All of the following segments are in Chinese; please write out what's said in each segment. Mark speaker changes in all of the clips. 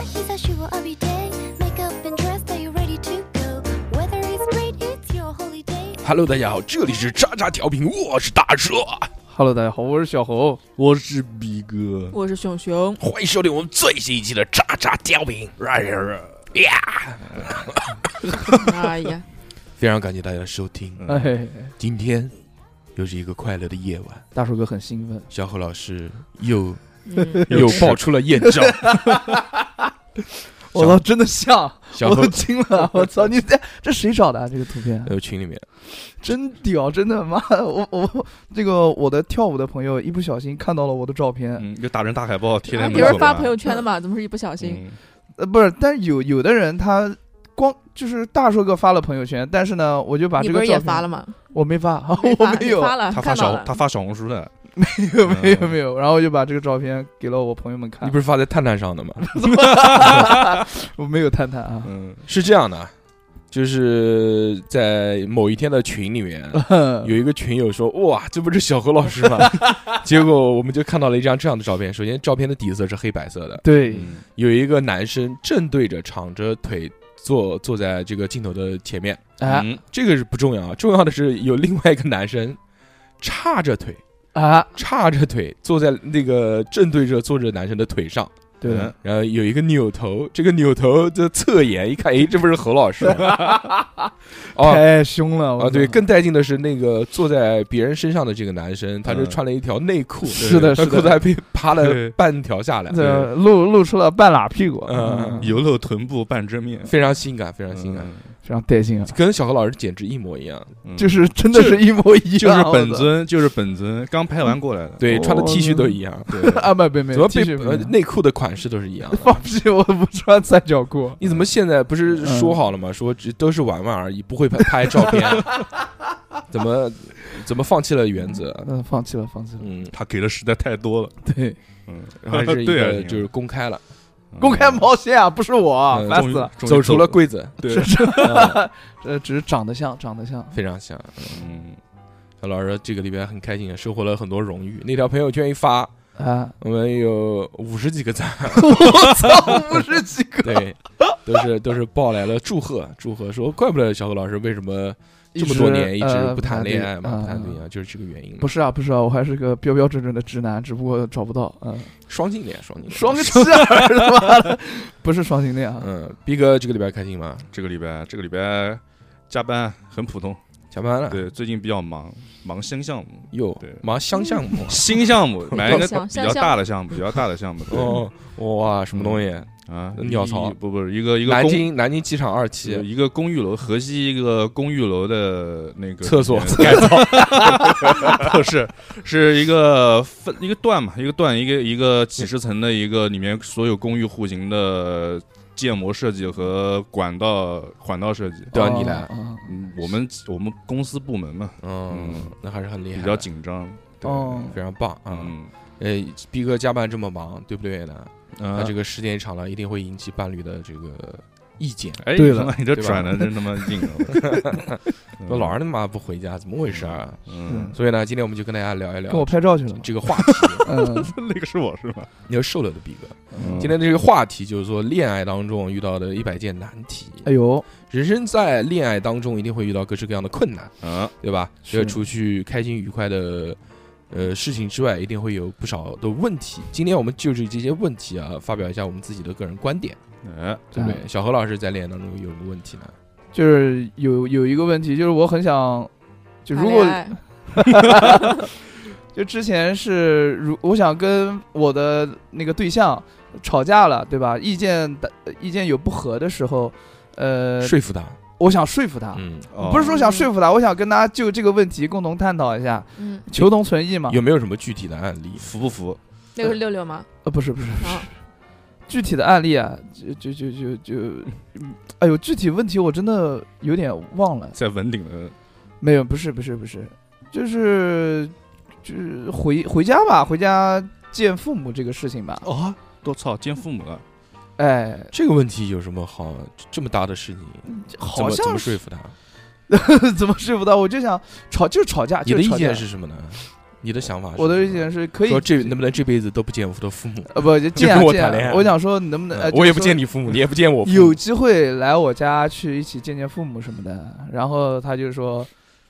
Speaker 1: travel every day. Makeup and dress, are you ready to go? Weather is great, it's your holy day.
Speaker 2: Hello，大家好，这里是渣渣调频，我是大蛇，
Speaker 3: Hello，大家好，我是小猴。
Speaker 2: 我是逼哥，
Speaker 4: 我是熊熊，
Speaker 2: 欢迎收听我们最新一期的渣渣调频。呀，
Speaker 4: 哎 呀，
Speaker 5: 非常感谢大家的收听，
Speaker 2: 嗯
Speaker 3: 哎，
Speaker 5: 今天又是一个快乐的夜晚。
Speaker 3: 大树哥很兴奋，
Speaker 5: 小虎老师又
Speaker 4: 嗯
Speaker 5: 又爆出了艳 照，
Speaker 3: 我操，真的像，
Speaker 5: 小
Speaker 3: 我
Speaker 5: 虎
Speaker 3: 都惊了，我操，你这这谁找的啊、这个图片
Speaker 5: 呃群里面
Speaker 3: 真屌，真的妈，我我这个我的跳舞的朋友一不小心看到了我的照片，
Speaker 6: 嗯，就打成大海报贴在
Speaker 4: 啊
Speaker 6: 门
Speaker 4: 有
Speaker 6: 口
Speaker 4: 人发
Speaker 6: 嘛
Speaker 4: 朋友圈的嘛？怎么是一不小心？
Speaker 6: 嗯
Speaker 3: 呃，不是，但是有有的人他光就是大硕哥发了朋友圈，但是呢，我就把
Speaker 4: 你
Speaker 3: 这
Speaker 4: 不
Speaker 3: 个
Speaker 4: 是
Speaker 3: 照
Speaker 4: 也
Speaker 3: 片
Speaker 4: 发了吗？
Speaker 3: 我没发，
Speaker 4: 哦没
Speaker 3: 我
Speaker 4: 发
Speaker 3: 没
Speaker 4: 你
Speaker 3: 有，
Speaker 4: 发了，
Speaker 6: 他发
Speaker 4: 啊看到
Speaker 6: 小
Speaker 4: 了
Speaker 6: 他。发小红书的，
Speaker 3: 没有没有
Speaker 6: 嗯
Speaker 3: 没有，然后我就把这个照片给了我朋友们看
Speaker 5: 你，不是发在探探上的吗？
Speaker 3: 我没有探探啊，
Speaker 6: 嗯，
Speaker 5: 是这样的，就是在某一天的群里 面， 有一个群友说：“哇，这不是小何老师吗？” 结果我们就看到了一张这样的照片。首先，照片的底色是黑白色的，
Speaker 3: 对，
Speaker 5: 有一个男生正对着敞着腿坐坐在这个镜头的前面。
Speaker 3: 啊
Speaker 6: 嗯
Speaker 5: 这个是不重要啊，重要的是有另外一个男生叉着腿，
Speaker 3: 啊，
Speaker 5: 叉着腿坐在那个正对着坐着男生的腿上，
Speaker 3: 对的
Speaker 6: 嗯
Speaker 5: 然后有一个扭头，这个扭头的侧眼一看，诶，这不是侯老师吗？哦。
Speaker 3: 太凶了
Speaker 5: 啊，对，更带劲的是那个坐在别人身上的这个男生，他是
Speaker 6: 嗯
Speaker 5: 穿了一条内裤，
Speaker 3: 是的
Speaker 5: 他
Speaker 3: 是的
Speaker 5: 裤子还被扒了
Speaker 6: 对
Speaker 5: 半条下 来，
Speaker 3: 这露露出了半拉屁股，
Speaker 5: 嗯
Speaker 6: 油露臀部半遮面，
Speaker 5: 非常性感，非常嗯性感，
Speaker 3: 非常带劲啊，
Speaker 5: 跟小何老师简直一模一样。
Speaker 6: 嗯，
Speaker 3: 就是是真的是一模一样，
Speaker 6: 就是本
Speaker 3: 我操
Speaker 6: 尊，就是本尊，刚拍完过来的，
Speaker 5: 对，穿的 T 恤都一样，
Speaker 6: 对，
Speaker 3: 啊，没没 没，
Speaker 5: 怎么
Speaker 3: 继续
Speaker 5: 被呃内裤的款式都是一样的。
Speaker 3: 放屁，我不穿三角 裤，
Speaker 5: 你怎么现在不是说好了吗？说只都是玩玩而已，不会拍拍照片，怎么怎么放弃了原则？
Speaker 3: 嗯，放弃了，放弃了，
Speaker 5: 嗯，
Speaker 6: 他给的实在太多了，
Speaker 3: 对，
Speaker 6: 嗯，
Speaker 5: 还是一
Speaker 6: 对啊
Speaker 5: 个
Speaker 6: 你
Speaker 5: 就是公开了，
Speaker 6: 嗯
Speaker 3: 公开毛线啊，不是我，
Speaker 5: 嗯
Speaker 3: 烦
Speaker 6: 终于
Speaker 3: 死了，
Speaker 6: 终于
Speaker 5: 走出了柜子，
Speaker 6: 对，
Speaker 5: 嗯
Speaker 3: 呃，只是长得像，长得像，
Speaker 5: 非常像。
Speaker 6: 嗯，
Speaker 5: 小老师这个礼拜很开心，收获了很多荣誉。那条朋友圈一发，
Speaker 3: 啊，
Speaker 5: 我们有五十几个赞，
Speaker 3: 我操，五十几 个，
Speaker 5: 对，都是都是抱来了祝贺，祝贺说怪不得小何老师为什么这么多年一直
Speaker 3: 呃
Speaker 5: 不谈恋爱嘛，
Speaker 3: 嗯
Speaker 5: 不谈对
Speaker 3: 嗯
Speaker 5: 象就是这个原因嘛。
Speaker 3: 不是啊，不是啊，我还是个标标准准的直男，只不过找不到，嗯，
Speaker 5: 双性恋，双性恋，
Speaker 3: 双个气儿， 他妈的，不是双性恋啊，
Speaker 5: 嗯，逼哥这个礼拜开心吗？
Speaker 6: 这个礼拜这个礼拜加班很普通，
Speaker 5: 加班了，
Speaker 6: 对，最近比较忙，忙新项 目，
Speaker 5: 哟
Speaker 6: 对，
Speaker 5: 忙相项目
Speaker 6: 新项目买一个
Speaker 4: 像
Speaker 6: 比
Speaker 4: 像
Speaker 6: 较大的项目，比较大的项目，对
Speaker 5: 哦，哇，什么东西？
Speaker 6: 啊，
Speaker 5: 鸟巢
Speaker 6: 一不不是一个一个
Speaker 5: 嗯南
Speaker 6: 公
Speaker 5: 京南京机场二
Speaker 6: 有
Speaker 5: 期
Speaker 6: 一个公寓楼，河西一个公寓楼的那个
Speaker 5: 厕所
Speaker 6: 里面改造， 不是，是一个分一个段嘛，一个段一个一个几十层的一个里面所有公寓户型的建模设计和管道管道设计。
Speaker 5: 都要啊你来
Speaker 3: 哦，，嗯
Speaker 6: 嗯，我们我们公司部门嘛
Speaker 5: 嗯
Speaker 6: 嗯，
Speaker 5: 那还是很厉害
Speaker 6: 比
Speaker 5: 的，
Speaker 6: 较紧张，
Speaker 5: 对，
Speaker 3: 哦
Speaker 5: 非常棒啊！
Speaker 6: 嗯，
Speaker 5: 哎，逼哥加班这么忙，对不对呢？
Speaker 6: 啊
Speaker 5: 那这个时间一长了，一定会引起伴侣的这个意见。
Speaker 6: 哎，
Speaker 3: 对了
Speaker 6: 他妈你这
Speaker 5: 对吧
Speaker 6: 转的真他妈硬啊，
Speaker 5: 说老是他妈不回家，怎么回事啊？
Speaker 6: 嗯，
Speaker 5: 所以呢，今天我们就跟大家聊一
Speaker 3: 跟我
Speaker 5: 聊
Speaker 3: 拍照去了，
Speaker 5: 这个话 题。
Speaker 3: 嗯，
Speaker 6: 那个是我是吧？
Speaker 5: 你要瘦了的逼哥，
Speaker 6: 嗯
Speaker 5: 今天这个话题就是说恋爱当中遇到的一百件难题。
Speaker 3: 哎呦，
Speaker 5: 人生在恋爱当中一定会遇到各式各样的困难。
Speaker 6: 啊，
Speaker 5: 对吧？
Speaker 3: 是
Speaker 5: 这个除去开心愉快的呃事情之外，一定会有不少的问题。今天我们就着这些问题啊，发表一下我们自己的个人观点，
Speaker 6: 哎，
Speaker 5: 对不对？小何老师在恋爱当中有什么问题呢？
Speaker 3: 就是有有一个问题，就是我很想，就如果
Speaker 4: 谈恋爱
Speaker 3: 就之前是如我想跟我的那个对象吵架了，对吧？意见的意见有不合的时候，呃，
Speaker 5: 说服他，
Speaker 3: 我想说服他，
Speaker 5: 嗯，
Speaker 6: 哦
Speaker 3: 不是说想说服他，我想跟他就这个问题共同探讨一下，
Speaker 4: 嗯，
Speaker 3: 求同存异嘛。
Speaker 5: 有没有什么具体的案例？
Speaker 6: 服不服？
Speaker 4: 那个是六六吗？
Speaker 3: 呃，不是不是，
Speaker 4: 啊，
Speaker 3: 具体的案例啊，就就就就就，嗯哎呦，具体问题我真的有点忘了。
Speaker 6: 在文鼎的
Speaker 3: 没有，不是，不是，不是，就是就是回回家吧，回家见父母这个事情吧。
Speaker 6: 哦，我操，见父母了，啊
Speaker 3: 哎，
Speaker 5: 这个问题有什么好这么大的事情？怎
Speaker 3: 好
Speaker 5: 么怎
Speaker 3: 像
Speaker 5: 么
Speaker 3: 是啊
Speaker 5: 说服他？
Speaker 3: 怎么睡不到，我就想吵，就是吵架。
Speaker 5: 你的
Speaker 3: 就是
Speaker 5: 意
Speaker 3: 吵架
Speaker 5: 见是什么呢？你的想法是什么？
Speaker 3: 我的意见是可以
Speaker 5: 说这能不能这辈子都不见我的父母？
Speaker 3: 呃不就见啊
Speaker 5: 跟我
Speaker 3: 见
Speaker 5: 谈恋
Speaker 3: 啊，
Speaker 5: 爱
Speaker 3: 我想说你能不能呃
Speaker 5: 嗯我也不
Speaker 3: 就是说
Speaker 5: 见你父母，你也不见我父母。
Speaker 3: 有机会来我家去一起见见父母什么的。然后他就说，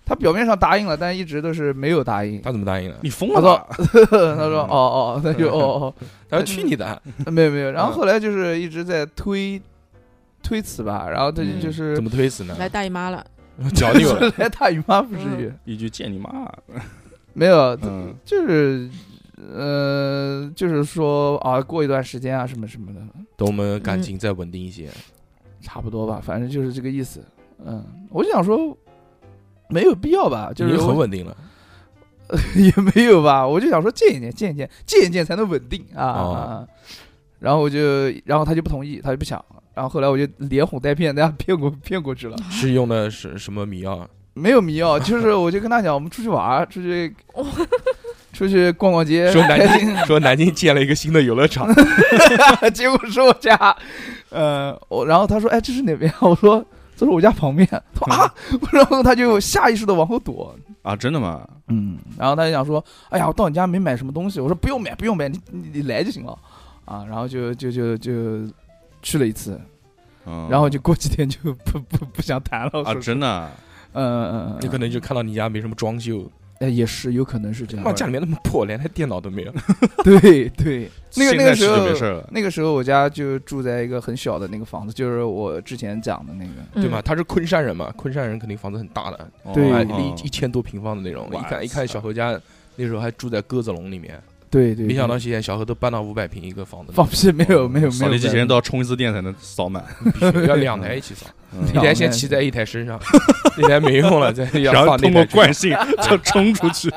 Speaker 3: 他表面上答应了，但一直都是没有答应。
Speaker 5: 他怎么答应的？
Speaker 6: 你疯
Speaker 3: 我
Speaker 6: 了吧？
Speaker 3: 他
Speaker 5: 嗯
Speaker 3: 说哦哦，那就哦
Speaker 5: 他说去你的，
Speaker 3: 哦， 没有没有。然后后来就是一直在推推辞吧，然后他就
Speaker 6: 嗯
Speaker 3: 就是
Speaker 5: 怎么推辞呢？
Speaker 4: 来大姨妈了，
Speaker 5: 脚 扭了，
Speaker 3: 来大姨妈不至于，
Speaker 6: 一句见你妈，
Speaker 3: 没有，
Speaker 6: 嗯，
Speaker 3: 就是呃，就是说啊，过一段时间啊，什么什么的，
Speaker 5: 等我们感情再稳定一些，
Speaker 3: 差不多吧，反正就是这个意思。嗯，我就想说，没有必要吧，就是
Speaker 5: 已经
Speaker 3: 我
Speaker 5: 很稳定了。
Speaker 3: 也没有吧，我就想说见一见，见一见，见一见才能稳定啊。
Speaker 5: 哦
Speaker 3: 啊然后我就，然后他就不同意，他就不想。然后后来我就连哄带骗，大家骗过骗过去了，
Speaker 5: 是用的是什么迷药？
Speaker 3: 没有迷药，就是我就跟他讲，我们出去玩儿，出去出去逛逛街，
Speaker 5: 说南
Speaker 3: 开心
Speaker 5: 京，说南京建了一个新的游乐 场，
Speaker 3: 结果是我家，呃，我然后他说，哎，这是哪边啊？我说这是我家旁边。他说啊，然后他就下意识的往后躲，
Speaker 6: 啊，真的吗？
Speaker 3: 嗯，然后他就想说，哎呀，我到你家没买什么东西，我说不用买，不用买，你你你来就行了，啊，然后就就就就去了一次，
Speaker 6: 嗯，
Speaker 3: 然后就过几天就 不不不想谈了，
Speaker 6: 啊，真
Speaker 3: 的，
Speaker 6: 的啊，
Speaker 3: 嗯嗯嗯，
Speaker 5: 你可能就看到你家没什么装修，
Speaker 3: 哎也是有可能是这样
Speaker 5: 妈，家里面那么破，连台电脑都没有。
Speaker 3: 对对，那个
Speaker 6: 现
Speaker 3: 那
Speaker 6: 在
Speaker 3: 个
Speaker 6: 是
Speaker 3: 时
Speaker 6: 就
Speaker 3: 候
Speaker 6: 没事儿了。
Speaker 3: 那个时候我家就住在一个很小的那个房子，就是我之前讲的那个，
Speaker 5: 对
Speaker 4: 嗯
Speaker 5: 吗？？他是昆山人嘛，昆山人肯定房子很大的，
Speaker 3: 对啊
Speaker 5: 哎
Speaker 6: 哦
Speaker 5: 一一千多平方的那种。
Speaker 6: 哇
Speaker 5: 一看一看，
Speaker 6: 塞
Speaker 5: 小何家那时候还住在鸽子笼里面，
Speaker 3: 对对，
Speaker 5: 没想
Speaker 3: 对
Speaker 5: 到现在小何都搬到五百平一个房子里，
Speaker 3: 放屁，没有没有没
Speaker 6: 扫
Speaker 3: 有
Speaker 6: 地机器人都要冲一次电才能扫满，
Speaker 5: 必须要
Speaker 3: 啊
Speaker 5: 两台一起扫，
Speaker 6: 嗯
Speaker 5: 一台先骑在一台身上，一台没用了再要
Speaker 6: 然后
Speaker 5: 放那
Speaker 6: 通过
Speaker 5: 台
Speaker 6: 惯性就冲出去。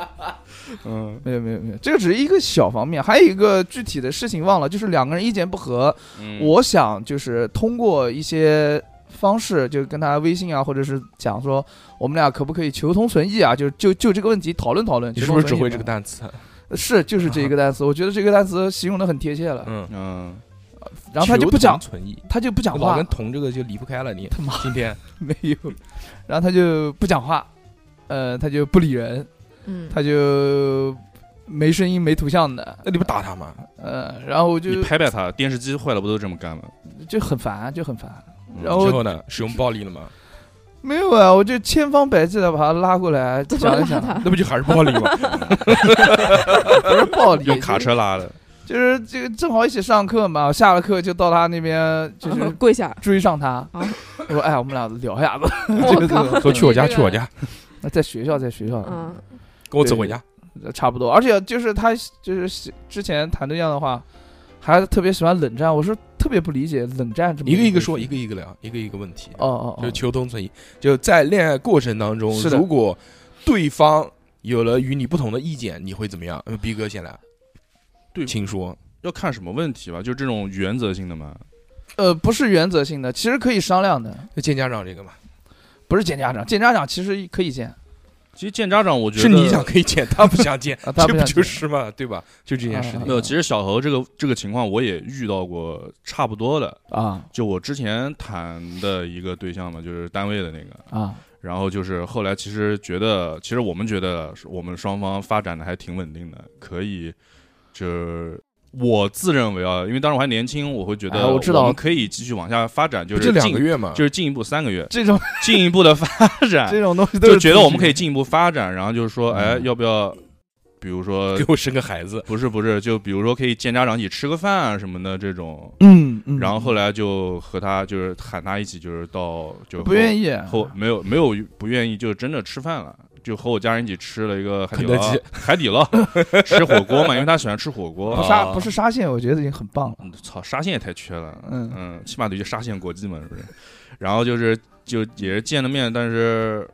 Speaker 6: 嗯
Speaker 3: 没有没有没有，这个只是一个小方面，还有一个具体的事情忘了，就是两个人意见不合，
Speaker 6: 嗯
Speaker 3: 我想就是通过一些方式，就跟他微信啊，或者是讲说我们俩可不可以求同存异啊，就就就这个问题讨论讨论。
Speaker 5: 你是不是只
Speaker 3: 求同
Speaker 5: 会
Speaker 3: 存异嘛
Speaker 5: 这个？单词？啊
Speaker 3: 嗯是，就是这一个单词，我觉得这个单词形容的很贴切了。
Speaker 5: 嗯，
Speaker 6: 嗯，
Speaker 3: 然后他就不讲
Speaker 5: 求，同存异，
Speaker 3: 他就不讲
Speaker 5: 老
Speaker 3: 话
Speaker 5: 跟，同这个就离不开了。你
Speaker 3: 他妈
Speaker 5: 今天
Speaker 3: 没有，然后他就不讲话，呃，他就不理人，
Speaker 4: 嗯，
Speaker 3: 他就没声音、没图像的，
Speaker 5: 那你不打他吗？
Speaker 3: 呃，然后我就
Speaker 6: 你拍拍他，电视机坏了不都这么干吗？
Speaker 3: 就很烦，啊就很烦。
Speaker 6: 嗯
Speaker 3: 然
Speaker 5: 之
Speaker 3: 后
Speaker 5: 后呢？使用暴力了吗？
Speaker 3: 没有啊，我就千方百计的把他拉过来，
Speaker 4: 怎么
Speaker 3: 讲一
Speaker 4: 拉
Speaker 3: 讲，
Speaker 4: 他？
Speaker 5: 那不就还是暴力 吗？
Speaker 3: 不是暴力，
Speaker 6: 用卡车拉的，
Speaker 3: 就是这个正好一起上课嘛，我下了课就到他那边，就是
Speaker 4: 跪下！
Speaker 3: 追上他。
Speaker 4: 啊
Speaker 3: 我说：“哎，我们俩聊一下子。
Speaker 4: 我靠！
Speaker 5: 说去我家，
Speaker 4: 你这
Speaker 5: 去
Speaker 4: 个
Speaker 5: 我。家，
Speaker 3: 那在学校，在学校，
Speaker 4: 嗯，
Speaker 5: 跟我走回家。
Speaker 3: 差不多。而且就是他，就是之前谈对象的话，还特别喜欢冷战。我是特别不理解冷战这么
Speaker 5: 一个一个说，一
Speaker 3: 个。
Speaker 5: 个一个聊，一个一个问题。
Speaker 3: 哦哦
Speaker 5: 就
Speaker 3: 哦，
Speaker 5: 求同存异，就在恋爱过程当中，
Speaker 3: 是的
Speaker 5: 如果对方有了与你不同的意见，你会怎么样？嗯，逼哥先来，
Speaker 6: 对
Speaker 5: 请说。
Speaker 6: 要看什么问题吧，就这种原则性的嘛。
Speaker 3: 呃，不是原则性的，其实可以商量的，
Speaker 5: 就见家长这个嘛，
Speaker 3: 不是见家长，见家长其实可以见。
Speaker 6: 其实见家长，我觉得
Speaker 5: 是你想可以
Speaker 3: ，
Speaker 5: 见，他不想见
Speaker 3: 啊他
Speaker 5: 这
Speaker 3: 不
Speaker 5: 不
Speaker 3: 想
Speaker 5: 就
Speaker 3: 见
Speaker 5: 是嘛，对吧？就这件事
Speaker 3: 啊
Speaker 5: 情
Speaker 6: 没有？其实小何这个这个情况我也遇到过差不多的，
Speaker 3: 啊
Speaker 6: 就我之前谈的一个对象嘛，就是单位的那个，
Speaker 3: 啊
Speaker 6: 然后就是后来其实觉得，其实我们觉得我们双方发展的还挺稳定的，可以就是。我自认为啊，因为当时我还年轻，我会觉
Speaker 3: 哎
Speaker 6: 得
Speaker 3: 我知道
Speaker 6: 们可以继续往下发展，就
Speaker 5: 不
Speaker 6: 是
Speaker 5: 就两
Speaker 6: 进
Speaker 5: 个，月嘛，
Speaker 6: 就是进一步三个月，
Speaker 3: 这种
Speaker 6: 进一步的发
Speaker 3: 这
Speaker 6: 展，
Speaker 3: 种东西都
Speaker 6: 哎就是觉得我们可以
Speaker 3: 自
Speaker 6: 进一步发展，然后就是说，哎，
Speaker 3: 嗯
Speaker 6: 要不要，比如说
Speaker 5: 给我生个孩子，
Speaker 6: 不是不是，就比如说可以见家长一起吃个饭啊什么的这种。
Speaker 3: 己嗯嗯，
Speaker 6: 然后后来就和他就是喊他一起就是到就
Speaker 3: 不愿
Speaker 6: 意
Speaker 3: 意
Speaker 6: 后没有没有不愿意，就真的吃饭了。就和我家人一起吃了一个海底
Speaker 5: 肯
Speaker 6: 捞
Speaker 5: 德基，
Speaker 6: 海底捞 吃火锅嘛，因为他喜欢吃火
Speaker 3: 不
Speaker 6: 锅。
Speaker 3: 杀不是沙县，我觉得已经很棒了。
Speaker 6: 嗯操，沙县也太缺了，
Speaker 3: 嗯
Speaker 6: 嗯，起码得去沙县国际嘛，是不是？然后就是就也是见了面，但是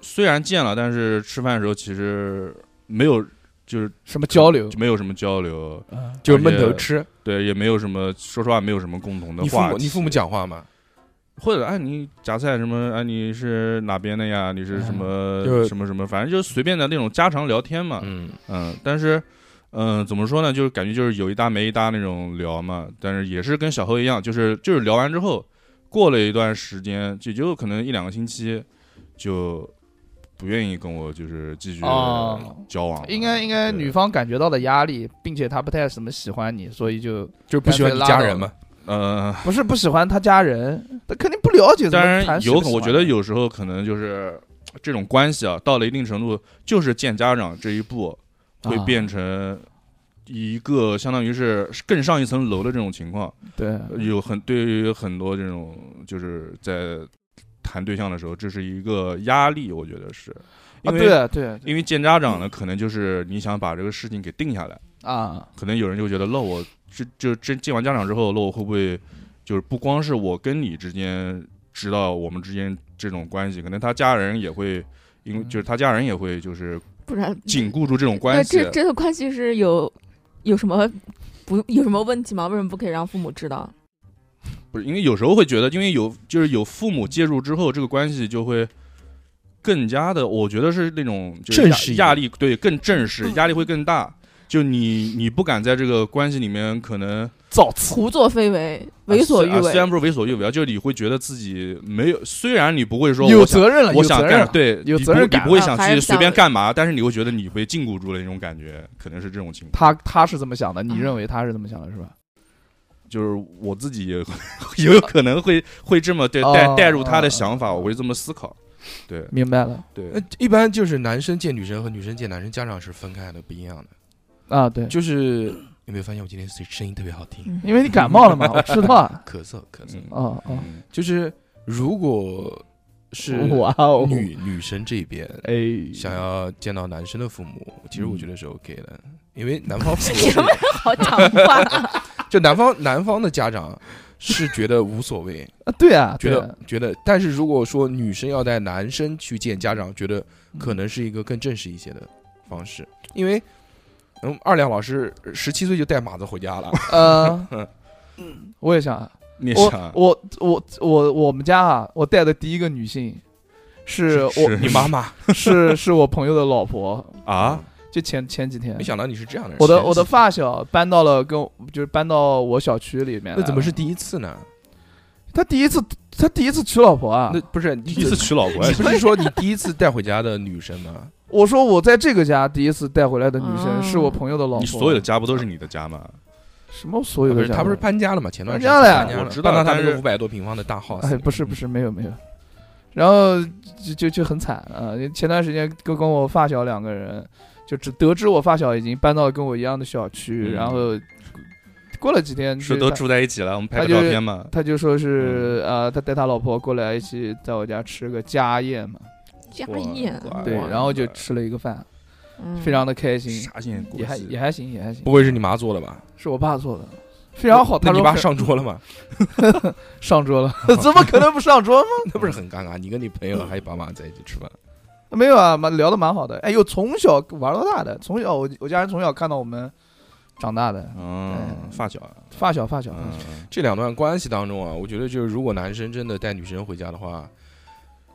Speaker 6: 虽然见了，但是吃饭的时候其实没有就是
Speaker 3: 什么交流
Speaker 6: 就？没有什么交流，
Speaker 3: 嗯
Speaker 5: 就是闷头吃。
Speaker 6: 对，也没有什么，说实话，没有什么共同的
Speaker 5: 你父
Speaker 6: 话
Speaker 5: 母
Speaker 6: 题。
Speaker 5: 你父母讲话嘛，
Speaker 6: 或者哎，你夹菜什么？哎，你是哪边的呀？你是什么、
Speaker 5: 嗯就是
Speaker 6: 什么什么？反正就是随便的那种家常聊天嘛。嗯
Speaker 5: 嗯，
Speaker 6: 但是嗯、怎么说呢？就是感觉就是有一搭没一搭那种聊嘛。但是也是跟小何一样，就是就是聊完之后，过了一段时间，也就可能一两个星期，就不愿意跟我就是继续
Speaker 3: 哦
Speaker 6: 交往了，
Speaker 3: 应该应该
Speaker 6: 对
Speaker 3: 女方感觉到的压力，并且她不太怎么喜欢你，所以就
Speaker 5: 就是不喜欢你家人嘛，
Speaker 6: 呃，
Speaker 3: 不是不喜欢她家人，她肯定不了解。
Speaker 6: 当然
Speaker 3: 谈
Speaker 6: 有可，我觉得有时候可能就是这种关系啊，到了一定程度，就是见家长这一步会
Speaker 3: 啊
Speaker 6: 变成一个相当于是更上一层楼的这种情况。
Speaker 3: 对，啊
Speaker 6: 有很对于很多这种就是在谈对象的时候，这是一个压力，我觉得是，
Speaker 3: 啊
Speaker 6: 因为、
Speaker 3: 对嗯对
Speaker 6: 因为见家长呢，可能就是你想把这个事情给定下来，
Speaker 3: 啊，
Speaker 6: 可能有人就觉得，那我这就真见完家长之后，那我会不会就是不光是我跟你之间知道我们之间这种关系，可能他家人也会。因为就是他家人也会就是
Speaker 4: 不然
Speaker 6: 紧固住这种
Speaker 4: 那
Speaker 6: 关系，啊
Speaker 4: 这这个关系是有有什么不有什么问题吗？为什么不可以让父母知道？
Speaker 6: 不是因为有时候会觉得，因为有就是有父母介入之后，这个关系就会更加的，我觉得是那种就是
Speaker 5: 正
Speaker 6: 压
Speaker 5: 式一点
Speaker 6: 压力，对，更正式，
Speaker 4: 嗯
Speaker 6: 压力会更大。就你你不敢在这个关系里面可能
Speaker 3: 造次
Speaker 4: 胡作非为，为所欲
Speaker 6: 啊虽
Speaker 4: 为。
Speaker 6: 然不是为所欲为啊，就是你会觉得自己没有，虽然你不会说
Speaker 3: 有
Speaker 6: 我想
Speaker 3: 责任了，有
Speaker 6: 我
Speaker 3: 责
Speaker 6: 想
Speaker 3: 任
Speaker 6: 干
Speaker 3: 了，
Speaker 6: 对，
Speaker 3: 有
Speaker 6: 你
Speaker 3: 责
Speaker 6: 不
Speaker 3: 任
Speaker 6: 你
Speaker 3: 感
Speaker 6: 不会
Speaker 4: 了啊
Speaker 6: 想
Speaker 4: 还是
Speaker 6: 去随便
Speaker 4: 想
Speaker 6: 干嘛，但是你会觉得你被禁锢住了那种感觉，可能是这种情况。
Speaker 3: 他他是这么想的，你
Speaker 4: 嗯
Speaker 3: 认为他是这么想的，是吧？
Speaker 6: 就是我自己 也也有可能会会这么对
Speaker 3: 哦嗯
Speaker 6: 带带入他的想法，我会这么思考。对
Speaker 3: 明白了
Speaker 6: 对
Speaker 5: 呃，一般就是男生见女生和女生见男生家长是分开的，不一样的。
Speaker 3: 啊，对，
Speaker 5: 就是有没有发现我今天声声音特别好听？
Speaker 4: 嗯
Speaker 3: 因为你感冒了嘛，我知道啊，
Speaker 5: 咳嗽咳嗽，
Speaker 6: 嗯
Speaker 3: 哦 哦，
Speaker 6: 嗯
Speaker 5: 就是如果是
Speaker 3: 哇哦，
Speaker 5: 女女生这边
Speaker 3: 哎，嗯
Speaker 5: 想要见到男生的父母，其实我觉得是 OK 的，因为男 方父母
Speaker 4: 你
Speaker 5: 是
Speaker 4: 什么好讲话？
Speaker 5: 就男方男方的家长是觉得无所 谓，
Speaker 3: 啊，对啊，
Speaker 5: 觉
Speaker 3: 对
Speaker 5: 得
Speaker 3: 啊
Speaker 5: 觉得，但是如果说女生要带男生去见家长，觉得可能是一个更正式一些的方式，因为。嗯，二两老师十七岁就带马子回家了，
Speaker 3: 呃， 嗯我也想啊，
Speaker 6: 你
Speaker 3: 我
Speaker 6: 想
Speaker 3: 我我我我们家啊，我带的第一个女性是
Speaker 6: 是
Speaker 3: 我
Speaker 5: 你妈妈，
Speaker 3: 是是我朋友的老婆，
Speaker 6: 啊？
Speaker 3: 就前前几天
Speaker 5: 没，想到你是这样的人。
Speaker 3: 我的我的发小搬到了跟就是搬到我小区里面来了，
Speaker 5: 那怎么是第一次呢？
Speaker 3: 他第一次他第一次娶老婆啊
Speaker 5: 那？不是
Speaker 6: 第
Speaker 5: 第
Speaker 6: 一次娶老婆哎
Speaker 5: 你，不是说你第一次带回家的女生 吗？
Speaker 3: 我说我在这个家第一次带回来的女生
Speaker 4: 哦
Speaker 3: 是我朋友的老婆，
Speaker 6: 你所有的家啊不都是你的家吗？
Speaker 3: 什么所有
Speaker 5: 啊不
Speaker 3: 的
Speaker 5: 是，
Speaker 3: 家
Speaker 5: 她不是搬家了吗？前段时间
Speaker 3: 搬家了呀
Speaker 5: 搬家了，
Speaker 6: 我知道
Speaker 5: 搬到她那
Speaker 6: 但
Speaker 5: 个
Speaker 6: 是
Speaker 5: 五百多平方的大 house。
Speaker 3: 哎，
Speaker 6: 嗯
Speaker 3: 不是不是，没有没有。然后就就就很惨啊！前段时间跟跟我发小两个人，就只得知我发小已经搬到跟我一样的小区，
Speaker 6: 嗯
Speaker 3: 然后过了几天
Speaker 6: 是嗯
Speaker 3: 就
Speaker 6: 都
Speaker 3: 他
Speaker 6: 住在一起了，我们拍
Speaker 3: 他
Speaker 6: 个
Speaker 3: 就
Speaker 6: 照
Speaker 3: 是
Speaker 6: 片嘛。
Speaker 3: 他就说是呃，他带他老婆过来一起在我家吃个家宴嘛，
Speaker 4: 家宴
Speaker 6: 哇
Speaker 3: 对，然后就吃了一个饭，
Speaker 4: 啊嗯
Speaker 3: 非常的开心，
Speaker 6: 啥见过
Speaker 3: 也还
Speaker 6: 世
Speaker 3: 也还行也还行
Speaker 5: 不，会是你妈做的吧？
Speaker 3: 是我 爸做的，非常好。
Speaker 5: 那
Speaker 3: 他
Speaker 5: 你
Speaker 3: 说
Speaker 5: 爸
Speaker 3: 很
Speaker 5: 上桌了吗？
Speaker 3: 上桌了，怎么可能不上桌吗？
Speaker 5: 那不是很尴尬？你跟你朋友还有爸妈在一起吃饭，
Speaker 3: 没有啊，蛮聊的蛮好的。哎呦，从小玩到大的，从小我我家人从小看到我们长大的，
Speaker 6: 嗯，发小啊，
Speaker 3: 发小发小，发小
Speaker 6: 嗯，
Speaker 5: 这两段关系当中啊，我觉得就是如果男生真的带女生回家的话，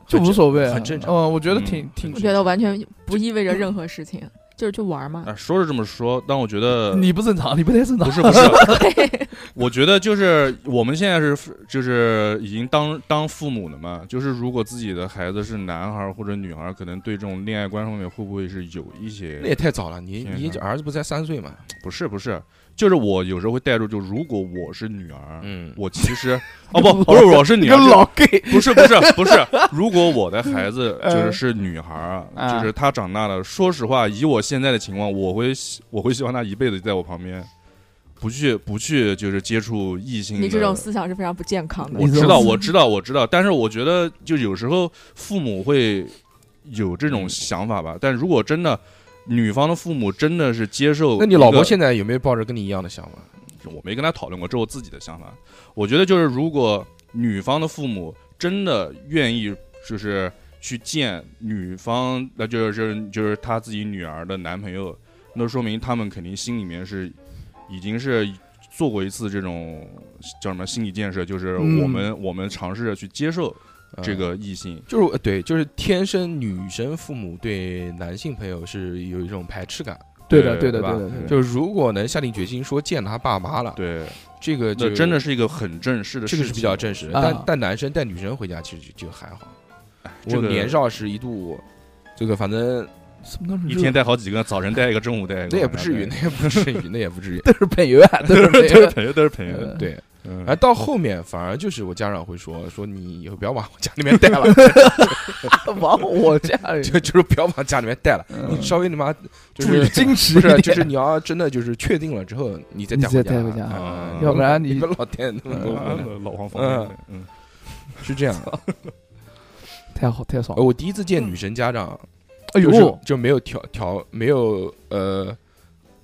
Speaker 3: 就无所谓啊，
Speaker 5: 很正常。
Speaker 3: 嗯，我觉得挺
Speaker 6: 嗯
Speaker 3: 挺
Speaker 4: 我，觉得完全不意味着任何事情，就是去玩嘛。
Speaker 6: 啊，说是这么说，但我觉得
Speaker 3: 你不正常，你不太正常
Speaker 6: 不。是不是，我觉得就是我们现在是就是已经当当父母了嘛，就是如果自己的孩子是男孩儿或者女孩儿，可能对这种恋爱观方面会不会是有一些
Speaker 5: 那也太早了，你
Speaker 6: 天
Speaker 5: 你
Speaker 6: 哪
Speaker 5: 儿子不才三岁嘛？
Speaker 6: 不是不是，就是我有时候会带入，就如果我是女儿，
Speaker 5: 嗯，
Speaker 6: 我其 实哦不，不是我是女
Speaker 3: 你
Speaker 6: 儿
Speaker 3: 个，
Speaker 6: 就是
Speaker 3: 老 gay，
Speaker 6: 不是不是不是，如果我的孩子就是
Speaker 3: 呃
Speaker 6: 是女孩儿啊，
Speaker 3: 啊
Speaker 6: 就是她长大了，说实话，以我现在的情况，我会希我会希望她一辈子在我旁边，不去不去就是接触异性的。
Speaker 4: 你这种思想是非常不健康的。
Speaker 6: 我
Speaker 3: 你这
Speaker 6: 知
Speaker 3: 种
Speaker 6: 道
Speaker 3: 思
Speaker 6: 我知道我知道，但是我觉得就有时候父母会有这种想法吧，但如果真的。女方的父母真的是接受一个，
Speaker 5: 那你老婆现在有没有抱着跟你一样的想法？
Speaker 6: 我没跟他讨论过，这是我自己的想法。我觉得就是如果女方的父母真的愿意，就是去见女方，那就是就是他自己女儿的男朋友，那说明他们肯定心里面是已经是做过一次这种叫什么心理建设，就是
Speaker 3: 嗯
Speaker 6: 我们、我们尝试着去接受
Speaker 5: 呃
Speaker 6: 这个异性。
Speaker 5: 就是呃对，就是天生女生父母对男性朋友是有一种排斥感。
Speaker 3: 对的对
Speaker 6: 对
Speaker 3: 的
Speaker 5: 吧
Speaker 3: 对的，对的
Speaker 5: 就是如果能下定决心说见他爸妈了，
Speaker 6: 对，
Speaker 5: 这个
Speaker 6: 那
Speaker 5: 就
Speaker 6: 真的是一个很正式的
Speaker 5: 这
Speaker 6: 事情，
Speaker 5: 个是比较正式的。
Speaker 3: 啊
Speaker 5: 但但男生带女生回家其实就就还好。
Speaker 6: 这
Speaker 5: 我
Speaker 6: 个
Speaker 5: 年少时一度这个反正
Speaker 3: 怎么那么
Speaker 6: 一
Speaker 3: 热
Speaker 6: 天带好几个，早晨带一个，中午带一个，
Speaker 5: 那也不至于，那也不至于，那也不至于。
Speaker 3: 都是朋友啊，都是朋
Speaker 6: 都是
Speaker 3: 友。
Speaker 6: 朋友，都是朋友。
Speaker 5: 对，
Speaker 6: 嗯，
Speaker 5: 而到后面反而就是我家长会说说你以后不要往我家里面带了，
Speaker 3: 往我家里
Speaker 5: 就就是不要往家里面带了，
Speaker 3: 嗯
Speaker 5: 你稍微你妈就
Speaker 3: 注意
Speaker 5: 是
Speaker 3: 矜持
Speaker 5: 不
Speaker 3: 一
Speaker 5: 是啊
Speaker 3: 点，
Speaker 5: 就是你要真的就是确定了之后，你再
Speaker 3: 你
Speaker 5: 带
Speaker 3: 再
Speaker 5: 回
Speaker 3: 带回家
Speaker 5: 嗯
Speaker 3: 要不然你
Speaker 5: 你们老带那么多，
Speaker 6: 老黄蜂，啊嗯，
Speaker 5: 是这样。
Speaker 3: 太好太 爽
Speaker 5: 呃
Speaker 3: 了。
Speaker 5: 我第一次见女生家长，
Speaker 3: 哎
Speaker 5: 就
Speaker 3: 呦
Speaker 5: 是，就没有挑挑没有呃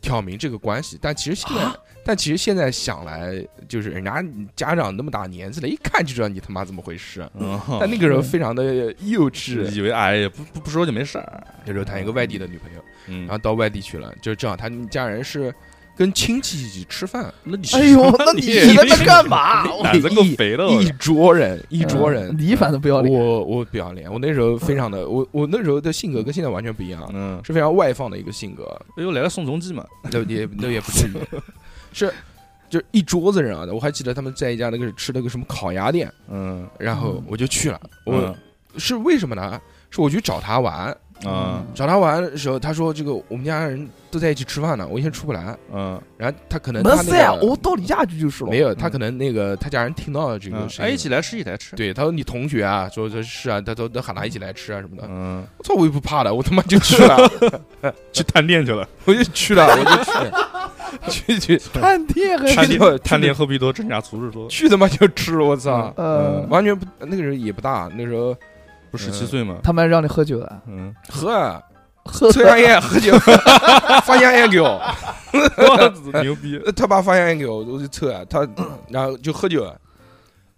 Speaker 5: 挑明这个关系，但其实现在，
Speaker 3: 啊
Speaker 5: 但其实现在想来，就是人家家长那么大年纪了，一看就知道你他妈怎么回事。
Speaker 3: 嗯
Speaker 5: 但那个时候非常的幼稚，
Speaker 6: 嗯以为哎，不不不说就没事儿。
Speaker 5: 那时候谈一个外地的女朋友，
Speaker 6: 嗯
Speaker 5: 然后到外地去了，就正好他们家人是跟亲戚一起吃饭，
Speaker 6: 那你
Speaker 3: 哎 呦，那你
Speaker 6: 你
Speaker 3: 在那干嘛？
Speaker 6: 胆子够肥的，
Speaker 5: 一桌人一桌人
Speaker 3: 嗯，你反正不要脸。
Speaker 5: 我我不要脸，我那时候非常的，我我那时候的性格跟现在完全不一样，
Speaker 6: 嗯，
Speaker 5: 是非常外放的一个性格，
Speaker 6: 哎呦，来了宋仲基嘛，
Speaker 5: 那也那也不至于，是就是一桌子人啊，我还记得他们在一家那个吃了个什么烤鸭店，
Speaker 6: 嗯，
Speaker 5: 然后
Speaker 3: 嗯
Speaker 5: 我就去了，我是为什么呢？是我去找他玩，
Speaker 6: 啊
Speaker 5: 找他玩的时候，他说这个我们家人都在一起吃饭呢，我一天出不来，
Speaker 6: 嗯，
Speaker 5: 然后他可能
Speaker 3: 没
Speaker 5: 他
Speaker 3: 事啊
Speaker 5: 那，个
Speaker 3: 我到你家去就是了。
Speaker 5: 没有，他可能那个他家人听到了这个声
Speaker 6: 哎，
Speaker 5: 音
Speaker 6: 一起。来吃，一起来吃，
Speaker 5: 对，他说你同学啊，说这是啊，他都都喊他一起来吃啊什么的。
Speaker 6: 嗯，
Speaker 5: 我操，我也不怕的，我他妈就去 了，
Speaker 6: 去探店去了，
Speaker 5: 我就去了，我就去 了，去去
Speaker 3: 探店还
Speaker 6: 探
Speaker 3: 是
Speaker 6: 店
Speaker 5: 去的
Speaker 6: 探店后壁多挣俩厨师多，
Speaker 5: 去他妈就吃了，我
Speaker 6: 嗯
Speaker 5: 操！
Speaker 3: 呃，
Speaker 5: 完全不，那个时候也不大，那时候
Speaker 6: 不十七岁嘛，
Speaker 3: 他们让你喝酒的，
Speaker 6: 嗯，
Speaker 5: 喝啊
Speaker 3: 喝
Speaker 5: 抽香烟喝酒， 发香烟给我，
Speaker 6: 牛逼，
Speaker 5: 他爸发香烟给我，我就抽啊，他然后就喝酒，啊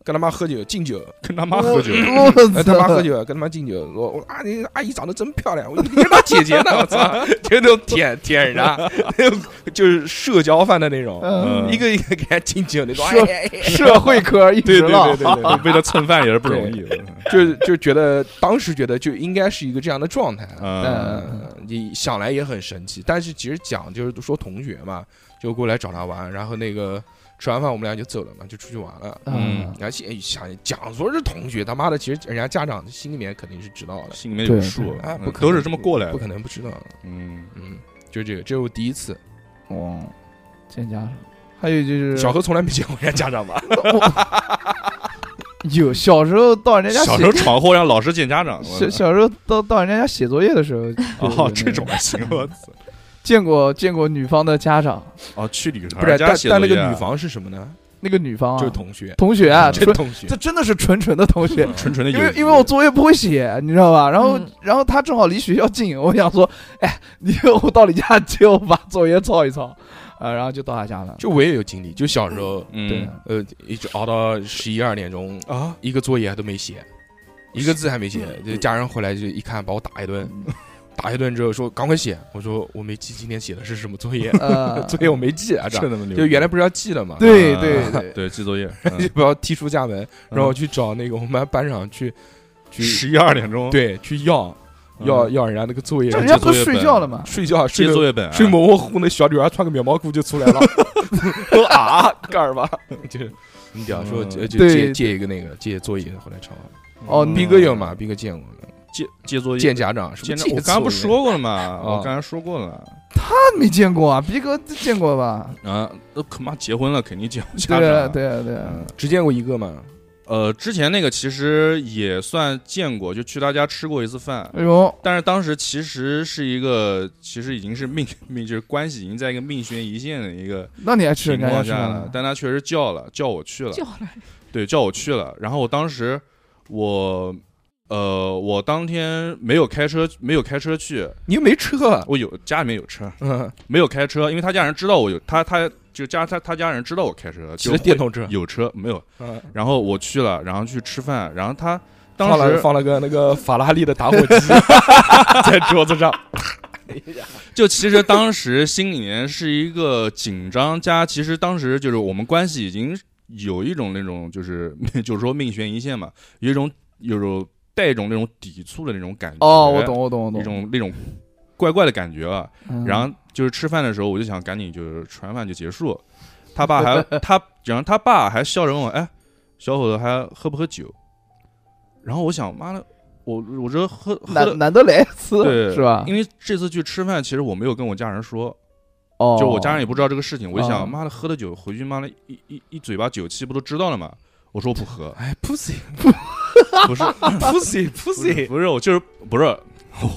Speaker 5: 跟他妈喝酒敬酒，
Speaker 6: 跟他妈喝酒，
Speaker 3: 我
Speaker 5: 哎他
Speaker 3: 操，
Speaker 5: 妈喝酒跟他妈敬酒，我我啊你阿姨长得真漂亮，我你跟她姐姐呢，我操， 就那种舔舔人家，那种就是社交范的那种，
Speaker 3: 嗯，
Speaker 5: 一个一个给他敬酒那种，
Speaker 3: 社
Speaker 5: 哎
Speaker 3: 社会科一
Speaker 5: 对
Speaker 3: 直
Speaker 5: 对
Speaker 3: 了
Speaker 5: 对，对对，
Speaker 6: 为了蹭饭也是不容易，
Speaker 5: 就是就觉得当时觉得就应该是一个这样的状态，
Speaker 6: 嗯
Speaker 5: 呃，你想来也很神奇，但是其实讲就是说同学嘛，就过来找他玩，然后那个吃完饭我们俩就走了嘛，就出去玩了。
Speaker 3: 嗯
Speaker 6: 嗯，
Speaker 5: 然后现想讲说是同学，他妈的，其实人家家长心里面肯定是知道的，
Speaker 6: 心里面有数，
Speaker 5: 啊，不可能
Speaker 6: 嗯都是这么过来
Speaker 5: 不
Speaker 6: 的，
Speaker 5: 可能不知道。
Speaker 6: 嗯，
Speaker 5: 嗯，就这个，这是我第一次，
Speaker 3: 哦，见家长。还有就是
Speaker 5: 小何从来没见过人家家 长吧？
Speaker 3: 有小时候到人家
Speaker 6: 小
Speaker 3: 写
Speaker 6: 时候闯祸让老师见家长，
Speaker 3: 小小时候到到人家写作业的时候，
Speaker 6: 哦，
Speaker 3: 对
Speaker 6: 这种还行，我操，
Speaker 3: 见过见过女方的家长，
Speaker 6: 哦，去理查
Speaker 5: 不是，
Speaker 6: 人家
Speaker 5: 但
Speaker 6: 写
Speaker 5: 但
Speaker 6: 作
Speaker 5: 那
Speaker 6: 业
Speaker 5: 个女
Speaker 6: 啊，
Speaker 5: 房是什么呢？
Speaker 3: 那个女方
Speaker 5: 就是
Speaker 3: 啊，
Speaker 5: 同学，
Speaker 3: 同学啊，
Speaker 6: 嗯
Speaker 5: 这
Speaker 3: 纯
Speaker 5: 同学
Speaker 3: 这，真的是纯纯的同 学，
Speaker 6: 纯纯的
Speaker 3: 因
Speaker 6: 友
Speaker 3: 为
Speaker 6: 谊，
Speaker 3: 因为我作业不会写，你知道吧？然后、
Speaker 4: 嗯
Speaker 3: 然后他正好离学校近，我想说，哎，你我到你家接我，把作业抄一抄，啊，然后就到他家了。
Speaker 5: 就我也有经历，就小时候，
Speaker 3: 对啊
Speaker 6: 嗯，
Speaker 5: 呃，一直熬到十一二点钟，
Speaker 6: 啊，
Speaker 5: 一个作业都没写，一个字还没写。这家人回来就一看，把我打一顿， 打一顿之后说赶快写。我说我没记今天写的是什么作业，
Speaker 3: 呃，
Speaker 5: 作业我没记啊，
Speaker 6: 这
Speaker 5: 这
Speaker 6: 他妈牛逼，
Speaker 5: 就原来不是要记了嘛，
Speaker 3: 对
Speaker 6: 啊
Speaker 3: 对对，
Speaker 6: 对记作业，
Speaker 5: 就不要踢出家门，然后我去找那个我们班班长去去
Speaker 6: 十一二点钟，
Speaker 5: 对去要
Speaker 6: 嗯，
Speaker 5: 要要人家那个作业
Speaker 3: 这，人
Speaker 6: 接
Speaker 3: 家不
Speaker 6: 作业
Speaker 3: 是睡
Speaker 6: 本
Speaker 3: 觉了吗？
Speaker 5: 睡觉睡
Speaker 6: 接作
Speaker 5: 得
Speaker 6: 业本啊，
Speaker 5: 睡模模糊糊，那小女孩穿个棉毛裤就出来了，我啊干什么？就是你屌说
Speaker 6: 嗯
Speaker 5: 就就
Speaker 3: 对
Speaker 5: 借
Speaker 3: 对
Speaker 5: 借一个那个借作业回来抄。
Speaker 3: 哦
Speaker 6: 嗯
Speaker 5: 斌哥有嘛？斌哥见过没？
Speaker 6: 借借作业，
Speaker 5: 见家长是
Speaker 6: 见
Speaker 5: 不
Speaker 6: 着
Speaker 5: 是？
Speaker 6: 我刚刚不说过了吗？
Speaker 5: 哦
Speaker 6: 我刚才说过了
Speaker 3: 他没见过啊，逼哥见过吧？
Speaker 6: 啊，都他妈结婚了，肯定见过家
Speaker 3: 对啊
Speaker 6: 长。
Speaker 3: 对啊对啊，
Speaker 6: 嗯
Speaker 5: 只见过一个嘛？
Speaker 6: 呃，之前那个其实也算见过，就去他家吃过一次饭，
Speaker 3: 哎呦，
Speaker 6: 但是当时其实是一个，其实已经是命命，就是关系已经在一个命悬一线的一个
Speaker 3: 那你还吃
Speaker 6: 情
Speaker 3: 人家家
Speaker 6: 况
Speaker 3: 吃
Speaker 6: 下了
Speaker 3: 饭，？
Speaker 6: 但他确实叫了，叫我去了，
Speaker 4: 叫了，
Speaker 6: 对，叫我去了。然后我当时我呃，我当天没有开车，没有开车去，
Speaker 5: 你又没车，啊
Speaker 6: 我有家里面有车，
Speaker 5: 嗯，
Speaker 6: 没有开车，因为他家人知道我有他，他就家他他家人知道我开 车，
Speaker 5: 骑
Speaker 6: 就
Speaker 5: 着
Speaker 6: 会
Speaker 5: 电动车，
Speaker 6: 有车没有？
Speaker 5: 嗯，
Speaker 6: 然后我去了，然后去吃饭，然后他
Speaker 5: 放
Speaker 6: 当
Speaker 5: 了
Speaker 6: 时
Speaker 5: 放了个那个法拉利的打火 机在桌子上，，
Speaker 6: 就其实当时心里面是一个紧张加，其实当时就是我们关系已经有一种那种就是 就是说命悬一线嘛，有一种有种带一种那种抵触的那种感觉。
Speaker 3: 哦，我懂，我懂，我懂。
Speaker 6: 一种那种怪怪的感觉了。
Speaker 3: 嗯
Speaker 6: 然后就是吃饭的时候，我就想赶紧就是吃完饭就结束。他爸 还他，然后他爸还笑着问我：“哎，小伙子还喝不喝酒？”然后我想，妈的，我我这喝喝
Speaker 3: 难
Speaker 6: 的
Speaker 3: 难得来一次，
Speaker 6: 对
Speaker 3: 是吧？
Speaker 6: 因为这次去吃饭，其实我没有跟我家人说，
Speaker 3: 哦，
Speaker 6: 就我家人也不知道这个事情。我就
Speaker 3: 哦
Speaker 6: 想，妈的，喝的酒回去，妈的一一一嘴巴酒气，不都知道了吗？我说我不喝
Speaker 5: 哎，pussy
Speaker 6: 不是
Speaker 5: pussy
Speaker 6: 不是
Speaker 5: pussy，
Speaker 6: 不是，我就是不是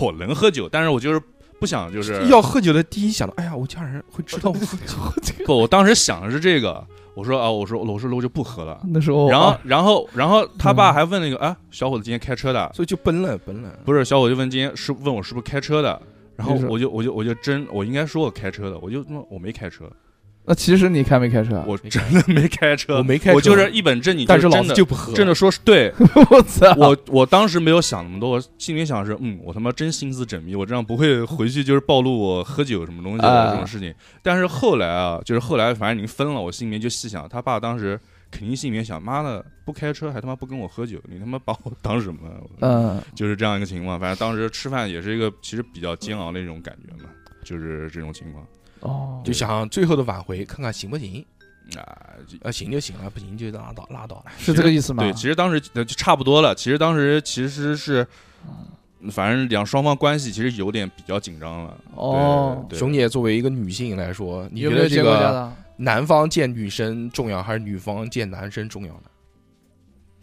Speaker 6: 我能喝酒，但是我就是不想 就是
Speaker 5: 要喝酒的第一想到，哎呀，我家人会知道我喝酒。
Speaker 6: 不，我当时想的是这个，我说啊，我说我说我就不喝了。
Speaker 3: 那哦时
Speaker 5: 哦
Speaker 3: 候，
Speaker 6: 然后，然后，然后他
Speaker 5: 嗯
Speaker 6: 爸还问那个啊，小伙子今天开车的，
Speaker 5: 所以就奔了奔了。
Speaker 6: 不是小伙就问今天是问我是不是开车的，然后
Speaker 3: 你说
Speaker 6: 我就我就我就真我应该说我开车的，我就说我没开车，
Speaker 3: 那其实你开没开车？啊
Speaker 6: 我真的没开车，
Speaker 5: 我没开车
Speaker 6: 我就是一本正经，
Speaker 5: 但
Speaker 6: 是
Speaker 5: 是老
Speaker 6: 真
Speaker 5: 子
Speaker 6: 的
Speaker 5: 就不喝，
Speaker 6: 真的说是对
Speaker 3: 我操！
Speaker 6: 我我当时没有想那么多，我心里想是嗯，我他妈真心思缜密，我这样不会回去就是暴露我喝酒什么东西的
Speaker 3: 啊
Speaker 6: 这种事情。但是后来啊，就是后来反正已经分了，我心里面就细想，他爸当时肯定心里面想，妈的不开车还他妈不跟我喝酒，你他妈把我当什么？
Speaker 3: 嗯，
Speaker 6: 就是这样一个情况。反正当时吃饭也是一个其实比较煎熬的一种感觉嘛，就是这种情况
Speaker 3: 哦，
Speaker 5: 就想最后的挽回，看看行不行。
Speaker 6: 啊。就
Speaker 5: 啊，行就行了，不行就拉倒拉倒。
Speaker 3: 是这个意思吗？
Speaker 6: 对，其实当时呃就差不多了。其实当时其实是，
Speaker 3: 嗯
Speaker 6: 反正两双方关系其实有点比较紧张了。
Speaker 3: 哦
Speaker 6: 对，对
Speaker 5: 熊姐作为一个女性来说，你
Speaker 3: 有
Speaker 5: 觉
Speaker 3: 没有
Speaker 5: 得这
Speaker 3: 见过家
Speaker 5: 个
Speaker 3: 长？
Speaker 5: 男方见女生重要还是女方见男生重要呢？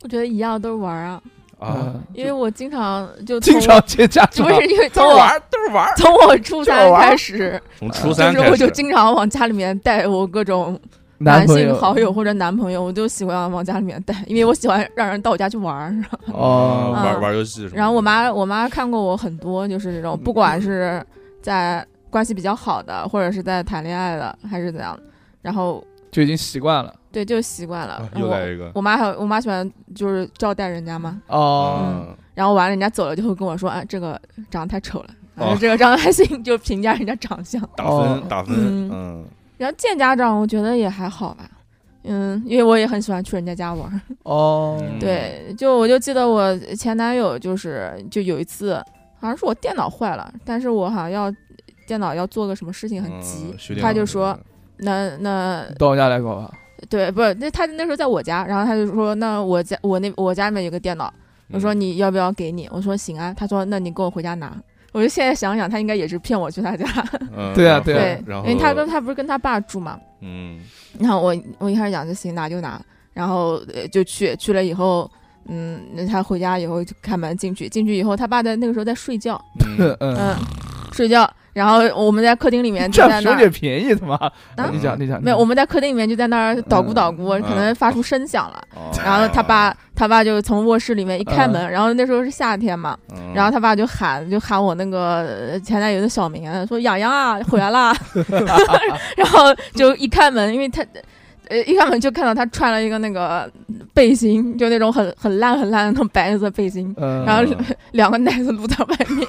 Speaker 4: 我觉得一样都是玩儿啊，
Speaker 5: 啊，
Speaker 3: 嗯，
Speaker 4: 因为我经常就从
Speaker 3: 经常见家
Speaker 4: 就
Speaker 3: 长
Speaker 4: 不，是因为从
Speaker 5: 都是
Speaker 4: 我
Speaker 5: 玩儿都是玩儿。
Speaker 4: 从我
Speaker 3: 就
Speaker 4: 初三
Speaker 3: 是玩儿
Speaker 4: 开始，
Speaker 6: 从初
Speaker 4: 啊就
Speaker 6: 三
Speaker 4: 是
Speaker 6: 开
Speaker 4: 我就
Speaker 6: 始，
Speaker 4: 经常往家里面带我各种
Speaker 3: 男朋
Speaker 4: 性
Speaker 3: 友
Speaker 4: 好友或者男朋友，我就喜欢往家里面带，因为我喜欢让人到我家去玩儿。
Speaker 6: 嗯
Speaker 3: 哦，
Speaker 6: 玩
Speaker 4: 嗯
Speaker 6: 玩游戏什么的。
Speaker 4: 然后我妈我妈看过我很多，就是这种不管是在关系比较好的，或者是在谈恋爱的，还是怎样，然后
Speaker 3: 就已经习惯了。
Speaker 4: 对就习惯了
Speaker 6: 啊。
Speaker 4: 然
Speaker 6: 又
Speaker 4: 后
Speaker 6: 来一个，
Speaker 4: 我妈还有我妈喜欢就是招待人家嘛，
Speaker 3: 哦，
Speaker 6: 嗯，
Speaker 4: 然后完了人家走了就会跟我说，哎，这个长得太丑了，然后
Speaker 6: 哦
Speaker 4: 这个长得还行，就评价人家长相。
Speaker 6: 打分
Speaker 3: 哦
Speaker 6: 打分，
Speaker 4: 嗯
Speaker 6: 嗯，
Speaker 4: 然后见家长，我觉得也还好吧。嗯，因为我也很喜欢去人家家玩儿。
Speaker 3: 哦，
Speaker 6: 嗯
Speaker 4: 对，就我就记得我前男友就是就有一次，好像是我电脑坏了，但是我好像要电脑要做个什么事情很急
Speaker 6: 嗯，学点
Speaker 4: 他就
Speaker 6: 好
Speaker 4: 说那那
Speaker 3: 到我家来搞吧。
Speaker 4: 对不那他那时候在我家，然后他就说那我家我那我家里面有个电脑，我说
Speaker 6: 嗯
Speaker 4: 你要不要给你？我说行啊，他说那你跟我回家拿。我就现在想想，他应该也是骗我去他家，
Speaker 6: 嗯
Speaker 3: 对啊
Speaker 6: 然后
Speaker 3: 对啊
Speaker 6: 然
Speaker 4: 因为他
Speaker 6: 后
Speaker 4: 跟他不是跟他爸住嘛，
Speaker 6: 嗯，
Speaker 4: 然后我我一开始讲就行，拿就拿，然后呃就去去了以后，嗯，那他回家以后就开门进去，进去以后他爸在那个时候在睡觉，
Speaker 3: 嗯
Speaker 6: 嗯
Speaker 3: 嗯，
Speaker 4: 嗯，睡觉，然后我们在客厅里面就在
Speaker 3: 占
Speaker 4: 那
Speaker 3: 熊姐
Speaker 4: 儿。
Speaker 3: 便宜，他妈！你
Speaker 6: 嗯
Speaker 3: 讲你讲，
Speaker 4: 没有，我们在客厅里面就在那儿捣鼓
Speaker 3: 嗯
Speaker 4: 捣鼓，可能发出声响了。
Speaker 6: 哦
Speaker 4: 然后他爸，他爸就从卧室里面一开门，然后那时候是夏天嘛，
Speaker 6: 嗯
Speaker 4: 然后他爸就喊，就喊我那个呃前男友的小名，说洋洋啊，回来 啦。然后就一开门，因为他，呃，一开门就看到他穿了一个那个背心，就那种很很烂很烂的那种白色背心，
Speaker 3: 嗯，
Speaker 4: 然后两个奶子露在外面。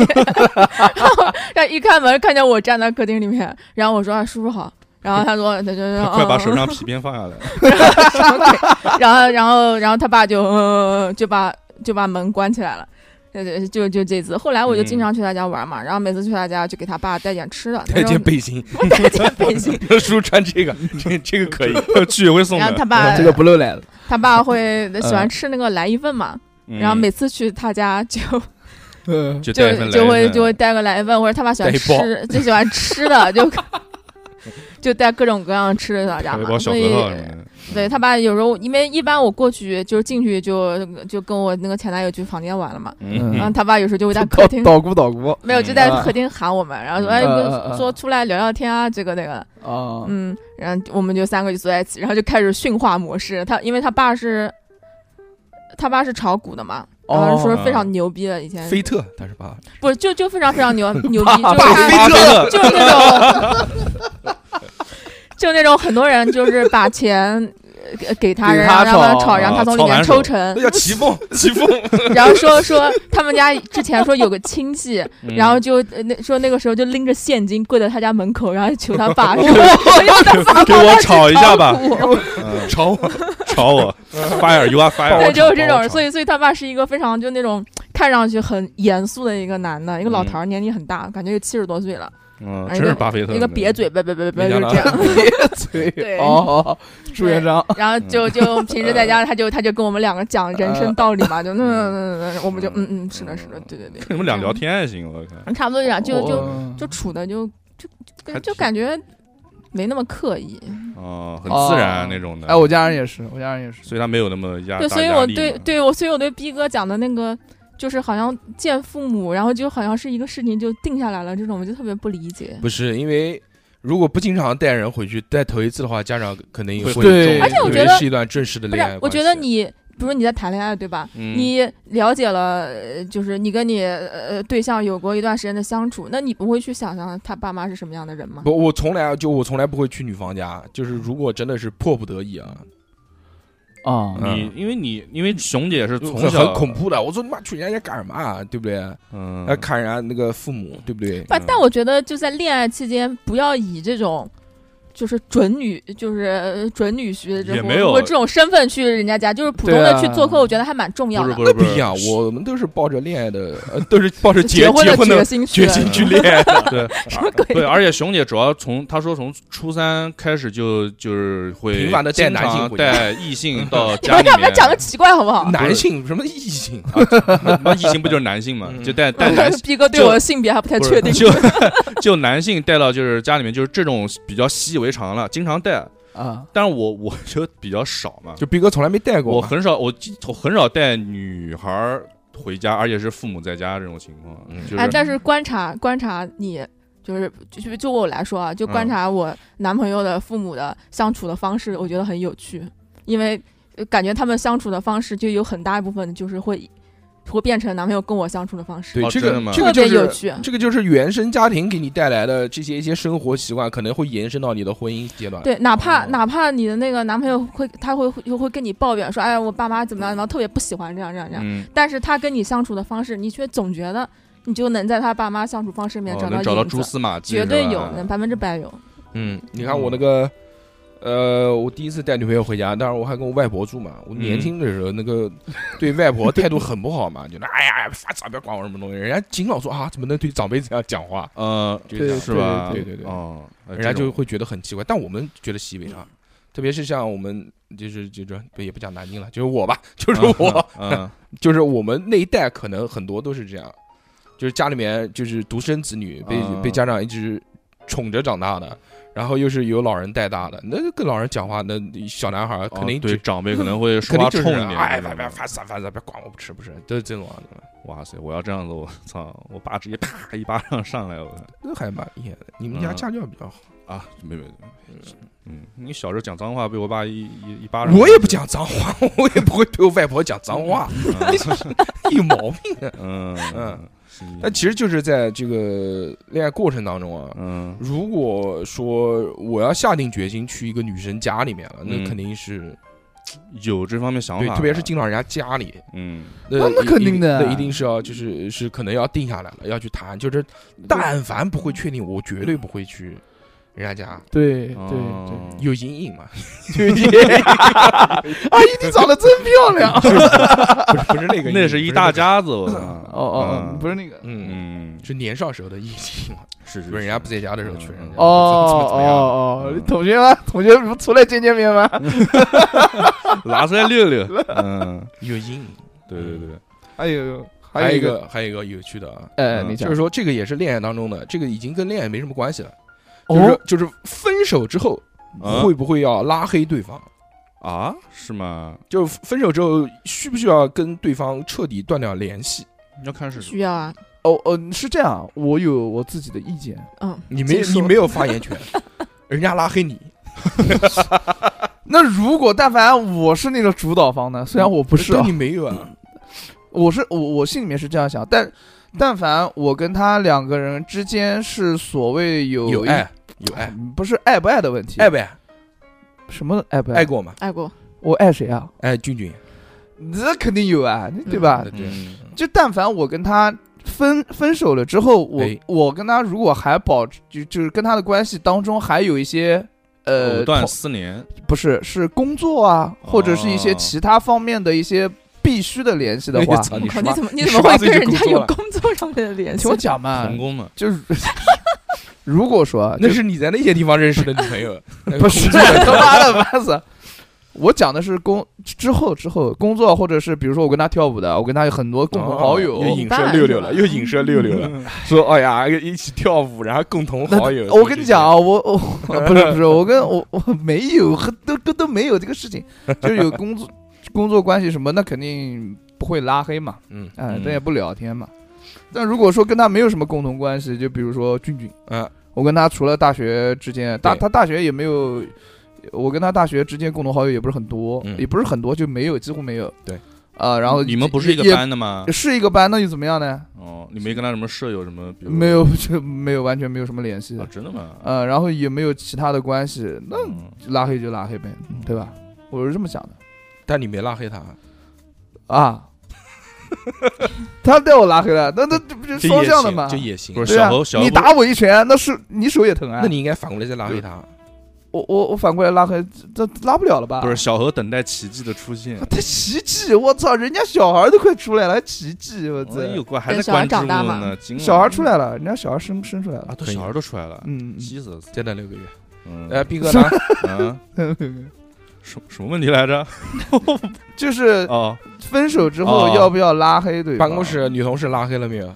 Speaker 4: 然后他一开门看见我站在客厅里面，然后我说啊，叔叔好。然后他说，他就说，
Speaker 6: 快把
Speaker 4: 嗯
Speaker 6: 手 上皮鞭放下来，
Speaker 4: 什么鬼然后，然后，然后他爸就、呃、就把就把门关起来了。对对，就就这次。后来我就经常去他家玩嘛，然后每次去他家就给他爸带点吃的，
Speaker 5: 带
Speaker 4: 那
Speaker 5: 件
Speaker 4: 种
Speaker 5: 背 心，
Speaker 4: 带件背心。
Speaker 5: 叔穿这个，这这个
Speaker 3: 嗯
Speaker 5: 可以。
Speaker 6: 居委会 送
Speaker 4: 然后他
Speaker 6: 的，嗯
Speaker 4: 爸
Speaker 3: 这个不露脸了。
Speaker 4: 他爸会呃喜欢吃那个来一份嘛，然后
Speaker 6: 嗯
Speaker 4: 每次去他家就
Speaker 3: 嗯，
Speaker 6: 就带一
Speaker 4: 就
Speaker 6: 份
Speaker 4: 就
Speaker 6: 来
Speaker 4: 会
Speaker 6: 人
Speaker 4: 就会带个来一份，或者他爸喜欢
Speaker 5: 带一包
Speaker 4: 吃，最喜欢吃的就 就带各种各样的吃的到家
Speaker 6: 带一
Speaker 4: 嘛，
Speaker 6: 包小
Speaker 4: 所
Speaker 6: 核
Speaker 4: 以
Speaker 6: 桃什 么的，
Speaker 4: 对他爸有时候，因为一般我过去就是进去就就跟我那个前男友去房间玩了嘛，
Speaker 3: 嗯
Speaker 4: 然后他爸有时候就会在客
Speaker 3: 捣
Speaker 4: 厅，
Speaker 3: 捣鼓捣鼓
Speaker 4: 没有就在客厅喊我们，然后说哎
Speaker 3: 嗯嗯嗯嗯
Speaker 4: 说出来聊聊天啊，这个那个，
Speaker 3: 啊，
Speaker 4: 嗯，然后我们就三个就坐在一起，然后就开始训话模式。他因为他爸是他爸是炒股的嘛，然后说是非常牛逼的，以前
Speaker 5: 菲特，他是爸，
Speaker 4: 不是就就非常非常牛牛逼，就是他
Speaker 5: 菲特，
Speaker 4: 就是那种，就那种很多人就是把钱呃给给他，
Speaker 3: 给
Speaker 4: 然
Speaker 3: 他
Speaker 4: 后让他
Speaker 3: 炒
Speaker 4: 炒，然后他从里
Speaker 6: 炒
Speaker 4: 面
Speaker 6: 完
Speaker 4: 抽
Speaker 6: 手
Speaker 4: 成，
Speaker 5: 那叫奇 凤，奇凤。
Speaker 4: 然后说说他们家之前说有个亲戚，
Speaker 6: 嗯
Speaker 4: 然后就呃那说那个时候就拎着现金跪在他家门口，然后求他爸说：“我要他爸
Speaker 6: 给我炒一下吧
Speaker 4: 帮我
Speaker 6: 嗯炒我，炒 我，fire you are
Speaker 4: 对，
Speaker 6: fire，
Speaker 4: 就是这种，所
Speaker 6: 以
Speaker 4: 以所以他爸是一个非常就那种看上去很严肃的一个男的，一个老头儿，年纪很大，感觉有七十多岁了。
Speaker 6: 嗯，
Speaker 4: 而
Speaker 6: 真
Speaker 4: 且
Speaker 6: 是巴菲特
Speaker 4: 一个瘪嘴，别别别别，就是这 样。
Speaker 3: 嘴
Speaker 4: 嗯对
Speaker 3: 哦，朱元璋，
Speaker 4: 然后就就平时在家，他就他就跟我们两个讲人生道理嘛，就那那那，我们就嗯嗯，是的，是的，对对对。
Speaker 6: 跟你们俩聊天也行，我靠，
Speaker 4: 嗯，差不多这样，就就
Speaker 3: 哦
Speaker 4: 就处的就就就
Speaker 6: 还
Speaker 4: 就感觉没那么刻意，
Speaker 6: 哦，很自然那种的。
Speaker 3: 哎，我家人也是，我家人也是，
Speaker 6: 所以他没有那么压，
Speaker 4: 对，
Speaker 6: 大
Speaker 4: 所以
Speaker 6: 压
Speaker 4: 我
Speaker 6: 力
Speaker 4: 对
Speaker 6: 嘛
Speaker 4: 对我，所以我对逼哥讲的那个，就是好像见父母，然后就好像是一个事情就定下来了，这种我就特别不理解。
Speaker 5: 不是因为如果不经常带人回去，带头一次的话，家长肯定也
Speaker 6: 会
Speaker 5: 会
Speaker 3: 对
Speaker 4: 而且我
Speaker 5: 以
Speaker 4: 觉
Speaker 5: 为
Speaker 4: 得
Speaker 5: 是一段正式的
Speaker 4: 不
Speaker 5: 恋爱
Speaker 4: 是，我
Speaker 5: 关系。
Speaker 4: 觉得你，比如说你在谈恋爱，对吧？
Speaker 6: 嗯
Speaker 4: 你了解了，呃就是你跟你呃对象有过一段时间的相处，那你不会去想象他爸妈是什么样的人吗？
Speaker 5: 不，我从来就我从来不会去女方家，就是如果真的是迫不得已啊，
Speaker 3: 啊，
Speaker 6: 你，因为你因为熊姐是从
Speaker 5: 很嗯
Speaker 6: 小
Speaker 5: 很恐，哎怖的。我说你妈去人家家干什么啊？对不对？
Speaker 6: 嗯
Speaker 5: 要，砍人家那个父母，对不对？
Speaker 4: 不，但我觉得就在恋爱期间，不要以这种就是准女，就是呃准女婿这
Speaker 6: 也
Speaker 4: 种
Speaker 6: 没有
Speaker 4: 或者这种身份去人家家，就是普通
Speaker 3: 对
Speaker 4: 的
Speaker 3: 啊
Speaker 4: 去做客，我觉得还蛮重要
Speaker 6: 不
Speaker 4: 的。
Speaker 6: 是不
Speaker 5: 那
Speaker 6: 是
Speaker 5: 不一样，啊哎我们都是抱着恋爱的，呃，都是抱着
Speaker 4: 就
Speaker 5: 结
Speaker 4: 结婚的
Speaker 5: 婚的
Speaker 4: 决心
Speaker 5: 决
Speaker 4: 去
Speaker 5: 心去恋爱 的。
Speaker 6: 对
Speaker 4: 什么鬼？
Speaker 6: 对，而且熊姐主要从她说从初三开始就就是会
Speaker 5: 频繁地带
Speaker 6: 经
Speaker 5: 男性
Speaker 6: 常
Speaker 5: 回家
Speaker 6: 带 异性到
Speaker 4: 你
Speaker 6: 家
Speaker 4: 们
Speaker 6: 里
Speaker 4: 要不要
Speaker 6: 面，
Speaker 4: 讲个奇怪好不好？
Speaker 5: 男性什么异性啊？
Speaker 6: 那那异性不就是男性嘛，
Speaker 5: 嗯
Speaker 6: 就带带男性
Speaker 4: 逼哥对我的性别还 不太
Speaker 6: 不
Speaker 4: 确
Speaker 6: 是
Speaker 4: 定。
Speaker 6: 就 就男性带到就是家里面就是这种比较习以为常了，经常带，
Speaker 3: 啊，
Speaker 6: 但是我我就比较少嘛，
Speaker 5: 就逼哥从来没带过
Speaker 6: 我
Speaker 5: 嘛。
Speaker 6: 很少我我很少带女孩儿回家，而且是父母在家这种情况，
Speaker 5: 嗯
Speaker 6: 就是、
Speaker 4: 哎，但是观察观察你。就是就就就我来说啊，就
Speaker 5: 嗯
Speaker 4: 观察我男朋友的父母的相处的方式，我觉得很有趣，因为呃感觉他们相处的方式就有很大一部分就是会会变成男朋友跟我相处的方式，
Speaker 5: 对
Speaker 6: 哦
Speaker 5: 这
Speaker 6: 真
Speaker 5: 个
Speaker 6: 的吗
Speaker 5: 这
Speaker 4: 特
Speaker 5: 个就
Speaker 4: 别有
Speaker 5: 是
Speaker 4: 趣。
Speaker 5: 这个就是原生家庭给你带来的这些一些生活习惯，可能会延伸到你的婚姻阶段。
Speaker 4: 对，哪怕
Speaker 5: 哦
Speaker 4: 哪怕你的那个男朋友会，他会会会跟你抱怨说，哎，我爸妈怎么样怎么样，特别不喜欢这样这样这样。
Speaker 6: 嗯，
Speaker 4: 但是他跟你相处的方式，你却总觉得你就能在他爸妈相处方式里面
Speaker 6: 哦
Speaker 4: 找到
Speaker 6: 能找到
Speaker 4: 影
Speaker 6: 蛛
Speaker 4: 子，
Speaker 6: 丝马迹，
Speaker 4: 绝对
Speaker 6: 是吧
Speaker 4: 有，能百分之百有。
Speaker 5: 嗯，你看我那个，呃，我第一次带女朋友回家，当然我还跟我外婆住嘛。我年轻的时候，那个 对外婆态度很不好嘛，就那哎呀，发傻，不要管我什么东西。人家经常说啊，怎么能对长辈这样讲话？
Speaker 6: 呃，
Speaker 5: 就
Speaker 3: 对
Speaker 5: 这样
Speaker 6: 是吧？
Speaker 5: 对对对
Speaker 6: 哦，哎
Speaker 5: 人家
Speaker 6: 这种嗯
Speaker 5: 就会觉得很奇怪。但我们觉得习以为常，特别是像我们就是就是也不讲南京了，就是我吧，就是我，
Speaker 6: 嗯嗯
Speaker 5: 就是我们那一代可能很多都是这样，就是家里面就是独生子女被、
Speaker 6: 嗯
Speaker 5: 被家长一直宠着长大的，然后又是由老人带大的，那跟老人讲话，那小男孩儿 肯定
Speaker 6: 哦
Speaker 5: 就、
Speaker 6: 对长辈可能会
Speaker 5: 肯
Speaker 6: 说
Speaker 5: 定
Speaker 6: 话
Speaker 5: 就
Speaker 6: 冲啊
Speaker 5: 是
Speaker 6: 一点，
Speaker 5: 哎，
Speaker 6: 是吧
Speaker 5: 别别烦死烦死，别管我不吃不吃，都是这种啊，
Speaker 6: 哇塞，我要这样子，我 操，我爸直接啪一巴掌上来，我
Speaker 5: 那还蛮厉害的。你们家
Speaker 6: 嗯
Speaker 5: 家教比较好，
Speaker 6: 啊，没没没，嗯，你小时候讲脏话被我爸一一一巴掌，
Speaker 5: 我也不，讲脏话， 我也不会对我外婆讲脏话，有毛病。
Speaker 6: 嗯
Speaker 5: 嗯
Speaker 6: 嗯，行
Speaker 5: 但其实就是在这个恋爱过程当中啊，
Speaker 6: 嗯
Speaker 5: 如果说我要下定决心去一个女生家里面了，那
Speaker 6: 嗯
Speaker 5: 肯定是
Speaker 6: 有这方面想
Speaker 5: 对，
Speaker 6: 法，
Speaker 5: 特别是进到人家家里，
Speaker 6: 嗯
Speaker 5: 那
Speaker 3: 那
Speaker 5: 一
Speaker 3: 肯
Speaker 5: 一
Speaker 3: 定的
Speaker 5: 那一定是要就是是可能要定下来了，要去谈，就是但凡不会确定，我绝对不会去人家家，
Speaker 3: 对对对，
Speaker 6: 哦
Speaker 5: 有阴影嘛，
Speaker 3: 有一点， 阿姨你长得真漂亮，
Speaker 5: 不是不是那个阴影，
Speaker 6: 那是一
Speaker 5: 不
Speaker 6: 大
Speaker 5: 那个，
Speaker 6: 家子， 我操
Speaker 3: 哦哦，哦
Speaker 6: 嗯
Speaker 3: 不是那个，
Speaker 5: 嗯，
Speaker 6: 嗯，
Speaker 5: 是年少时候的阴影嘛，
Speaker 6: 是是
Speaker 5: 就是人家不在家的时候去人家怎
Speaker 6: 嗯
Speaker 5: 么，
Speaker 3: 哦哦
Speaker 5: 怎么样
Speaker 3: 哦
Speaker 6: 嗯，
Speaker 3: 同学们，同学们出来见见面吗？
Speaker 6: 拿出来溜溜，嗯，
Speaker 5: 有阴影。
Speaker 6: 对对对，
Speaker 3: 还有
Speaker 5: 还
Speaker 3: 有
Speaker 5: 有一
Speaker 3: 一个，
Speaker 5: 个还有一个有趣的啊，
Speaker 3: 哎，
Speaker 6: 嗯
Speaker 3: 你
Speaker 5: 就
Speaker 3: 讲
Speaker 5: 是，说这个也是恋爱当中的，这个已经跟恋爱没什么关系了。就是
Speaker 3: 哦
Speaker 5: 说就是分手之后
Speaker 6: 啊
Speaker 5: 嗯会不会要拉黑对方？
Speaker 6: 啊，是吗？
Speaker 5: 就分手之后需不需要跟对方彻底断掉联系？
Speaker 6: 要看是
Speaker 4: 需要啊，
Speaker 3: 哦哦，是这样，我有我自己的意见，
Speaker 4: 嗯，
Speaker 5: 你没
Speaker 4: 请
Speaker 5: 你
Speaker 4: 说
Speaker 5: 没有发言 权，人家拉黑你，
Speaker 3: 那如果但凡我是那个主导方呢？虽然我不是、
Speaker 5: 但
Speaker 3: 啊
Speaker 5: 你，没有啊，
Speaker 3: 我是我我心里面是这样想，但但凡我跟他两个人之间是所谓有
Speaker 5: 有
Speaker 3: 一
Speaker 5: 爱有爱
Speaker 3: 嗯不是爱不爱的问题，
Speaker 5: 爱呗，
Speaker 3: 什么爱不
Speaker 5: 爱？过吗？
Speaker 4: 爱过，
Speaker 3: 我爱谁啊？
Speaker 5: 哎，俊俊，
Speaker 3: 那肯定有啊，对吧？
Speaker 5: 对
Speaker 6: 嗯
Speaker 3: 就但凡我跟他分分手了之后，我、
Speaker 5: 哎
Speaker 3: 我跟他如果还保持就就是跟他的关系当中还有一些呃
Speaker 6: 藕断
Speaker 3: 同
Speaker 6: 丝连，
Speaker 3: 不是是工作啊，或者是一些
Speaker 6: 哦
Speaker 3: 其他方面的一些必须的联系的
Speaker 5: 哎
Speaker 3: 话，
Speaker 5: 操
Speaker 4: 我
Speaker 5: 你
Speaker 4: 靠，
Speaker 5: 十
Speaker 4: 你
Speaker 5: 八
Speaker 4: 怎么你
Speaker 5: 你
Speaker 4: 怎么
Speaker 5: 18
Speaker 4: 会
Speaker 5: 岁
Speaker 4: 跟
Speaker 5: 就工
Speaker 4: 人家
Speaker 5: 作
Speaker 4: 有
Speaker 5: 了
Speaker 4: 工作上面的联系
Speaker 3: 听我？讲嘛
Speaker 6: 童，工嘛，
Speaker 3: 就是 如果说啊，
Speaker 5: 那
Speaker 3: 就是
Speaker 5: 你在那些地方认识的女朋 友，那个
Speaker 3: 不是
Speaker 5: 工作
Speaker 3: 他妈的烦死了！我讲的是工之后之后工作，或者是比如说我跟他跳舞的，我跟他有很多共
Speaker 5: 哦
Speaker 3: 同 好友。
Speaker 5: 又影射六六了，又影射六六了，说哎呀，一起跳舞，然后共同
Speaker 3: 那
Speaker 5: 好友。
Speaker 3: 我跟你讲，啊，我 我不是不是，我跟我我没有和都都都没有这个事情，就是有工作 工作关系什么，那肯定不会拉黑嘛，
Speaker 5: 嗯
Speaker 3: 哎、
Speaker 6: 嗯
Speaker 3: 但也不聊天嘛。但如果说跟他没有什么共同关系，就比如说俊俊，
Speaker 5: 嗯，
Speaker 3: 我跟他除了大学之间，大
Speaker 5: 对
Speaker 3: 他大学也没有，我跟他大学之间共同好友也不是很多，
Speaker 5: 嗯
Speaker 3: 也不是很多，就没有，几乎没有。
Speaker 5: 对，
Speaker 3: 啊，然后
Speaker 6: 你们不是一个
Speaker 3: 也
Speaker 6: 班的啊吗
Speaker 3: 也？是一个班，那又怎么样呢？
Speaker 6: 哦，你没跟他什么舍友什么？比如
Speaker 3: 没有， 就没有完全没有什么联系
Speaker 6: 啊，，真的吗？
Speaker 3: 呃，然后也没有其他的关系，那
Speaker 6: 嗯，
Speaker 3: 拉黑就拉黑呗，对吧？我是这么想的
Speaker 5: 但你没拉黑他，
Speaker 3: 啊。 他带我拉黑了，那那这不是
Speaker 5: 这
Speaker 3: 双
Speaker 5: 也
Speaker 3: 向的
Speaker 5: 行
Speaker 3: 嘛？
Speaker 5: 这也行。
Speaker 6: 不是
Speaker 3: 对啊
Speaker 6: 小侯，小
Speaker 3: 你
Speaker 6: 侯，
Speaker 3: 打我一拳，那是你手也疼啊。
Speaker 5: 那你应该反过来再拉黑他。
Speaker 3: 我我我反过来拉黑，这这拉不了了吧？
Speaker 6: 不是小何等待奇迹的出 现
Speaker 3: 啊，。他奇迹，我操，人家小孩都快出来了，还奇迹，我操
Speaker 6: 哎，呦，乖，还在
Speaker 4: 等小孩
Speaker 6: 关注
Speaker 4: 长大嘛
Speaker 6: 呢，今晚
Speaker 3: 小孩出来了，人家小孩生生出来
Speaker 6: 啊，
Speaker 3: 了，
Speaker 6: 都
Speaker 5: 可以
Speaker 6: 小孩都出来了，
Speaker 3: 嗯，呃
Speaker 6: 气 死了。
Speaker 5: 再等六个月，
Speaker 6: 嗯，
Speaker 5: 哎，斌哥呢？
Speaker 6: 啊，
Speaker 3: 嗯
Speaker 6: 什什么问题来着？
Speaker 3: 就是
Speaker 6: 哦，
Speaker 3: 分手之后
Speaker 6: 哦
Speaker 3: 要不要拉黑对方
Speaker 5: 办公，室女同事拉黑了没有？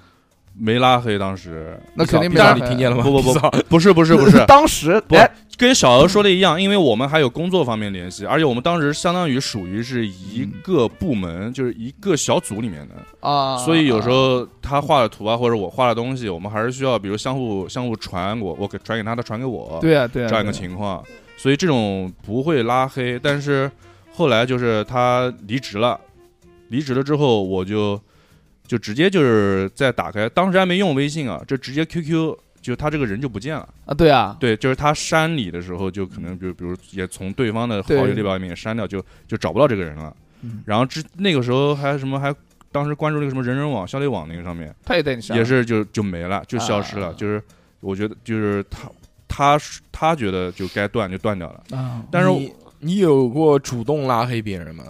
Speaker 6: 没拉黑，当时
Speaker 3: 那肯定没
Speaker 5: 当
Speaker 3: 拉
Speaker 5: 然
Speaker 3: 黑
Speaker 5: 你听见了吗？
Speaker 6: 不不不
Speaker 5: 你操
Speaker 6: 不是不是不是，
Speaker 3: 当时
Speaker 6: 不
Speaker 3: 哎，
Speaker 6: 跟小何说的一样，因为我们还有工作方面联系，而且我们当时相当于属于是一
Speaker 3: 嗯
Speaker 6: 个部门，就是一个小组里面的，
Speaker 3: 啊，
Speaker 6: 所以有时候他画的图啊，或者我画的东西，我们还是需要，比如相互相互传，我我给传给他，他传给我，
Speaker 3: 对啊对啊，
Speaker 6: 这样一个
Speaker 3: 对啊
Speaker 6: 情况，所以这种不会拉黑。但是后来就是他离职了，离职了之后，我就就直接就是再打开，当时还没用微信啊，就直接 QQ，就他这个人就不见了。
Speaker 3: 啊对啊，
Speaker 6: 对，就是他删你的时候，就可能比如比如也从嗯对方的好友列表里面删掉，就就找不到这个人了
Speaker 3: 嗯。
Speaker 6: 然后之那个时候还什么还。当时关注那个什么人人网、校内网那个上面，
Speaker 3: 他也带你上，
Speaker 6: 也是啊就就没了，就消失
Speaker 3: 啊
Speaker 6: 了。就是我觉得就是他他他觉得就该断就断掉了。
Speaker 3: 啊，
Speaker 6: 但是
Speaker 5: 你你有过主动拉黑别人吗？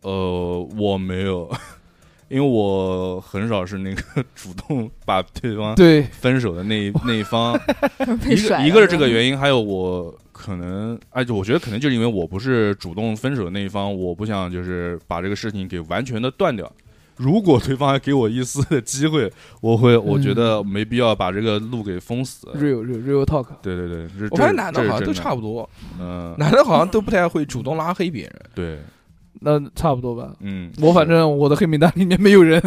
Speaker 6: 呃，我没有， 因为我很少是那个 主动把对方
Speaker 3: 对，
Speaker 6: 分手的那一那一方。
Speaker 4: 被
Speaker 6: 一
Speaker 4: 甩
Speaker 6: 个
Speaker 4: 了
Speaker 6: 一个是这个原因，还有我可能，哎，就我觉得可能就是因为我不是主动分手的那一方，我不想就是把这个事情给完全的断掉。如果对方还给我一丝的机会，我会，我觉得没必要把这个路给封死。
Speaker 3: real real real talk，
Speaker 6: 对对对，是
Speaker 5: 我发现男的好像都差
Speaker 6: 不
Speaker 5: 不多，
Speaker 6: 嗯，
Speaker 5: 男的好像都不太会主动拉黑别人。
Speaker 6: 对，
Speaker 3: 那差不多吧。
Speaker 6: 嗯，
Speaker 3: 我反正我的黑名单里面没有人，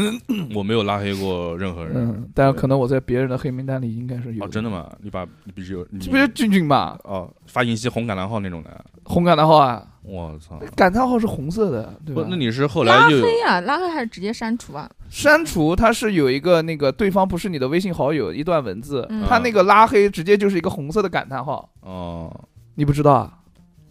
Speaker 6: 我没有拉黑过任何人。
Speaker 3: 嗯，但可能我在别人的黑名单里应该是有
Speaker 6: 哦，真的吗？你把你必须有，你
Speaker 3: 这不是俊俊吧？
Speaker 6: 哦，发信息红感叹号那种的。
Speaker 3: 红感叹号啊，
Speaker 6: 我操！
Speaker 3: 感叹号是红色的，对
Speaker 6: 不
Speaker 3: 吧，？
Speaker 6: 那你是后
Speaker 4: 拉
Speaker 6: 来又有
Speaker 4: 黑啊，拉黑还是直接删除啊？
Speaker 3: 删除它是有一个那个对方不是你的微信好友一段文字，
Speaker 4: 嗯
Speaker 3: 它那个拉黑直接就是一个红色的感叹号，
Speaker 6: 哦，
Speaker 3: 你不知道啊？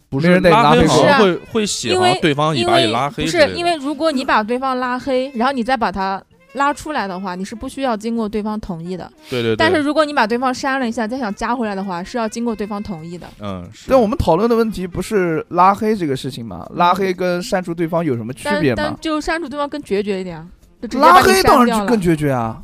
Speaker 6: 不
Speaker 3: 没人带你拉
Speaker 6: 拉黑
Speaker 3: 黑
Speaker 6: 好
Speaker 4: 是啊
Speaker 6: 像会会写，
Speaker 4: 因
Speaker 6: 好
Speaker 4: 为
Speaker 6: 像对方也
Speaker 4: 因
Speaker 6: 把你
Speaker 4: 为
Speaker 6: 拉黑
Speaker 4: 不
Speaker 6: 之类的。
Speaker 4: 是因为如果你把对方拉黑，然后你再把他拉出来的话，你是不需要经过对方同意的。
Speaker 6: 对对对，
Speaker 4: 但是如果你把对方删了一下，再想加回来的话，是要经过对方同意的。
Speaker 6: 嗯，是
Speaker 3: 但我们讨论的问题不是拉黑这个事情吗？拉黑跟删除对方有什么区
Speaker 4: 但
Speaker 3: 别
Speaker 4: 但
Speaker 3: 吗？
Speaker 4: 就删除对方更决绝一点啊，就直接把
Speaker 3: 拉
Speaker 4: 你
Speaker 3: 黑
Speaker 4: 删
Speaker 3: 当
Speaker 4: 掉
Speaker 3: 然
Speaker 4: 了
Speaker 3: 就更决绝啊，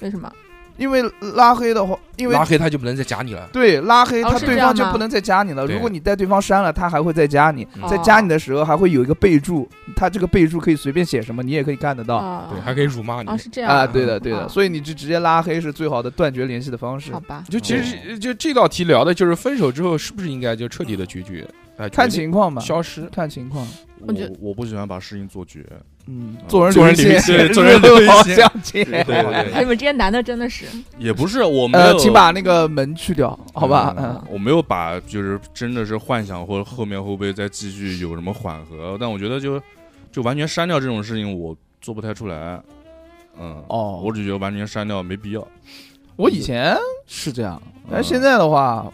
Speaker 4: 为什么？
Speaker 3: 因为拉黑的话，因为
Speaker 5: 拉黑他就不能再加你了。
Speaker 3: 对拉黑，
Speaker 4: 哦
Speaker 3: 他
Speaker 4: 是
Speaker 3: 对
Speaker 4: 这
Speaker 3: 方
Speaker 4: 样
Speaker 3: 就
Speaker 4: 吗哦
Speaker 3: 不能再加你了。
Speaker 5: 对
Speaker 3: 如果你带对方删了，他还会再加你，
Speaker 5: 嗯
Speaker 3: 在加你的时候还会有一个备注，他这个备注可以随便写什么，你也可以看得
Speaker 6: 哦
Speaker 3: 到
Speaker 4: 啊
Speaker 5: 对，还可以辱骂你
Speaker 4: 啊，。是这样
Speaker 3: 啊。对的，对的，
Speaker 4: 哦
Speaker 3: 所以你就直接拉黑是最好的断绝联系的方式
Speaker 4: 好。吧，
Speaker 5: 就其实就这道题聊的就是分手之后是不是应该就彻底的决绝，哎，
Speaker 3: 看
Speaker 5: 决定
Speaker 3: 情况吧，
Speaker 5: 消失。
Speaker 3: 看情况。
Speaker 6: 我
Speaker 4: 我觉得
Speaker 6: 我不喜欢把事情做绝，
Speaker 3: 嗯，
Speaker 6: 嗯
Speaker 3: 做人
Speaker 5: 做人留
Speaker 3: 留一
Speaker 5: 一
Speaker 3: 线，
Speaker 5: 线
Speaker 6: 做人留一
Speaker 3: 好
Speaker 6: 线
Speaker 3: 相亲。
Speaker 6: 对对
Speaker 4: 哎，
Speaker 6: 对，
Speaker 4: 你们这些男的真的是，
Speaker 6: 也不是我没
Speaker 3: 呃，
Speaker 6: 有，嗯
Speaker 3: 请把那个门去掉，好吧？嗯，
Speaker 6: 我没有把就是真的是幻想或者后面会不会再继续有什么缓和，但我觉得就就完全删掉这种事情我做不太出来，嗯，
Speaker 3: 哦
Speaker 6: 我只觉得完全删掉没必要，
Speaker 3: 我以前是这样，但
Speaker 6: 嗯
Speaker 3: 现在的话，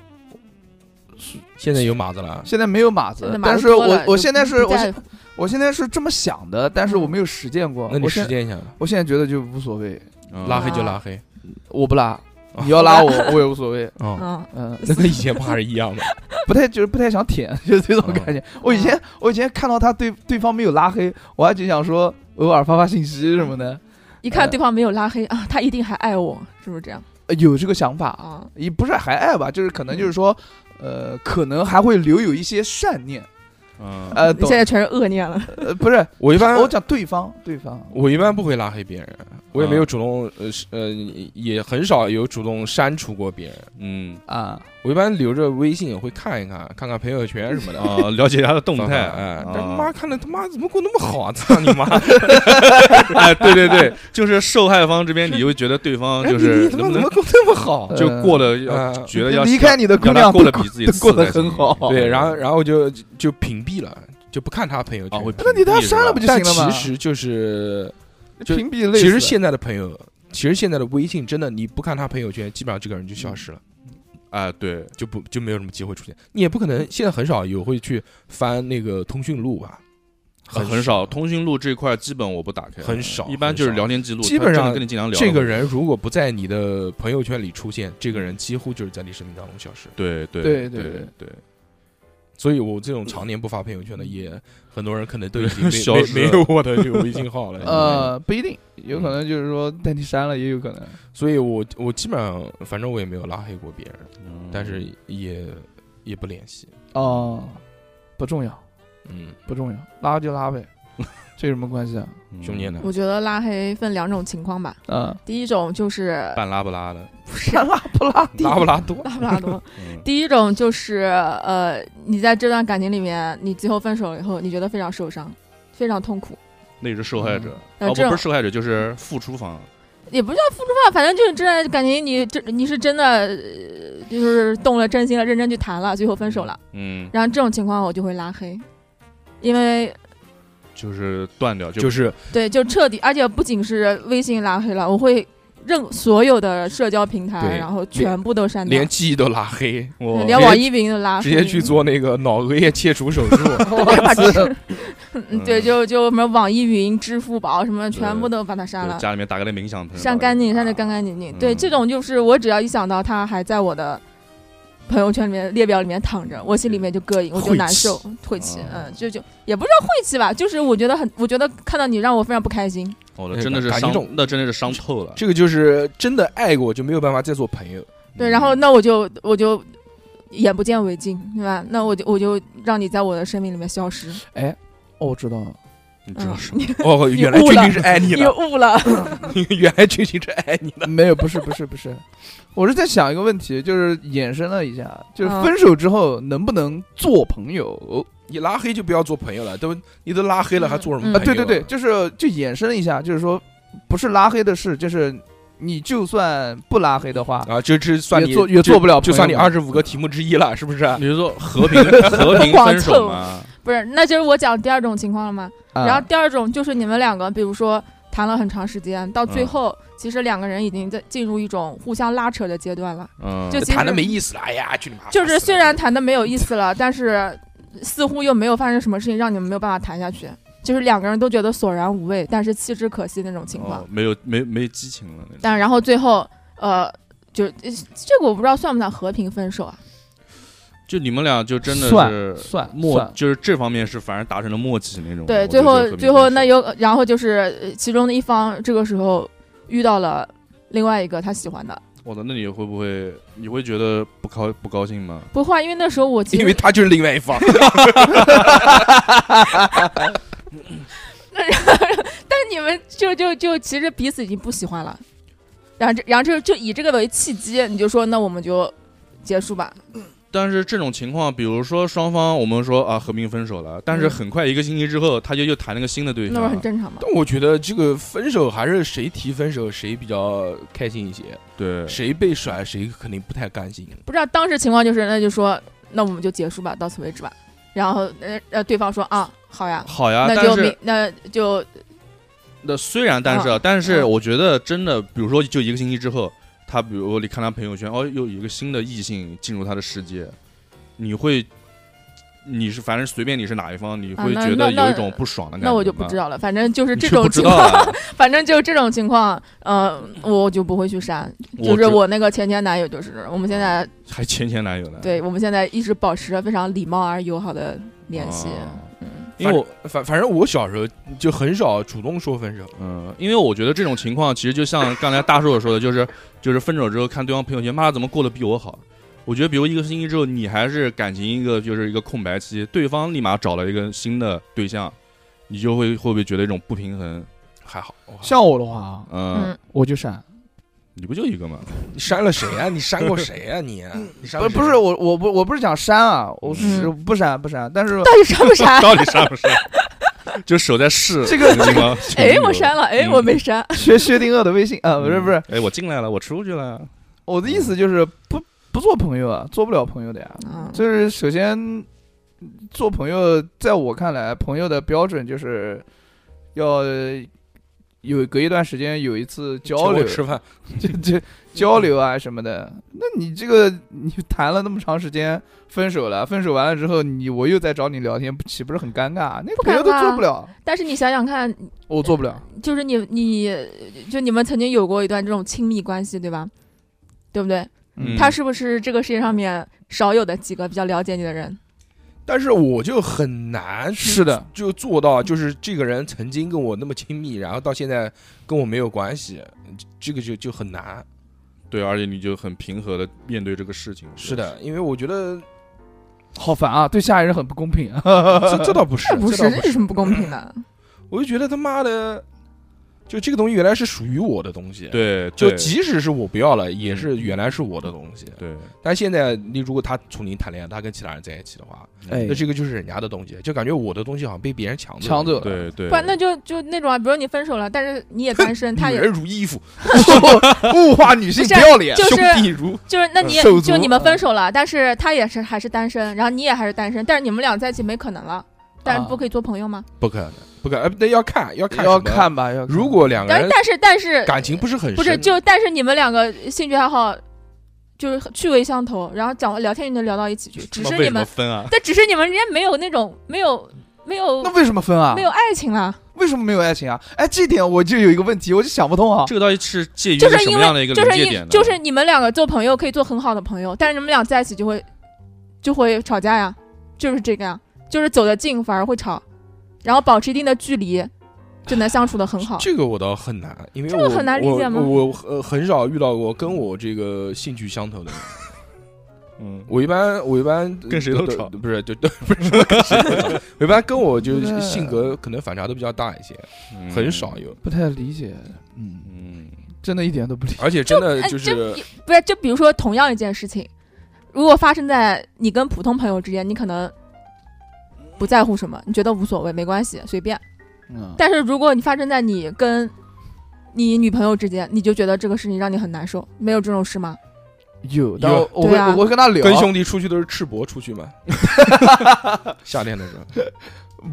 Speaker 5: 现在有马子了，
Speaker 3: 现在没有码
Speaker 4: 真
Speaker 3: 子
Speaker 4: 的，马
Speaker 3: 但
Speaker 4: 上
Speaker 3: 是
Speaker 4: 多
Speaker 3: 我
Speaker 4: 了
Speaker 3: 我
Speaker 4: 就
Speaker 3: 现在
Speaker 4: 不
Speaker 3: 是
Speaker 4: 不嗯
Speaker 3: 我
Speaker 4: 在
Speaker 3: 现我现在是这么想的，但是我没有实践过。
Speaker 5: 那你
Speaker 3: 我
Speaker 5: 实
Speaker 3: 现
Speaker 5: 践一下吧，
Speaker 3: 我现在觉得就无所谓，
Speaker 6: 嗯
Speaker 5: 拉黑就拉黑。
Speaker 3: 我不 拉，你要拉我我也无所谓。
Speaker 5: 哦，
Speaker 4: 嗯，
Speaker 3: 嗯，
Speaker 5: 那跟以前不还是一样吗？
Speaker 3: 不太就是不太想舔，就是这
Speaker 5: 哦
Speaker 3: 种感觉。我以前
Speaker 4: 嗯
Speaker 3: 我以前看到他对对方没有拉黑，我还就想说偶尔发发信息什么的。
Speaker 4: 一看对方没有拉黑啊，他一定还爱我，是不是这样？
Speaker 3: 呃有这个想法啊，
Speaker 4: 啊，
Speaker 3: 也不是还爱吧，就是可能
Speaker 4: 嗯
Speaker 3: 就是说，呃，可能还会留有一些善念，
Speaker 6: 嗯，
Speaker 3: 呃，
Speaker 4: 你
Speaker 3: 懂
Speaker 4: 现在全嗯是恶念了，
Speaker 3: 呃不是，
Speaker 5: 我一般
Speaker 3: 我讲对方，对方，
Speaker 5: 我一般不会拉黑别人，我也
Speaker 6: 啊
Speaker 5: 没有主动呃是呃也很少有主动删除过别人。
Speaker 6: 嗯
Speaker 3: 啊，
Speaker 5: 我一般留着微信会看一看，看看朋友圈什么的。
Speaker 6: 啊，了解他的动
Speaker 5: 动
Speaker 6: 态，
Speaker 5: 哎，但
Speaker 6: 啊
Speaker 5: 妈看了他妈怎么过那么好啊！操你妈！
Speaker 6: 哎，对对对，就是受害方这边，你又觉得对方 就
Speaker 5: 哎你
Speaker 6: 是
Speaker 5: 你他
Speaker 6: 能
Speaker 5: 妈怎
Speaker 6: 不能
Speaker 5: 么过那么好？
Speaker 6: 就过得
Speaker 5: 呃
Speaker 6: 要觉得要
Speaker 3: 离开你的姑
Speaker 6: 让
Speaker 3: 娘
Speaker 6: 他过
Speaker 3: 都
Speaker 6: 得比自己
Speaker 3: 都 过
Speaker 6: 次才
Speaker 3: 得很
Speaker 6: 行
Speaker 3: 好
Speaker 5: 对，然后然后就就屏蔽了，就不看他朋友
Speaker 6: 啊，
Speaker 5: 圈
Speaker 6: 会。
Speaker 3: 那你
Speaker 6: 屏蔽
Speaker 3: 他
Speaker 6: 是
Speaker 3: 删了
Speaker 6: 吧
Speaker 3: 不就
Speaker 5: 但
Speaker 3: 行了吗？
Speaker 5: 其实就是，就
Speaker 3: 屏蔽类似，
Speaker 5: 其实现在的朋友，其实现在的微信真的，你不看他朋友圈，基本上这个人就消失了，
Speaker 6: 哎，对，
Speaker 5: 就不就没有什么机会出现。你也不可能，现在很少有会去翻那个通讯录吧，
Speaker 6: 很啊很少通讯录这块，基本我不打开，
Speaker 5: 很少
Speaker 6: 一般就是
Speaker 5: 很少
Speaker 6: 聊天记录，
Speaker 5: 基
Speaker 6: 他
Speaker 5: 本
Speaker 6: 真的
Speaker 5: 上
Speaker 6: 跟你经常聊
Speaker 5: 这
Speaker 6: 了
Speaker 5: 个
Speaker 6: 会
Speaker 5: 人如果不在你的朋友圈里出现，这个人几乎就是在你生命当中消失。
Speaker 6: 对对
Speaker 3: 对对
Speaker 6: 对
Speaker 5: 所以我这种常年不发朋友圈的，也很多人可能都已经没
Speaker 6: 嗯 消
Speaker 5: 没
Speaker 6: 失
Speaker 5: 没有我的这个微信号 了。
Speaker 3: 呃不一定，有可能就是说，但你删了也有可能。
Speaker 5: 所以我我基本上反正我也没有拉黑过别人，
Speaker 6: 嗯
Speaker 5: 但是也也不联系。
Speaker 3: 哦，不重要，
Speaker 5: 嗯，
Speaker 3: 不重要，拉就拉 呗，这有什么关系啊？
Speaker 6: 嗯
Speaker 5: 兄弟呢？
Speaker 4: 我觉得拉黑分两种情况吧。
Speaker 3: 啊，
Speaker 4: 第一种就是
Speaker 6: 半拉不拉的，
Speaker 4: 不是
Speaker 3: 拉不拉低
Speaker 5: 拉不拉多？
Speaker 4: 拉不拉多，
Speaker 6: 嗯
Speaker 4: 第一种就是呃，你在这段感情里面，你最后分手了以后，你觉得非常受伤，非常痛苦，
Speaker 6: 那也是受 害者，
Speaker 4: 嗯呃
Speaker 6: 哦
Speaker 4: 这
Speaker 6: 不
Speaker 4: 种
Speaker 6: 不是受害者，就是付出方，
Speaker 4: 也不叫付出吧，反正就是这段感情你这你是真的、呃就是动了真心了，认真去谈了，最后分手了。
Speaker 6: 嗯，
Speaker 4: 然后这种情况我就会拉黑，因为
Speaker 6: 就是断掉，
Speaker 5: 就
Speaker 6: 就是
Speaker 4: 对就彻底，而且不仅是微信拉黑了，我会任所有的社交平台，
Speaker 5: 对
Speaker 4: 然后全部都删掉
Speaker 5: 连，记忆都拉黑，
Speaker 6: 我哎
Speaker 4: 连
Speaker 5: 连
Speaker 4: 网易云都
Speaker 3: 啊
Speaker 4: 拉黑，
Speaker 5: 直接 去做那个脑额叶切除手术。
Speaker 4: 把支，
Speaker 6: 嗯
Speaker 4: 对，就就什么网易云、支付宝什么，全部
Speaker 6: 对
Speaker 4: 都把它删
Speaker 6: 对
Speaker 4: 了，
Speaker 6: 家里面打开了冥
Speaker 5: 嗯
Speaker 6: 想盆，
Speaker 4: 删干净，删的干干净净。对，这种就是我只要一想到它还在我的朋友圈里面列表里面躺着，我心里面就膈应，我
Speaker 5: 嗯
Speaker 4: 就
Speaker 5: 晦
Speaker 4: 难
Speaker 5: 气哦
Speaker 4: 受，晦气，
Speaker 6: 啊
Speaker 4: 嗯，就就也不知道晦气吧，就是我觉得很，我觉得看到你让我非常不开心。
Speaker 6: 哦，那真的是
Speaker 5: 感
Speaker 6: 伤
Speaker 5: 情中，
Speaker 6: 那真的是伤透了，
Speaker 5: 这个就是真的爱过就没有办法再做朋 友。
Speaker 4: 对，然
Speaker 5: 嗯
Speaker 6: 嗯
Speaker 4: 后那我就我就眼不见为净，对吧？那我就我就让你在我的生命里面消失。
Speaker 3: 哦，我知道了，
Speaker 6: 你知
Speaker 4: 嗯
Speaker 6: 道是，
Speaker 4: 你
Speaker 5: 哦，原来
Speaker 4: 你悟
Speaker 5: 君
Speaker 4: 了
Speaker 5: 君是爱你
Speaker 4: 你
Speaker 5: 的，
Speaker 4: 悟 了，
Speaker 5: 原来君君是爱你的。
Speaker 3: 没有，不是，不是，不是，我是在想一个问题，就是衍生了一下，就是
Speaker 4: 嗯
Speaker 3: 分手之后能不能做朋友？
Speaker 5: 你拉黑就不要做朋友了，都你都拉黑了，还做什么
Speaker 4: 嗯
Speaker 5: 朋
Speaker 3: 啊，
Speaker 5: 友？
Speaker 3: 对对对，，就是就衍生了一下，就是说不是拉黑的事，就是你就算不拉黑的话，
Speaker 5: 啊，这这算
Speaker 3: 也
Speaker 5: 你
Speaker 3: 做也
Speaker 5: 就
Speaker 3: 做不了朋友嗯
Speaker 5: 就算你
Speaker 3: 嘛
Speaker 5: 二十五个题目之一了，是不是？
Speaker 6: 你是说 和平和平分手吗？
Speaker 4: 不是？那就是我讲第二种情况了吗？
Speaker 6: 嗯
Speaker 3: 啊
Speaker 4: 然后第二种就是你们两个，比如说谈了很长时间，到最
Speaker 6: 嗯
Speaker 4: 后、其实两个人已经在进入一种互相拉扯的阶段了。
Speaker 6: 嗯，
Speaker 4: 就其
Speaker 5: 谈的
Speaker 4: 实
Speaker 5: 没意思了，哎呀，去
Speaker 6: 啊
Speaker 5: 你妈！
Speaker 4: 就是
Speaker 5: 烦死
Speaker 4: 虽
Speaker 5: 了
Speaker 4: 然谈的没有意思了，但是似乎又没有发生什么事情让你们没有办法谈下去，就是两个人都觉得索然无味，但是弃之可惜那种情况。
Speaker 6: 哦没有没没激情了那种，
Speaker 4: 但然后最后呃，就呃这个我不知道算不算和平分手啊？
Speaker 6: 嗯就你们俩就真的
Speaker 3: 算
Speaker 6: 是
Speaker 3: 算
Speaker 6: 默，
Speaker 3: 算，
Speaker 6: 就是这方面是反而达成了默契那种。
Speaker 4: 对，
Speaker 6: 我
Speaker 4: 最
Speaker 6: 觉得和
Speaker 4: 后
Speaker 6: 平
Speaker 4: 最后
Speaker 6: 分
Speaker 4: 那
Speaker 6: 手
Speaker 4: 有然后就是呃其中的一方这个时候遇到了另外一个他喜欢的，
Speaker 6: 我的那你会不会你会觉得不高不高兴吗？
Speaker 4: 不会啊，因为那时候我 其
Speaker 5: 因为
Speaker 4: 实
Speaker 5: 他就是另外一方，
Speaker 4: 但你们就就就其实彼此已经不喜欢了，然后这然后这就以这个为契机，你就说那我们就结束吧，
Speaker 6: 但是这种情况，比如说双方我们说啊和平分手了，但是
Speaker 4: 嗯
Speaker 6: 很快一个星期之后，他就又谈了个新的对
Speaker 4: 那不是
Speaker 6: 象
Speaker 4: 很，正常吗？
Speaker 5: 但我觉得这个分手还是谁提分手谁比较开心一些，
Speaker 6: 对，
Speaker 5: 谁被甩谁肯定不太甘心。
Speaker 4: 不知道当时情况就是，那就说那我们就结束吧，到此为止吧。然后呃呃，对方说啊，好呀，
Speaker 6: 好呀，
Speaker 4: 那
Speaker 6: 但
Speaker 4: 就是明那就
Speaker 6: 那虽然但是啊，但是
Speaker 4: 嗯
Speaker 6: 我觉得真的，比如说就一个星期之后，他比如你看他朋友圈，哦，又有一个新的异性进入他的世界，你会，你是反正随便你是哪一方，你
Speaker 4: 啊
Speaker 6: 会
Speaker 4: 那
Speaker 6: 觉
Speaker 4: 那
Speaker 6: 得有一
Speaker 4: 那
Speaker 6: 种不爽的感觉吗。
Speaker 4: 那我就不知道了。反正就是
Speaker 6: 你
Speaker 4: 这
Speaker 6: 就
Speaker 4: 种
Speaker 6: 不知
Speaker 4: 情
Speaker 6: 道
Speaker 4: 况，
Speaker 6: 啊，
Speaker 4: 反正就是这种情况，呃，我就不会去删。就
Speaker 6: 我啊
Speaker 4: 是
Speaker 6: 知
Speaker 4: 我那个前前男友，就是我们现在
Speaker 6: 还前前男友呢，
Speaker 4: 对我们现在一直保持着非常礼貌而友好的联系。
Speaker 6: 哦
Speaker 4: 嗯，
Speaker 5: 因为我反反正我小时候就很少主动说分手，
Speaker 6: 嗯，因为我觉得这种情况其实就像刚才大硕说的，就是就是分手之后看对方朋友圈，妈他怎么过得比我好？我觉得，比如一个星期之后，你还是感情一个就是一个空白期，对方立马找了一个新的对象，你就会会不会觉得一种不平衡？
Speaker 5: 还好。我还好
Speaker 3: 像我的话啊，
Speaker 6: 嗯，
Speaker 4: 嗯
Speaker 3: 我就闪，
Speaker 6: 你不就一个吗？
Speaker 5: 你删了谁啊？你删过谁啊？你你删过
Speaker 3: 不不
Speaker 5: 谁啊
Speaker 3: 是我我不我不是想删啊，我是
Speaker 4: 嗯
Speaker 3: 不删不删，但是
Speaker 4: 到底删不 删？
Speaker 6: 到底删不删？ 就手在试
Speaker 3: 这个
Speaker 6: 这个，
Speaker 4: 哎，我删了，哎，
Speaker 6: 嗯
Speaker 4: 我没删。
Speaker 3: 薛薛定谔的微信啊，不是不是，
Speaker 6: 哎，我进来了，我出去了，
Speaker 3: 我的意思就是不不做朋友啊，做不了朋友的呀。
Speaker 4: 嗯
Speaker 3: 就是首先做朋友，在我看来，朋友的标准就是要有隔一段时间有一次交
Speaker 5: 请我
Speaker 3: 流，
Speaker 5: 吃饭，
Speaker 3: 就就交流啊什么的。那你这个你谈了那么长时间，分手了，分手完了之后，你我又再找你聊天，不岂不是很尴尬？啊那
Speaker 4: 不
Speaker 3: 朋友
Speaker 4: 尴
Speaker 3: 都
Speaker 4: 尬啊
Speaker 3: 做不了，
Speaker 4: 但是你想想看，
Speaker 3: 我做不了。
Speaker 4: 就是你你就你们曾经有过一段这种亲密关系，对吧？对不对？
Speaker 6: 嗯
Speaker 4: 他是不是这个世界上面少有的几个比较了解你的人？
Speaker 5: 但是我就很难去
Speaker 3: 是的，
Speaker 5: 就做到，就是这个人曾经跟我那么亲密，然后到现在跟我没有关系，这个就就很难。
Speaker 6: 对，而且你就很平和的面对这个事情。
Speaker 5: 是的，，因为我觉 得
Speaker 3: 好烦啊，对下一人很不公平啊。
Speaker 5: 这 这倒不是，
Speaker 4: 不是，
Speaker 5: 这倒不
Speaker 4: 这有什
Speaker 5: 是，
Speaker 4: 么不公平的？
Speaker 5: 我就觉得他妈的，就这个东西原来是属于我的东西。。
Speaker 6: 对，
Speaker 5: 就
Speaker 6: 对
Speaker 5: 即使是我不要了，也是原来是我的东西。
Speaker 6: 对，
Speaker 5: 但现在你如果他重新谈恋爱，他跟其他人在一起的话，
Speaker 3: 哎
Speaker 5: 那这个就是人家的东西，就感觉我的东西好像被别人抢走
Speaker 3: 抢走了
Speaker 6: 对对，
Speaker 4: 不然那就就那种啊，比如你分手了，但是你也 单身，他
Speaker 5: 女
Speaker 4: 也
Speaker 5: 人如衣服，
Speaker 3: 物化女性
Speaker 4: 不
Speaker 3: 不
Speaker 4: 是
Speaker 3: 要脸，
Speaker 4: 就是
Speaker 5: 兄弟如
Speaker 4: 就是那你也
Speaker 3: 手足
Speaker 4: 就你们分手了，但是他也是还是单身，然后你也还是单身，但是你们俩在一起没可能了，但是
Speaker 3: 啊
Speaker 4: 不可以做朋友吗？
Speaker 5: 不可能，不可能，呃那要看要看
Speaker 3: 要
Speaker 5: 什么，
Speaker 3: 看吧，要看
Speaker 5: 如果两个
Speaker 4: 但是
Speaker 5: 人
Speaker 4: 但是但是
Speaker 5: 感情不是很
Speaker 4: 不是
Speaker 5: 深
Speaker 4: 就但是你们两个兴趣爱好就是趣味相投，然后讲聊天就能聊到一起去，只
Speaker 6: 那
Speaker 4: 是
Speaker 6: 为
Speaker 4: 你
Speaker 6: 什么
Speaker 4: 们
Speaker 6: 分啊？
Speaker 4: 但只是你们之间没有那种没有没有
Speaker 3: 那为什么分啊？
Speaker 4: 没有爱情了，
Speaker 3: 为什么没有爱情啊？哎，这点我就有一个问题，我就想不通啊。
Speaker 6: 这个到底是介于一
Speaker 4: 就
Speaker 6: 个
Speaker 4: 是
Speaker 6: 什
Speaker 4: 因
Speaker 6: 么样的
Speaker 4: 为
Speaker 6: 一个
Speaker 4: 就
Speaker 6: 临
Speaker 4: 是
Speaker 6: 界
Speaker 4: 因
Speaker 6: 点呢？
Speaker 4: 就是你们两个做朋友可以做很好的朋友，但是你们俩在一起就会就会吵架呀，就是这个呀，就是走得近反而会吵，然后保持一定的距离就能相处的很好。
Speaker 5: 这个我倒很难，因为
Speaker 4: 这个
Speaker 5: 我
Speaker 4: 很难理解吗
Speaker 5: 我我呃很少遇到过跟我这个兴趣相投的人。
Speaker 6: 嗯，
Speaker 5: 我一般我一般
Speaker 6: 跟谁都吵
Speaker 5: 不是就不是跟谁 都吵。我一般跟我就
Speaker 3: 那
Speaker 5: 是性格可能反差都比较大一些，嗯很少有，
Speaker 3: 不太理解，嗯，
Speaker 6: 嗯。
Speaker 3: 真的一点都不理解。
Speaker 5: 而且真的就
Speaker 4: 哎
Speaker 5: 是
Speaker 4: 就不是就比如说同样一件事情，如果发生在你跟普通朋友之间，你可能不在乎什么，你觉得无所谓，没关系，随便。
Speaker 3: 嗯，
Speaker 4: 但是如果你发生在你跟你女朋友之间，你就觉得这个事情让你很难受，没有这种事吗？
Speaker 3: 有，但我我
Speaker 4: 对
Speaker 3: 会
Speaker 4: 啊
Speaker 3: 我会跟他聊，
Speaker 5: 跟兄弟出去都是赤膊出去 嘛，夏天的时候。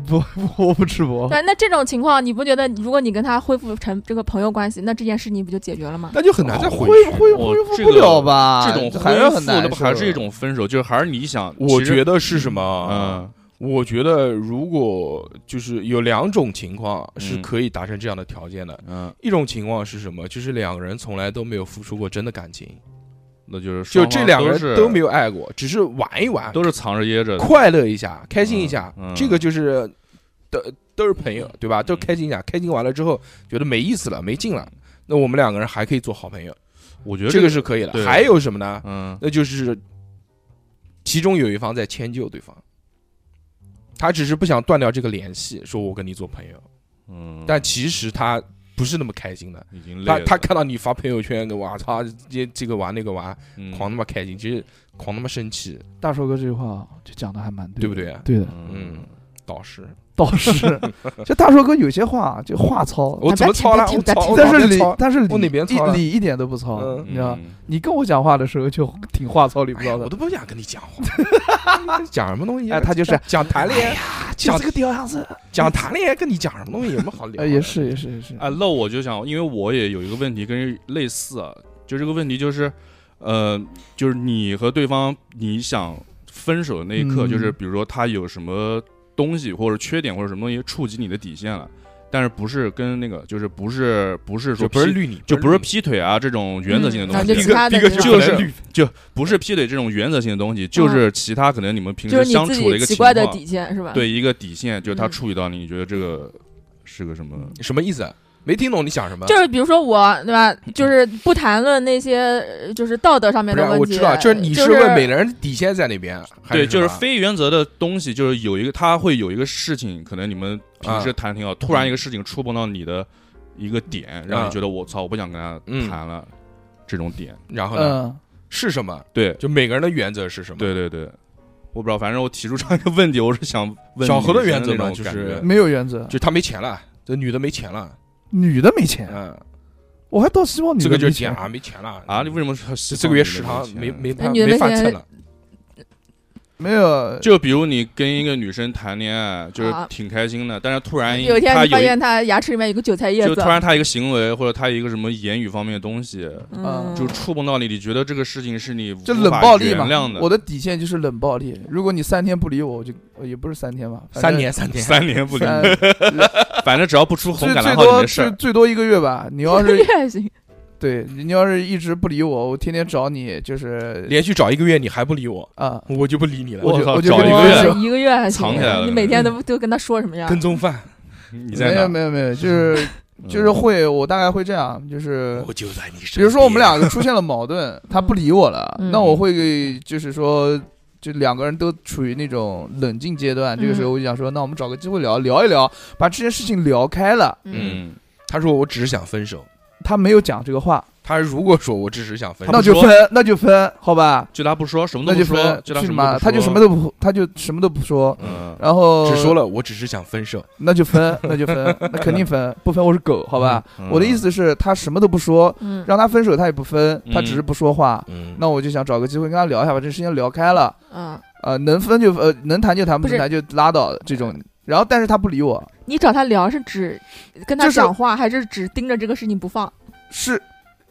Speaker 3: 不，我不吃播，
Speaker 4: 对，那这种情况，你不觉得如果你跟他恢复成这个朋友关系，那这件事情不就解决了吗？
Speaker 5: 那就很难再
Speaker 3: 啊恢
Speaker 5: 回去。
Speaker 3: 恢
Speaker 6: 我
Speaker 3: 恢复
Speaker 6: 这
Speaker 3: 不
Speaker 6: 个
Speaker 3: 了吧？
Speaker 4: 啊
Speaker 6: 这种
Speaker 3: 还是很
Speaker 6: 恢复
Speaker 3: 难
Speaker 6: 那
Speaker 3: 受，
Speaker 6: 不还是一种分手，就是还是你想，
Speaker 5: 我觉
Speaker 6: 得，
Speaker 5: 得是什么啊？
Speaker 6: 嗯
Speaker 5: 我觉得如果就是有两种情况是
Speaker 6: 嗯
Speaker 5: 可以达成这样的条件的，
Speaker 6: 嗯，
Speaker 5: 一种情况是什么？就是两个人从来都没有付出过真的感情，
Speaker 6: 那就是
Speaker 5: 就
Speaker 6: 双
Speaker 5: 这
Speaker 6: 方
Speaker 5: 两个
Speaker 6: 是
Speaker 5: 人都没有爱过，只是玩一玩，
Speaker 6: 都是藏着掖着的，
Speaker 5: 快乐一下，开心一下，
Speaker 6: 嗯嗯
Speaker 5: 这个就是都都是朋友，对吧？都
Speaker 6: 嗯
Speaker 5: 开心一下，开心完了之后觉得没意思了，没劲了，那我们两个人还可以做好朋友，
Speaker 6: 我觉得
Speaker 5: 这个是可以的。
Speaker 6: 对
Speaker 5: 还有什么呢？
Speaker 6: 嗯，
Speaker 5: 那就是其中有一方在迁就对方，他只是不想断掉这个联系，说我跟你做朋友，
Speaker 6: 嗯，
Speaker 5: 但其实他不是那么开心的。
Speaker 6: 已经累
Speaker 5: 他
Speaker 6: 了
Speaker 5: 他看到你发朋友圈，我操，这这个玩那个玩，
Speaker 6: 嗯
Speaker 5: 狂他妈开心，其实狂他妈生气，
Speaker 3: 大硕哥这句话就讲的还蛮
Speaker 5: 对
Speaker 3: 的
Speaker 5: 不？对啊？
Speaker 3: 对的，
Speaker 5: 嗯，导师，
Speaker 3: 倒是就大硕哥有些话就话糙，
Speaker 5: 我怎么操了？
Speaker 4: 别
Speaker 5: 我
Speaker 4: 听别听
Speaker 5: 操，
Speaker 4: 我
Speaker 3: 但是
Speaker 5: 里
Speaker 3: 理但是理
Speaker 5: 我哪边
Speaker 3: 一
Speaker 5: 糙了
Speaker 3: 理一点都不糙，
Speaker 5: 嗯
Speaker 3: 你知道？
Speaker 6: 嗯
Speaker 3: 你跟我讲话的时候就挺话糙理不
Speaker 5: 哎呀
Speaker 3: 糙
Speaker 5: 我
Speaker 3: 的。
Speaker 5: 都不想跟你讲话，讲什么东西啊？
Speaker 3: 哎，他就是
Speaker 5: 讲谈恋爱，
Speaker 3: 就
Speaker 5: 讲
Speaker 3: 这个屌样子。
Speaker 5: 讲谈恋爱，跟你讲什么东西有什么好聊
Speaker 3: 哎，
Speaker 5: 的？
Speaker 3: 也是也是也是，
Speaker 5: 啊
Speaker 6: 哎，那我就想，因为我也有一个问题跟类似啊，就这个问题就是，呃，就是你和对方你想分手的那一刻，
Speaker 3: 嗯
Speaker 6: 就是比如说他有什么东西或者缺点或者什么东西触及你的底线了，但是不是跟那个就是不是不是说
Speaker 5: 就不是
Speaker 6: 劈
Speaker 5: 绿你，
Speaker 6: 就不是
Speaker 5: 绿
Speaker 6: 劈腿啊这种原则性的
Speaker 4: 嗯啊
Speaker 6: 东
Speaker 4: 就
Speaker 6: 西，
Speaker 5: 你
Speaker 4: 其他的
Speaker 5: 第一个
Speaker 4: 就是
Speaker 5: 可能绿
Speaker 6: 不是劈腿这种原则性的东西，就是其他可能你们平
Speaker 4: 嗯就
Speaker 6: 时
Speaker 4: 是你
Speaker 6: 相
Speaker 4: 自
Speaker 6: 处的
Speaker 4: 己
Speaker 6: 一
Speaker 4: 奇
Speaker 6: 个情
Speaker 4: 怪的
Speaker 6: 况，
Speaker 4: 底线是吧？，
Speaker 6: 对一个底线，就是他
Speaker 4: 嗯
Speaker 6: 处理到你，你觉得这个是个什么？
Speaker 5: 什么意思？啊？没听懂你想什么？
Speaker 4: 就是比如说我对吧，就是不谈论那些呃就是道德上面
Speaker 5: 不是啊
Speaker 4: 的问
Speaker 5: 我
Speaker 4: 题，啊
Speaker 5: 知道，
Speaker 4: 就是
Speaker 5: 你是问每个人的底线在哪边？还
Speaker 6: 对，就是
Speaker 5: 什么
Speaker 6: 非原则的东西，就是有一个他会有一个事情，可能你们平
Speaker 5: 啊
Speaker 6: 时谈挺好，突然一个事情触碰到你的一个点，让
Speaker 5: 啊
Speaker 6: 你觉得我操，我不想跟他
Speaker 5: 嗯
Speaker 6: 谈了，这种点。
Speaker 5: 然后呢？
Speaker 3: 嗯，
Speaker 5: 是什么？
Speaker 6: 对，
Speaker 5: 就每个人的原则是什么？
Speaker 6: 对对对，我不知道，反正我提出这样一个问题，我是想问
Speaker 5: 小何的
Speaker 6: 女生
Speaker 5: 原则
Speaker 6: 那
Speaker 5: 嘛
Speaker 6: 种
Speaker 5: 就
Speaker 6: 感
Speaker 5: 是
Speaker 6: 觉
Speaker 3: 嗯没有原则，
Speaker 5: 就他没钱了，这女的没钱了，
Speaker 3: 女的没钱，
Speaker 5: 嗯，
Speaker 3: 我还倒希哎望女
Speaker 5: 这
Speaker 3: 的
Speaker 5: 个就
Speaker 3: 没
Speaker 5: 讲
Speaker 3: 钱。
Speaker 5: 啊，没钱了
Speaker 6: 啊，你为什么说
Speaker 5: 这
Speaker 6: 是
Speaker 5: 这个月食堂
Speaker 6: 啊
Speaker 5: 没没
Speaker 4: 那
Speaker 5: 饭
Speaker 4: 女的
Speaker 5: 没
Speaker 4: 没
Speaker 5: 饭
Speaker 4: 钱
Speaker 5: 吃了，
Speaker 3: 没有，
Speaker 6: 就比如你跟一个女生谈恋爱，就是
Speaker 4: 啊
Speaker 6: 挺开心的，但是突然
Speaker 4: 有一天
Speaker 6: 她
Speaker 4: 你发
Speaker 6: 有一
Speaker 4: 现他牙齿里面有个韭菜叶
Speaker 6: 就
Speaker 4: 子
Speaker 6: 突，然她一个行为或者她一个什么言语方面的东西，
Speaker 4: 嗯，
Speaker 6: 就触碰到你，你觉得这个事情是你
Speaker 3: 这
Speaker 6: 无
Speaker 3: 冷
Speaker 6: 法
Speaker 3: 暴力
Speaker 6: 原
Speaker 3: 嘛
Speaker 6: 谅，的。
Speaker 3: 我的底线就是冷暴力。如果你三天不理我，我就呃也不是三天吧，反
Speaker 5: 三
Speaker 3: 正
Speaker 5: 年三年，
Speaker 6: 三年不离，
Speaker 3: 三
Speaker 6: 反正只要不出红
Speaker 3: 呃最
Speaker 6: 感
Speaker 3: 最
Speaker 6: 叹号，你
Speaker 3: 多
Speaker 6: 的事
Speaker 3: 最
Speaker 6: 儿。
Speaker 3: 最多一个月吧。你要 是
Speaker 4: 月薪
Speaker 3: 对你要是一直不理我，我天天找你，就是
Speaker 5: 连续找一个月你还不理我，
Speaker 3: 啊，
Speaker 5: 我就不理你了。
Speaker 3: 我
Speaker 6: 我
Speaker 3: 就
Speaker 6: 操
Speaker 3: 我就
Speaker 6: 找
Speaker 3: 跟
Speaker 6: 一
Speaker 3: 你
Speaker 6: 个
Speaker 3: 分
Speaker 6: 月
Speaker 3: 手
Speaker 4: 一个月还行
Speaker 6: 藏起来了
Speaker 4: 你每天都都跟他说什么呀？嗯
Speaker 5: 跟踪犯，
Speaker 6: 你在
Speaker 3: 没
Speaker 6: 哪嗯
Speaker 3: 有？没有 没有，就是就是会，我大概会这样，就是
Speaker 5: 我就在你身
Speaker 3: 比如说我们两个出现了矛盾，他不理我了，
Speaker 4: 嗯
Speaker 3: 那我会就是说，就两个人都处于那种冷静阶段，这个
Speaker 4: 嗯
Speaker 3: 时候我就想说，那我们找个机会聊聊一聊，把这件事情聊开了。
Speaker 4: 嗯，
Speaker 6: 嗯，
Speaker 5: 他说我只是想分手，
Speaker 3: 他没有讲这个话，
Speaker 5: 他如果说我只是想分手，
Speaker 3: 那就分，那就分，好吧，
Speaker 6: 就他不说，什么
Speaker 3: 那
Speaker 6: 都不
Speaker 3: 就
Speaker 6: 说
Speaker 3: 分，，去
Speaker 6: 就他
Speaker 3: 你
Speaker 6: 什
Speaker 3: 妈，
Speaker 6: 么
Speaker 3: 他就什么
Speaker 6: 都
Speaker 3: 都不，他就什么都不说
Speaker 6: 不，说，嗯，
Speaker 3: 然后
Speaker 5: 只说了我只是想分手，
Speaker 3: 那就分，那就分，那肯定分，不分我是狗，好吧？
Speaker 6: 嗯
Speaker 3: 我的意思是，他什么都不说，
Speaker 4: 嗯，
Speaker 3: 让他分手他也不分，他只
Speaker 6: 嗯
Speaker 3: 是不说话。
Speaker 5: 嗯，
Speaker 3: 那我就想找个机会跟他聊一下，把这事情聊开了。
Speaker 4: 嗯，
Speaker 3: 呃，能分就呃，能谈就谈，不
Speaker 4: 不是
Speaker 3: 能谈就拉倒这种。然后，但是他不理我，
Speaker 4: 你找他聊是指跟他
Speaker 3: 就是
Speaker 4: 讲话，还是只盯着这个事情不放？
Speaker 3: 是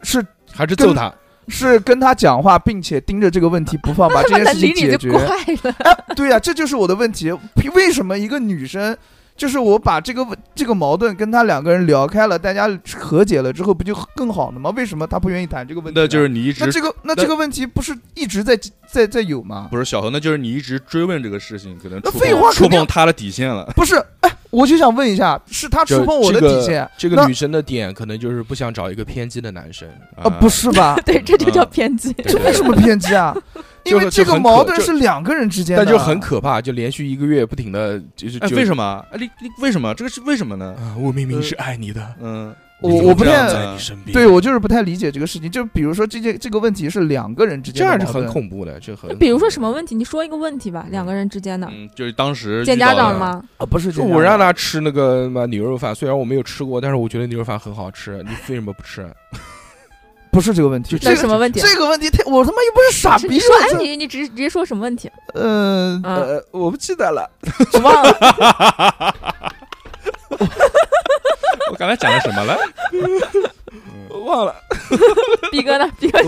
Speaker 3: 是
Speaker 5: 还是揍他，
Speaker 3: 是跟他讲话，并且盯着这个问题不 放，把这
Speaker 4: 他
Speaker 3: 件
Speaker 4: 能
Speaker 3: 事
Speaker 4: 理
Speaker 3: 情
Speaker 4: 你
Speaker 3: 解
Speaker 4: 就
Speaker 3: 决。
Speaker 4: 怪了。
Speaker 3: 对呀、这就是我的问题。凭为什么一个女生，就是我把这个问这个矛盾跟他两个人聊开了，大家和解了之后，不就更好了吗？为什么他不愿意谈这个问题呢？
Speaker 6: 那就是你一直
Speaker 3: 那这个那这个问题不是一直在在在有吗？
Speaker 6: 不是小何，那就是你一直追问这个事情，可能
Speaker 3: 那
Speaker 6: 触碰
Speaker 3: 废话
Speaker 6: 触
Speaker 3: 肯定
Speaker 6: 碰他的底线了。
Speaker 3: 不是，哎，我就想问一下，是他触
Speaker 5: 就
Speaker 3: 碰我的
Speaker 5: 这个啊
Speaker 3: 底线？
Speaker 5: 这个
Speaker 3: 那
Speaker 5: 女生的点可能就是不想找一个偏激的男生，
Speaker 3: 啊，不是吧？
Speaker 4: 对，这就叫
Speaker 6: 嗯
Speaker 4: 偏激。
Speaker 3: 这为什么偏 激啊？因为
Speaker 5: 就
Speaker 3: 这
Speaker 5: 就
Speaker 3: 个
Speaker 5: 很
Speaker 3: 矛
Speaker 5: 可
Speaker 3: 盾
Speaker 5: 就是
Speaker 3: 两个人之间的，啊
Speaker 5: 但就很可怕，就连续一个月不停的就是
Speaker 6: 哎，
Speaker 5: 就
Speaker 6: 为什么？哎，你你为什么？这个是为什么呢？
Speaker 5: 啊，我明明是爱你的，
Speaker 6: 嗯，
Speaker 3: 我
Speaker 5: 你怎
Speaker 3: 我
Speaker 5: 么
Speaker 3: 不
Speaker 5: 这样
Speaker 3: 太
Speaker 5: 在你身边，
Speaker 3: 对我就是不太理解这个事情。就比如说这件这个问题是两个人之
Speaker 5: 这
Speaker 3: 间的
Speaker 5: 样是
Speaker 3: 矛盾，
Speaker 5: 很恐怖的，这很
Speaker 4: 比如说什么问题？你说一个问题吧，两个人之间的
Speaker 6: 嗯，就是当时
Speaker 4: 见
Speaker 6: 遇到
Speaker 4: 家长
Speaker 6: 的？
Speaker 4: 吗？
Speaker 3: 啊！不是
Speaker 5: 就我让他吃那个嘛牛肉饭，虽然我没有吃过，但是我觉得牛肉饭很好吃，你为什么不吃？啊
Speaker 3: 不是这个问题，
Speaker 4: 那
Speaker 3: 这
Speaker 4: 什
Speaker 3: 个
Speaker 4: 么问题？
Speaker 3: 这个问题太我他妈又不是傻
Speaker 4: 是
Speaker 3: 逼，
Speaker 4: 你说，
Speaker 3: 我
Speaker 4: 哎，
Speaker 3: 这
Speaker 4: 你你直直接说什么问题？
Speaker 3: 呃
Speaker 4: 嗯
Speaker 3: 呃，我不记得了，
Speaker 4: 我忘了。
Speaker 6: 我刚才讲了什么了？
Speaker 5: 我忘了，
Speaker 4: 逼哥呢？逼哥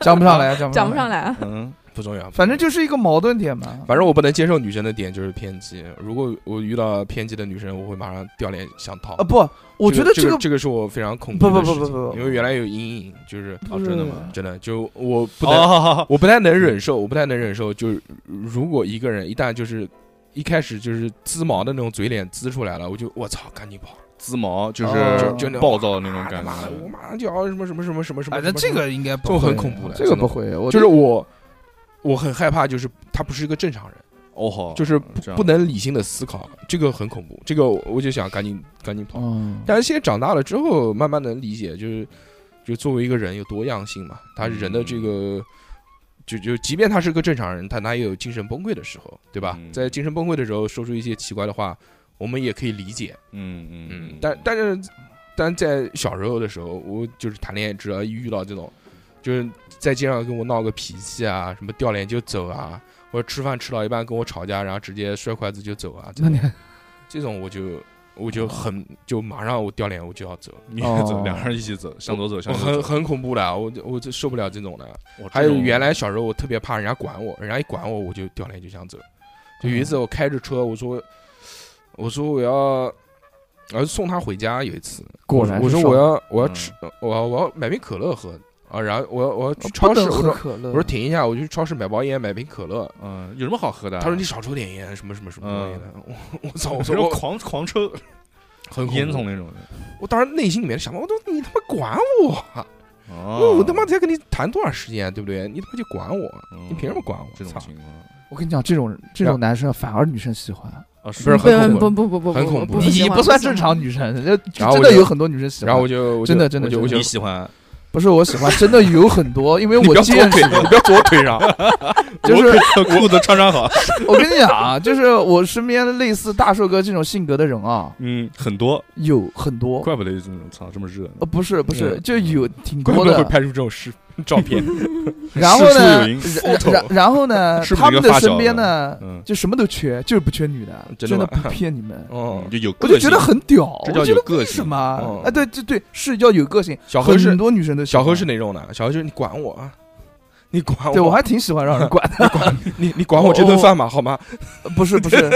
Speaker 3: 讲不上来，讲
Speaker 4: 讲不上
Speaker 3: 来，
Speaker 4: 来啊。
Speaker 6: 嗯，
Speaker 5: 不重要，
Speaker 3: 反正就是一个矛盾点嘛。
Speaker 5: 反正我不能接受女生的点就是偏激，如果我遇到偏激的女生，我会马上掉脸想逃
Speaker 3: 啊。不，我觉得
Speaker 5: 这个
Speaker 3: 个
Speaker 5: 这个是我非常恐
Speaker 3: 不
Speaker 5: 怖
Speaker 3: 不
Speaker 5: 的事
Speaker 3: 不
Speaker 5: 情，
Speaker 3: 不不不
Speaker 5: 因为原来有阴影，就是
Speaker 6: 哦，真的吗？
Speaker 5: 真的就我不能
Speaker 6: 哦，
Speaker 5: 我不太能忍受，我不太能忍受，就是如果一个人一旦就是一开始就是滋毛的那种嘴脸滋出来了，我就我操，赶紧跑，
Speaker 6: 滋毛就
Speaker 3: 哦
Speaker 6: 是
Speaker 5: 就那种
Speaker 6: 暴躁的那种
Speaker 5: 啊他
Speaker 6: 感
Speaker 5: 妈的，我
Speaker 6: 觉。
Speaker 5: 马上就要什么什么什么什么什么。
Speaker 3: 反
Speaker 5: 什
Speaker 3: 正
Speaker 5: 么
Speaker 3: 哎这个应该不
Speaker 5: 这个
Speaker 3: 会
Speaker 5: 很恐怖的
Speaker 3: 这
Speaker 5: 真
Speaker 3: 个
Speaker 5: 的
Speaker 3: 不会，我
Speaker 5: 就是我，我很害怕，就是他不是一个正常人，
Speaker 6: 哦吼，
Speaker 5: 就是
Speaker 6: 这样
Speaker 5: 不能理性的思考，这个很恐怖，这个我我就想赶紧赶紧跑。
Speaker 3: 嗯，
Speaker 5: 但是现在长大了之后，慢慢能理解，就是就作为一个人有多样性嘛，他人的这个。就就，即便他是个正常人，但他也有精神崩溃的时候，对吧？
Speaker 6: 嗯
Speaker 5: 在精神崩溃的时候，说出一些奇怪的话，我们也可以理解。
Speaker 6: 嗯嗯嗯，
Speaker 5: 但但是，但在小时候的时候，我就是谈恋爱，只要一遇到这种，就是在街上跟我闹个脾气啊，什么掉脸就走啊，或者吃饭吃到一半跟我吵架，然后直接摔筷子就走啊，这
Speaker 3: 那你
Speaker 5: 种这种我就我
Speaker 6: 哦
Speaker 5: 就很就马上我掉脸我就要走，
Speaker 6: 你也走，
Speaker 3: 哦
Speaker 6: 两人一起走，向左走，
Speaker 5: 我
Speaker 6: 向
Speaker 5: 很
Speaker 6: 右走。
Speaker 5: 很恐怖的，啊我就我就受不了这种的。
Speaker 6: 我
Speaker 5: 还
Speaker 6: 哦这
Speaker 5: 有
Speaker 6: 种嗯
Speaker 5: 原来小时候我特别怕人家管我，人家一管我我就掉
Speaker 6: 哦
Speaker 5: 脸就想走。就有一次我开着车，我说我说我要然后呃送她回家有一次，
Speaker 7: 果然
Speaker 5: 嗯我
Speaker 7: 是
Speaker 5: 说
Speaker 7: 少
Speaker 5: 我要我
Speaker 6: 嗯
Speaker 5: 要吃，我要我要买瓶可乐喝啊，然后我要我要去超市，我说
Speaker 3: 可乐
Speaker 5: 我说停一下，我去超市买包烟，买瓶可乐。
Speaker 6: 嗯，有什么好喝的啊？
Speaker 5: 他说 你少抽点烟，什么什么什么东西的。我我操！我
Speaker 6: 我
Speaker 5: 说
Speaker 6: 说
Speaker 5: 我
Speaker 6: 狂狂抽
Speaker 5: 很恐怖
Speaker 6: 烟囱那种的。
Speaker 5: 我当时内心里面想，我都你他妈管我啊，
Speaker 6: 哦
Speaker 5: 我他妈才跟你谈多长时间，对不对？你他妈就管我，你凭什么管我？
Speaker 6: 这种
Speaker 5: 操
Speaker 6: 情况
Speaker 3: 我跟你讲，这种这种男生反而女生喜欢，
Speaker 6: 啊，
Speaker 5: 不是很恐怖
Speaker 4: 不嗯不不不不，
Speaker 5: 很恐怖
Speaker 4: 不
Speaker 5: 我
Speaker 3: 已
Speaker 4: 喜
Speaker 3: 经
Speaker 4: 欢
Speaker 3: 不算
Speaker 4: 喜欢啊
Speaker 3: 正常女生，就
Speaker 5: 然后我
Speaker 3: 真的
Speaker 5: 就
Speaker 3: 有很多女生喜欢。
Speaker 5: 然后我就我就
Speaker 3: 真的真的
Speaker 5: 我就
Speaker 3: 真的
Speaker 5: 我就
Speaker 6: 你喜欢？
Speaker 3: 不是我喜欢，真的有很多， 因为
Speaker 5: 你
Speaker 3: 我
Speaker 5: 不要坐
Speaker 3: 见
Speaker 5: 腿，
Speaker 3: 识，
Speaker 5: 你不要坐我腿 上。
Speaker 3: 就是
Speaker 6: 我可裤子穿穿好。
Speaker 3: 我跟你讲啊，就是我身边类似大寿哥这种性格的人啊，
Speaker 6: 嗯，很多，
Speaker 3: 有很多。
Speaker 6: 怪不得这种操这么热呢。
Speaker 3: 呃，不是不是，
Speaker 5: 嗯
Speaker 3: 就有挺
Speaker 5: 怪不
Speaker 3: 多
Speaker 5: 得会
Speaker 3: 的。
Speaker 5: 拍出这种视照 片，
Speaker 3: 然后呢，
Speaker 6: 事出有因
Speaker 3: 然
Speaker 6: 风头
Speaker 3: 然然后呢，
Speaker 6: 是不是
Speaker 3: 他
Speaker 6: 一个
Speaker 3: 们的
Speaker 6: 发小
Speaker 3: 身边
Speaker 6: 的
Speaker 3: 呢，
Speaker 6: 嗯，
Speaker 3: 就什么都缺，就是不缺女的，
Speaker 5: 真
Speaker 3: 真
Speaker 5: 的吗。
Speaker 3: 不骗你们
Speaker 5: 哦
Speaker 6: 嗯，就有个
Speaker 3: 我
Speaker 6: 性，
Speaker 3: 就觉得很屌，
Speaker 6: 这
Speaker 3: 我
Speaker 6: 叫
Speaker 3: 觉
Speaker 6: 有
Speaker 3: 得
Speaker 6: 个
Speaker 3: 为
Speaker 6: 性
Speaker 3: 什么
Speaker 5: 哦
Speaker 3: 啊？哎，对对对，是叫有个性，
Speaker 5: 小何是
Speaker 3: 很多女生都喜
Speaker 5: 小
Speaker 3: 欢
Speaker 5: 何是哪种呢？小何就是你管我啊，你管我，
Speaker 3: 对我还挺喜欢让人管的，
Speaker 5: 你你管我这顿饭吧，好吗？
Speaker 3: 不是不是，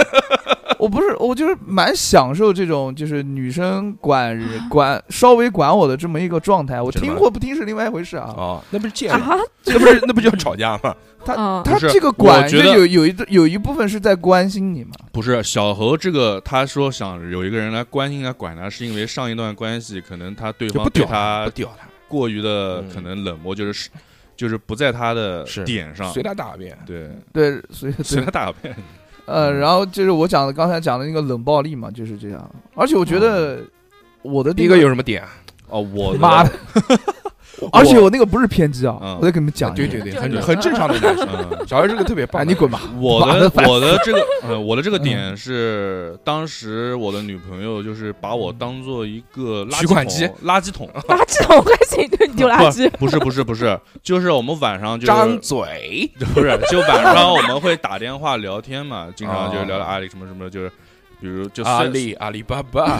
Speaker 3: 我不是我就是蛮享受这种就是女生管人管稍微管我的这么一个状态，我
Speaker 5: 真的
Speaker 3: 听
Speaker 5: 吗
Speaker 3: 或不听是另外一回事啊。
Speaker 5: 哦，那不是贱吗？
Speaker 4: 啊，
Speaker 5: 那不是那不就吵架吗？
Speaker 4: 嗯，
Speaker 3: 他
Speaker 6: 不是
Speaker 3: 这个
Speaker 6: 我
Speaker 3: 管
Speaker 6: 觉
Speaker 3: 就
Speaker 6: 得
Speaker 3: 有有一有一部分是在关心你嘛，
Speaker 6: 不是小侯这个，他说想有一个人来关心他、管他，是因为上一段关系可能他对
Speaker 5: 就
Speaker 6: 方
Speaker 5: 不
Speaker 6: 对
Speaker 5: 屌他，
Speaker 6: 他
Speaker 5: 不屌他，
Speaker 6: 过于的
Speaker 5: 嗯
Speaker 6: 可能冷漠，就是就是不在他的
Speaker 5: 是
Speaker 6: 点上，
Speaker 5: 随他大便。
Speaker 6: 对
Speaker 3: 对，所以
Speaker 6: 随他大小便，
Speaker 3: 呃，然后就是我讲的刚才讲的那个冷暴力嘛，就是这样。而且我觉得我的那
Speaker 5: 逼哥有什么点啊？
Speaker 6: 哦， 我
Speaker 3: 妈的，而且我那个不是偏激啊，
Speaker 6: 嗯
Speaker 3: 我再给你们讲一
Speaker 5: 对
Speaker 3: 遍，
Speaker 5: 对对，
Speaker 4: 就
Speaker 5: 很
Speaker 4: 是
Speaker 5: 很正常的男生。
Speaker 6: 嗯
Speaker 5: 小何是个特别棒
Speaker 3: 哎
Speaker 5: 的人，
Speaker 3: 你滚吧，
Speaker 6: 我
Speaker 3: 妈
Speaker 6: 的
Speaker 3: 的烦
Speaker 6: 我的这个呃，我的这个点是，当时我的女朋友就是把我当做一个垃圾
Speaker 5: 取
Speaker 6: 桶
Speaker 5: 款机
Speaker 6: 垃圾桶，
Speaker 4: 垃圾桶关系对丢垃圾，
Speaker 6: 不是不是不是，就是我们晚上就是
Speaker 5: 张嘴，
Speaker 6: 不是， 就晚上我们会打电话聊天嘛，经常就是聊聊阿里什么什么，就是比如就
Speaker 5: 阿
Speaker 6: 虽
Speaker 5: 里阿里巴巴，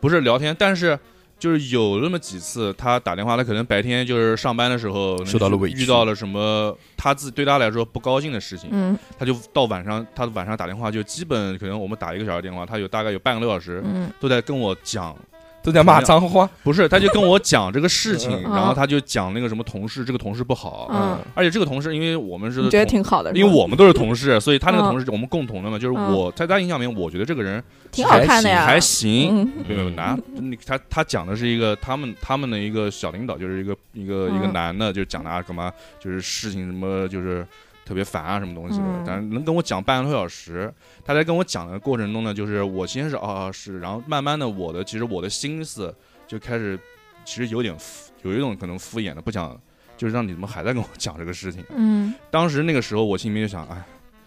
Speaker 6: 不是聊天，但是就是有那么几次他打电话，他可能白天就是上班的时候
Speaker 5: 受到了委屈
Speaker 6: 遇到了什么他自己对他来说不高兴的事情，
Speaker 4: 嗯
Speaker 6: 他就到晚上他晚上打电话就基本可能我们打一个小时电话，他有大概有半个多小时
Speaker 4: 嗯，
Speaker 6: 都在跟我讲。
Speaker 5: 都在骂脏话。
Speaker 6: 不是，他就跟我讲这个事情，
Speaker 5: 嗯
Speaker 6: 然后他就讲那个什么同事，这个同事不好，
Speaker 4: 嗯
Speaker 6: 而且这个同事，因为我们是
Speaker 4: 你觉得
Speaker 6: 同
Speaker 4: 挺好的是吧，
Speaker 6: 因为我们都是同事，所以他那个
Speaker 4: 嗯
Speaker 6: 同事我们共同的嘛，就是
Speaker 4: 嗯
Speaker 6: 我在他印象里面，我觉得这个人
Speaker 4: 挺好看的呀，
Speaker 6: 还行。
Speaker 4: 嗯
Speaker 6: 没有没有 拿你他他讲的是一个他们他们的一个小领导，就是一个一个一个
Speaker 4: 嗯
Speaker 6: 男的，就讲的啊干嘛，就是事情什么就是特别烦啊什么东西的
Speaker 4: 嗯，
Speaker 6: 但是能跟我讲半个多小时。他在跟我讲的过程中呢，就是我先是啊啊是，然后慢慢的我的其实我的心思就开始其实有点敷有一种可能敷衍的不想，就是让你怎么还在跟我讲这个事情。
Speaker 4: 嗯，
Speaker 6: 当时那个时候，我心里面就想，哎，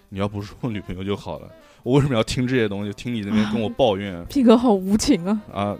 Speaker 6: 你要不是我女朋友就好了， 我为什么要听这些东西？听你那边跟我抱怨啊、
Speaker 4: 屁哥好无情啊，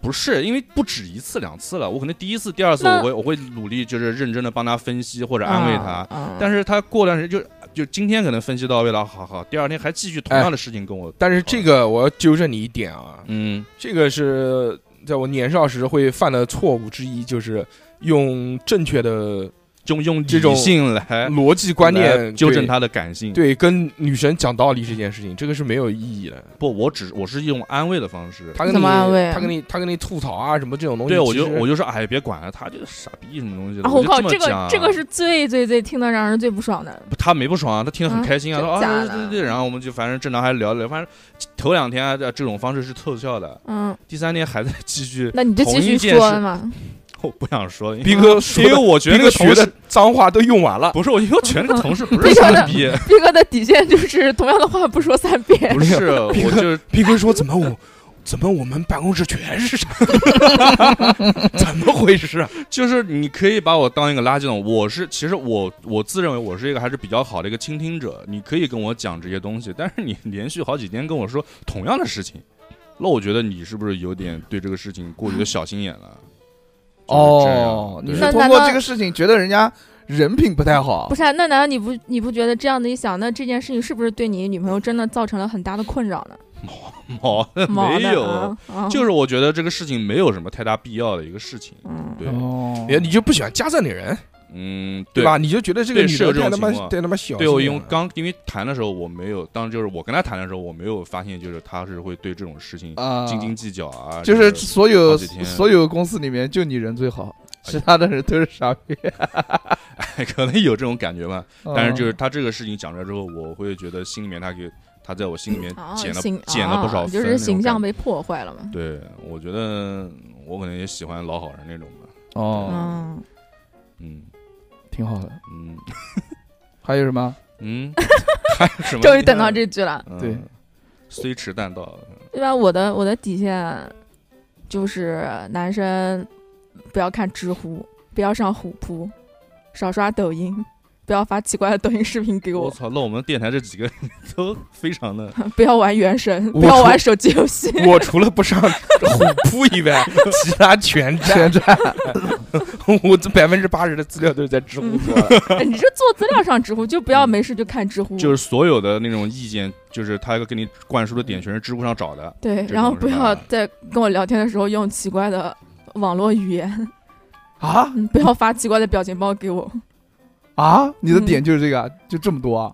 Speaker 6: 不是，因为不止一次两次了，我可能第一次、第二次
Speaker 4: 那
Speaker 6: 我会我会努力，就是认真的帮他分析或者安慰他。
Speaker 4: 啊，
Speaker 6: 但
Speaker 4: 是
Speaker 6: 是他过段时间就就今天可能分析到位了，好好，第二天还继续同样的事情跟我，
Speaker 5: 但是这个我要纠正你一点啊，
Speaker 6: 嗯，
Speaker 5: 这个是在我年少时会犯的错误之一，就是用正确的
Speaker 6: 就用
Speaker 5: 这种
Speaker 6: 理性来
Speaker 5: 逻辑观
Speaker 6: 来
Speaker 5: 念
Speaker 6: 纠正
Speaker 5: 他，
Speaker 6: 他的感性。
Speaker 5: 对，跟女生讲道理这件事情，这个是没有意义的。
Speaker 6: 不，我只我是用安慰的方式。
Speaker 5: 他跟
Speaker 4: 怎
Speaker 5: 你
Speaker 4: 么安慰啊
Speaker 5: 他跟你他跟你吐槽啊什么这种东西，
Speaker 6: 对，我就
Speaker 5: 其实
Speaker 6: 我就说，哎，别管了，他就是傻逼什么东西的。
Speaker 4: 啊，
Speaker 6: 我
Speaker 4: 我
Speaker 6: 就
Speaker 4: 靠，
Speaker 6: 么
Speaker 4: 这个
Speaker 6: 讲
Speaker 4: 这个是最最最听得让人最不爽的，
Speaker 6: 他没不爽啊，他听得很
Speaker 4: 啊
Speaker 6: 开心啊，
Speaker 4: 真
Speaker 6: 说啊
Speaker 4: 假
Speaker 6: 对对
Speaker 4: 的
Speaker 6: 对，然后我们就反正正常还聊了聊，反正头两天啊这这种方式是凑效的，
Speaker 4: 嗯，
Speaker 6: 第三天还在继续，
Speaker 4: 那你就继
Speaker 6: 同一
Speaker 4: 续
Speaker 6: 件事
Speaker 4: 说嘛，
Speaker 6: 我不想说，因为
Speaker 5: 逼哥说
Speaker 6: 因为
Speaker 5: 的，
Speaker 6: 我觉得
Speaker 5: 逼
Speaker 6: 那
Speaker 5: 哥
Speaker 6: 个同
Speaker 5: 学
Speaker 6: 事
Speaker 5: 的脏话都用完了，
Speaker 6: 不是，我因为我觉得那个同事不
Speaker 4: 逼
Speaker 6: 是
Speaker 4: 哥
Speaker 6: 傻
Speaker 4: 的
Speaker 6: 逼，
Speaker 4: 逼哥的底线就是同样的话不说三遍，
Speaker 6: 不是，我
Speaker 5: 逼哥
Speaker 6: 就是
Speaker 5: 逼哥说怎么我。怎么我们办公室全是
Speaker 6: 哦
Speaker 5: 傻？怎么回事啊？
Speaker 6: 就是你可以把我当一个垃圾桶，我是其实我我自认为我是一个还是比较好的一个倾听者，你可以跟我讲这些东西，但是你连续好几天跟我说同样的事情，那我觉得你是不是有点对这个事情过于的小心眼了？就是这样
Speaker 3: 哦，你
Speaker 6: 对
Speaker 3: 是
Speaker 4: 那
Speaker 3: 通
Speaker 4: 难
Speaker 3: 过
Speaker 4: 道
Speaker 3: 这个事情觉得人家人品不太好
Speaker 4: 不，是啊、那难道你不你不觉得这样子一想，那这件事情是不是对你女朋友真的造成了很大的困扰 呢？
Speaker 6: 毛
Speaker 4: 毛呢
Speaker 6: 没有，
Speaker 4: 啊啊
Speaker 6: 就是我觉得这个事情没有什么太大必要的一个事情。
Speaker 4: 嗯，
Speaker 6: 对，
Speaker 3: 哦
Speaker 5: 你就不喜欢家政的人？
Speaker 6: 嗯，
Speaker 5: 对吧？？你就觉得这个
Speaker 6: 对
Speaker 5: 女
Speaker 6: 是有
Speaker 5: 的
Speaker 6: 这
Speaker 5: 太
Speaker 6: 种
Speaker 5: 他妈
Speaker 6: 情况
Speaker 5: 太他妈小心眼了，啊
Speaker 6: 对我用刚因为谈的时候我没有，当时就是我跟他谈的时候我没有发现，就是他是会对这种事情
Speaker 3: 啊，
Speaker 6: 斤斤计较啊，
Speaker 3: 就是所有
Speaker 6: 好几天哎
Speaker 3: 所有公司里面就你人最好，其他的人都是傻逼。
Speaker 6: 可能有这种感觉吧。 但是就是
Speaker 3: 嗯
Speaker 6: 他这个事情讲出来之后，我会觉得心里面他给他在我心里面
Speaker 4: 啊，
Speaker 6: 减了
Speaker 4: 形
Speaker 6: 减了不少
Speaker 4: 啊
Speaker 6: 分
Speaker 4: 就
Speaker 6: 那
Speaker 4: 是
Speaker 6: 种
Speaker 4: 形象
Speaker 6: 感
Speaker 4: 被破坏了嘛。
Speaker 6: 对，我觉得我可能也喜欢老好人那种吧。
Speaker 3: 哦，
Speaker 4: 嗯，
Speaker 6: 嗯
Speaker 3: 挺好的。
Speaker 6: 嗯
Speaker 3: 还有什么？
Speaker 6: 嗯，还有什么？
Speaker 4: 终于等到这句了，
Speaker 6: 嗯
Speaker 3: 对，
Speaker 6: 虽迟但到。
Speaker 4: 对吧？我的我的底线就是男生不要看知乎，不要上虎扑，少刷抖音，不要发奇怪的抖音视频给
Speaker 6: 我
Speaker 4: 我，
Speaker 6: 操，那我们电台这几个都非 常的，
Speaker 4: 不要玩原神，
Speaker 5: 我
Speaker 4: 不要
Speaker 5: 说
Speaker 4: 玩手机游戏。
Speaker 5: 我除了不 上虎扑以外，其他全占。
Speaker 3: 占
Speaker 5: 我这百分之八十的资料都是在知乎做 的。
Speaker 4: 你是做资料上知乎，就不要没事就看知乎。
Speaker 6: 嗯就是所有的那种意见，就是他给你灌输的
Speaker 4: 嗯
Speaker 6: 点全是知乎上找的。
Speaker 4: 对，
Speaker 6: 这
Speaker 4: 然后
Speaker 6: 种是
Speaker 4: 不要
Speaker 6: 吧
Speaker 4: 在跟我聊天的时候用奇怪的网络语言，
Speaker 3: 啊
Speaker 4: 嗯不要发奇怪的表情包给我，
Speaker 3: 啊！你的
Speaker 4: 嗯
Speaker 3: 点就是这个啊，就这么多啊？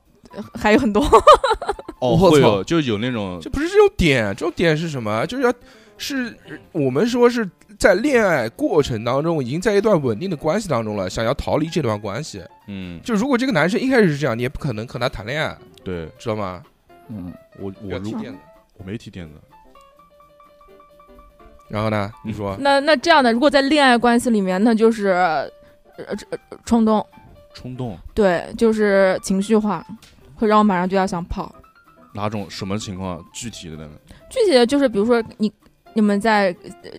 Speaker 4: 还有很多。
Speaker 6: 哦，
Speaker 3: 我
Speaker 6: 会
Speaker 3: 操
Speaker 6: 有，就有那种
Speaker 5: 这不是这种点，这种点是什么？就是要是我们说是在恋爱过程当中，已经在一段稳定的关系当中了，想要逃离这段关系。
Speaker 6: 嗯，
Speaker 5: 就如果这个男生一开始是这样，你也不可能和他谈恋爱，
Speaker 6: 对
Speaker 5: 知道吗？
Speaker 3: 嗯，
Speaker 6: 我我
Speaker 5: 要提
Speaker 6: 如
Speaker 5: 点的。
Speaker 6: 我没提点子，
Speaker 5: 然后呢？你说
Speaker 4: 那那这样的，如果在恋爱关系里面，那就是呃呃冲动，
Speaker 6: 冲动
Speaker 4: 对，就是情绪化，会让我马上就要想跑。
Speaker 6: 哪种什么情况具体的呢？
Speaker 4: 具体的就是，比如说你你们在呃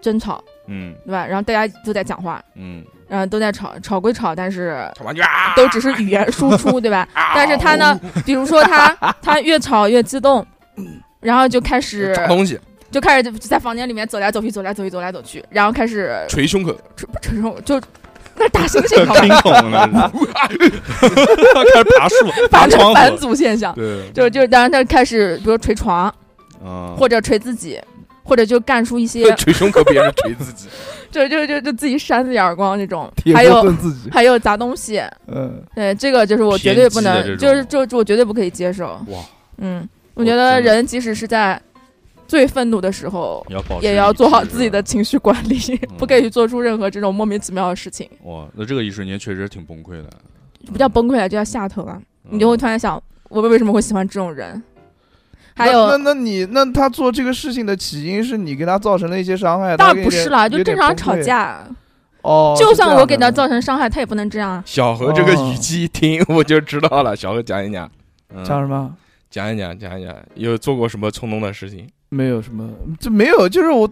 Speaker 4: 争吵，
Speaker 6: 嗯
Speaker 4: 对吧？然后大家都在讲话，
Speaker 6: 嗯，
Speaker 4: 然后都在吵，吵归吵，但是
Speaker 5: 他妈就啊，
Speaker 4: 都只是语言输出，对吧？但是他
Speaker 6: 啊
Speaker 4: 呢，比如说他他越吵越激动，
Speaker 6: 嗯
Speaker 4: 然后就开始
Speaker 5: 砸东西，
Speaker 4: 就开始在房间里面走来走去，走来走去，走来走去，然后开始
Speaker 5: 捶胸口，
Speaker 4: 捶不捶胸就那是打猩猩好
Speaker 6: 听
Speaker 4: 吧，
Speaker 6: 懂了，啊开始爬树爬
Speaker 4: 反
Speaker 6: 窗
Speaker 4: 反
Speaker 6: 户，
Speaker 4: 祖现象，
Speaker 6: 对，
Speaker 4: 就就然后他开始比如捶床
Speaker 6: 啊，
Speaker 4: 或者捶自己。或者就干出一些，
Speaker 5: 捶胸口，别人捶自己。
Speaker 4: 就就就就自己扇自己耳光那 种，
Speaker 3: 铁
Speaker 4: 还
Speaker 3: 锅
Speaker 4: 有
Speaker 3: 炖自 己。
Speaker 4: 还有砸东西，
Speaker 3: 嗯，
Speaker 4: 对，这个就是我绝对不
Speaker 6: 偏激
Speaker 4: 能，
Speaker 6: 的这
Speaker 4: 就是
Speaker 6: 种
Speaker 4: 就就我绝对不可以接受。
Speaker 6: 哇，
Speaker 4: 嗯，我
Speaker 6: 我
Speaker 4: 觉得
Speaker 6: 真的
Speaker 4: 人即使是在最愤怒的时候，
Speaker 6: 也要保持
Speaker 4: 也要
Speaker 6: 理
Speaker 4: 做好
Speaker 6: 智
Speaker 4: 自己的情绪管理，
Speaker 6: 嗯
Speaker 4: 不可以做出任何这种莫名其妙的事情，
Speaker 6: 哇，那这个一瞬间确实挺崩溃的，
Speaker 4: 不叫崩溃了，就叫下头啊！
Speaker 6: 嗯
Speaker 4: 你就会突然想，我为什么会喜欢这种人？还
Speaker 3: 那
Speaker 4: 有，
Speaker 3: 那那你那他做这个事情的起因是你给他造成了一些伤害？
Speaker 4: 当
Speaker 3: 他
Speaker 4: 然
Speaker 3: 有
Speaker 4: 不
Speaker 3: 点
Speaker 4: 是啦，就
Speaker 3: 有点
Speaker 4: 正
Speaker 3: 崩
Speaker 4: 常吵
Speaker 3: 溃。
Speaker 4: 架，
Speaker 3: 哦，
Speaker 4: 就是
Speaker 3: 这
Speaker 4: 算
Speaker 3: 样
Speaker 4: 我给
Speaker 3: 的
Speaker 4: 他造成伤害，他也不能这样啊。
Speaker 5: 小何这个语气一听，我就知道了。小何讲一讲，
Speaker 6: 嗯
Speaker 3: 哦讲什么？
Speaker 5: 讲一讲，讲一讲，有做过什么冲动的事情？
Speaker 3: 没有什么，这没有，就是我，